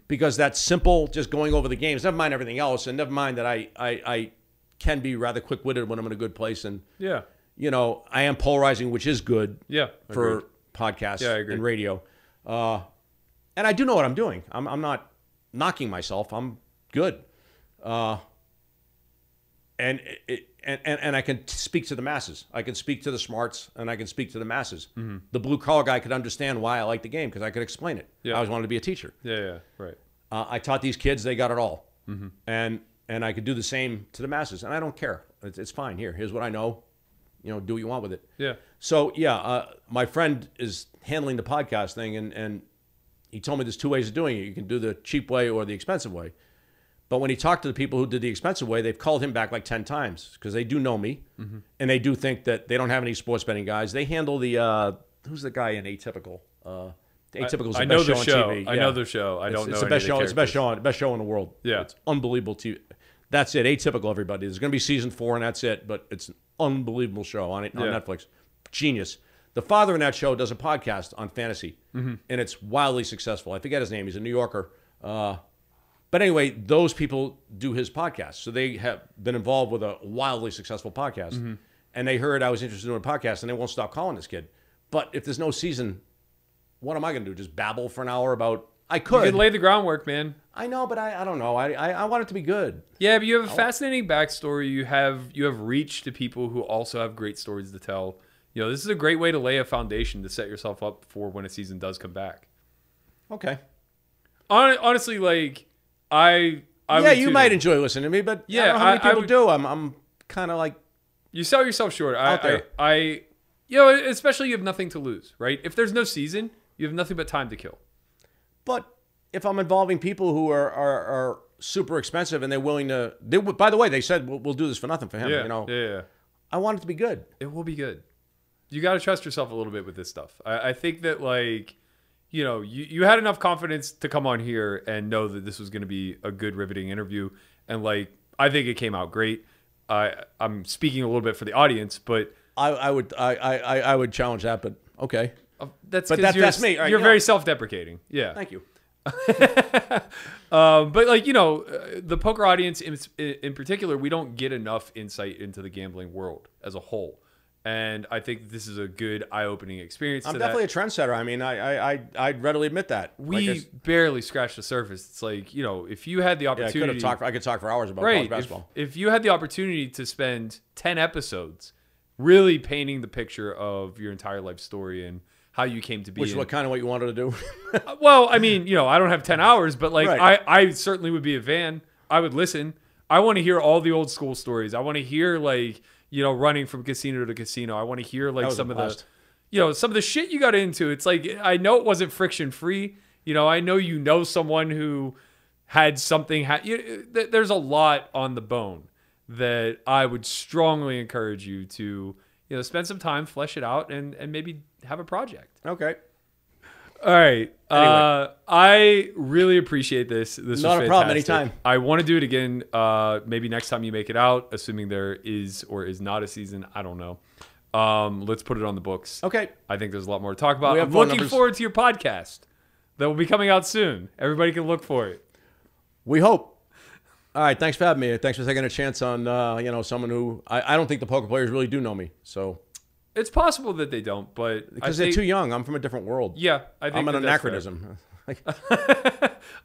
[SPEAKER 3] Because that's simple, just going over the games, never mind everything else, and never mind that I, I, I can be rather quick witted when I'm in a good place. And,
[SPEAKER 2] Yeah.
[SPEAKER 3] you know, I am polarizing, which is good
[SPEAKER 2] Yeah.
[SPEAKER 3] for
[SPEAKER 2] Agreed.
[SPEAKER 3] podcasts
[SPEAKER 2] Yeah, I agree.
[SPEAKER 3] and radio. Uh, and I do know what I'm doing. I'm, I'm not knocking myself. I'm good. Uh, and, it, and, and and I can t- speak to the masses. I can speak to the smarts, and I can speak to the masses.
[SPEAKER 2] Mm-hmm.
[SPEAKER 3] The blue collar guy could understand why I like the game because I could explain it.
[SPEAKER 2] Yeah.
[SPEAKER 3] I always wanted to be a teacher.
[SPEAKER 2] Yeah. Yeah. Right.
[SPEAKER 3] Uh, I taught these kids; they got it all,
[SPEAKER 2] Mm-hmm.
[SPEAKER 3] and and I could do the same to the masses, and I don't care. It's, it's fine. Here, here's what I know. You know, do what you want with it.
[SPEAKER 2] Yeah.
[SPEAKER 3] So yeah, uh, my friend is handling the podcast thing, and and he told me there's two ways of doing it. You can do the cheap way or the expensive way. But when he talked to the people who did the expensive way, they've called him back like 10 times because they do know me
[SPEAKER 2] Mm-hmm.
[SPEAKER 3] and they do think that they don't have any sports betting guys. They handle the, uh, who's the guy in Atypical? Uh, Atypical's
[SPEAKER 2] I
[SPEAKER 3] the best
[SPEAKER 2] know the
[SPEAKER 3] show,
[SPEAKER 2] show.
[SPEAKER 3] on TV.
[SPEAKER 2] I know the show. I
[SPEAKER 3] It's-
[SPEAKER 2] don't
[SPEAKER 3] it's
[SPEAKER 2] know
[SPEAKER 3] the
[SPEAKER 2] any
[SPEAKER 3] best
[SPEAKER 2] of
[SPEAKER 3] show.
[SPEAKER 2] the
[SPEAKER 3] It's the best show, on, best show in the world.
[SPEAKER 2] Yeah.
[SPEAKER 3] It's unbelievable TV. That's it. Atypical, everybody. There's going to be season four and that's it. But it's an unbelievable show on it on
[SPEAKER 2] Yeah.
[SPEAKER 3] Netflix. Genius. The father in that show does a podcast on fantasy
[SPEAKER 2] Mm-hmm.
[SPEAKER 3] and it's wildly successful. I forget his name. He's a New Yorker. Uh, but anyway, those people do his podcast. So they have been involved with a wildly successful podcast.
[SPEAKER 2] Mm-hmm.
[SPEAKER 3] And they heard I was interested in doing a podcast and they won't stop calling this kid. But if there's no season, what am I going to do? Just babble for an hour about. I could.
[SPEAKER 2] You can lay the groundwork, man.
[SPEAKER 3] I know, but I, I don't know. I, I, I want it to be good.
[SPEAKER 2] Yeah, but you have a fascinating backstory. You have you have reach to people who also have great stories to tell. You know, this is a great way to lay a foundation to set yourself up for when a season does come back.
[SPEAKER 3] Okay.
[SPEAKER 2] Hon- Honestly, like I, I
[SPEAKER 3] yeah,
[SPEAKER 2] would
[SPEAKER 3] you
[SPEAKER 2] tune
[SPEAKER 3] might
[SPEAKER 2] in.
[SPEAKER 3] enjoy listening to me, but yeah, I
[SPEAKER 2] Yeah,
[SPEAKER 3] don't know how many
[SPEAKER 2] I- I
[SPEAKER 3] people
[SPEAKER 2] would-
[SPEAKER 3] do. I'm, I'm kind of like,
[SPEAKER 2] You sell yourself short. I,
[SPEAKER 3] Out there.
[SPEAKER 2] I, I, you know, especially you have nothing to lose, right? If there's no season, you have nothing but time to kill.
[SPEAKER 3] but if I'm involving people who are, are, are super expensive and they're willing to, they, by the way, they said we'll, we'll do this for nothing for him.
[SPEAKER 2] Yeah,
[SPEAKER 3] You know,
[SPEAKER 2] yeah, yeah.
[SPEAKER 3] I want it to be good.
[SPEAKER 2] it will be good. You got to trust yourself a little bit with this stuff. I, I think that like, you know, you, you had enough confidence to come on here and know that this was going to be a good riveting interview, and like I think it came out great. I I'm speaking a little bit for the audience, but
[SPEAKER 3] I, I would, I, I, I- I would challenge that, but okay.
[SPEAKER 2] uh, that's
[SPEAKER 3] But
[SPEAKER 2] 'cause
[SPEAKER 3] that-
[SPEAKER 2] you're,
[SPEAKER 3] that's me, all right,
[SPEAKER 2] you're
[SPEAKER 3] you know-
[SPEAKER 2] very self-deprecating. Yeah,
[SPEAKER 3] Thank you.
[SPEAKER 2] Um, but like you know, uh, the poker audience in, in particular, we don't get enough insight into the gambling world as a whole, and I think this is a good eye-opening experience.
[SPEAKER 3] I'm
[SPEAKER 2] to that.
[SPEAKER 3] definitely a trendsetter. I mean, I, I, I, I'd readily admit that.
[SPEAKER 2] we
[SPEAKER 3] like I s-
[SPEAKER 2] barely scratched the surface. It's like you know, if you had the
[SPEAKER 3] yeah, I
[SPEAKER 2] opportunity,
[SPEAKER 3] could have talked. I could talk for hours about
[SPEAKER 2] right?
[SPEAKER 3] college
[SPEAKER 2] if-
[SPEAKER 3] basketball.
[SPEAKER 2] If, you had the opportunity to spend ten episodes, really painting the picture of your entire life story and how you came to be.
[SPEAKER 3] Which is
[SPEAKER 2] in-
[SPEAKER 3] what kind of what you wanted to do.
[SPEAKER 2] Uh, well, I mean, you know, I don't have ten hours, but like,
[SPEAKER 3] Right.
[SPEAKER 2] I I certainly would be a fan. I would listen. I want to hear all the old school stories. I want to hear like you know running from casino to casino. I want to hear like
[SPEAKER 3] was
[SPEAKER 2] some
[SPEAKER 3] a
[SPEAKER 2] of the
[SPEAKER 3] blast.
[SPEAKER 2] you know some of the shit you got into. It's like I know it wasn't friction free. You know, I know you know someone who had something. Ha- you, th- there's a lot on the bone that I would strongly encourage you to you know spend some time, flesh it out, and and maybe have a project.
[SPEAKER 3] okay.
[SPEAKER 2] All right. Uh, I really appreciate this. This
[SPEAKER 3] Not
[SPEAKER 2] was
[SPEAKER 3] a problem,
[SPEAKER 2] fantastic.
[SPEAKER 3] anytime.
[SPEAKER 2] I want to do it again. Uh, maybe next time you make it out, assuming there is or is not a season. I don't know. Um, let's put it on the books.
[SPEAKER 3] Okay.
[SPEAKER 2] I think there's a lot more to talk about.
[SPEAKER 3] We have
[SPEAKER 2] I'm
[SPEAKER 3] phone
[SPEAKER 2] looking
[SPEAKER 3] numbers.
[SPEAKER 2] forward to your podcast that will be coming out soon. Everybody can look for it.
[SPEAKER 3] We hope. All right, thanks for having me. Thanks for taking a chance on uh, you know someone who I, I don't think the poker players really do know me. So
[SPEAKER 2] It's possible that they don't, but I
[SPEAKER 3] because they're
[SPEAKER 2] think-
[SPEAKER 3] too young, I'm from a different world.
[SPEAKER 2] Yeah, I think
[SPEAKER 3] I'm an
[SPEAKER 2] that that's fair.
[SPEAKER 3] anachronism. Like,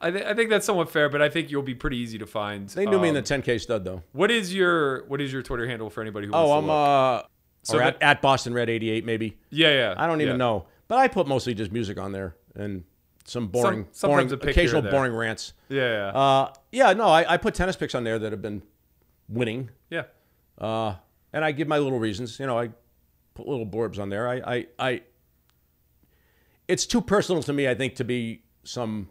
[SPEAKER 2] I, th- I think that's somewhat fair, but I think you'll be pretty easy to find.
[SPEAKER 3] they knew me
[SPEAKER 2] Um,
[SPEAKER 3] in the 10K stud though.
[SPEAKER 2] What is your What is your Twitter handle for anybody who? Wants
[SPEAKER 3] Oh,
[SPEAKER 2] to
[SPEAKER 3] I'm
[SPEAKER 2] look?
[SPEAKER 3] uh,
[SPEAKER 2] So
[SPEAKER 3] or
[SPEAKER 2] the-
[SPEAKER 3] at, at Boston Red 88 maybe.
[SPEAKER 2] yeah, yeah.
[SPEAKER 3] I don't even
[SPEAKER 2] yeah.
[SPEAKER 3] know, but I put mostly just music on there and some boring,
[SPEAKER 2] sometimes a pic
[SPEAKER 3] boring,
[SPEAKER 2] here
[SPEAKER 3] occasional
[SPEAKER 2] or there.
[SPEAKER 3] boring rants.
[SPEAKER 2] Yeah, yeah.
[SPEAKER 3] Uh, yeah, no, I, I put tennis picks on there that have been winning.
[SPEAKER 2] yeah.
[SPEAKER 3] Uh, and I give my little reasons. You know, I put little blurbs on there. I, I, I, it's too personal to me, I think, to be some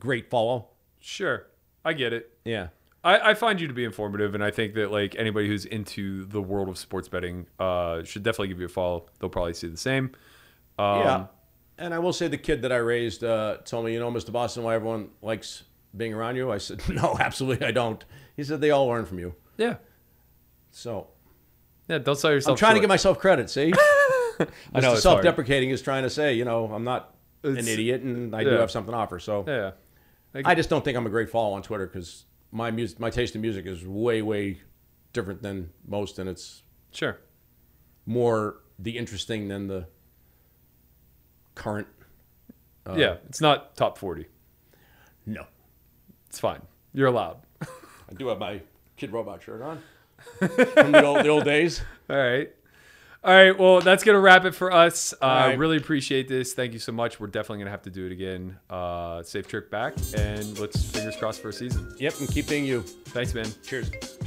[SPEAKER 3] great follow.
[SPEAKER 2] Sure, I get it.
[SPEAKER 3] Yeah.
[SPEAKER 2] I, I find you to be informative, and I think that like anybody who's into the world of sports betting uh, should definitely give you a follow. They'll probably see the same. Um,
[SPEAKER 3] yeah. And I will say the kid that I raised uh, told me, you know, Mr. Boston, why everyone likes being around you? I said, no, absolutely, I don't. He said, they all learn from you.
[SPEAKER 2] yeah,
[SPEAKER 3] So
[SPEAKER 2] yeah. Don't sell yourself.
[SPEAKER 3] I'm trying to
[SPEAKER 2] short.
[SPEAKER 3] get myself credit, see?
[SPEAKER 2] I know,
[SPEAKER 3] Mr.
[SPEAKER 2] it's hard.
[SPEAKER 3] Self-deprecating is trying to say, you know, I'm not an
[SPEAKER 2] It's-
[SPEAKER 3] idiot and I do
[SPEAKER 2] yeah.
[SPEAKER 3] have something to offer. So
[SPEAKER 2] Yeah,
[SPEAKER 3] I just don't think I'm a great follow on Twitter because my music, my taste in music is way, way different than most, and it's
[SPEAKER 2] sure.
[SPEAKER 3] more the interesting than the current. Uh,
[SPEAKER 2] yeah, it's not top forty.
[SPEAKER 3] No,
[SPEAKER 2] It's fine. You're allowed.
[SPEAKER 3] I do have my Kid Robot shirt on from the old, the old days.
[SPEAKER 2] All right. All right. Well, that's going to wrap it for us. Uh, I
[SPEAKER 3] right.
[SPEAKER 2] really appreciate this. Thank you so much. We're definitely going to have to do it again. Uh, safe trip back, and let's fingers crossed for a season.
[SPEAKER 3] Yep, and keep being you.
[SPEAKER 2] Thanks, man.
[SPEAKER 3] Cheers.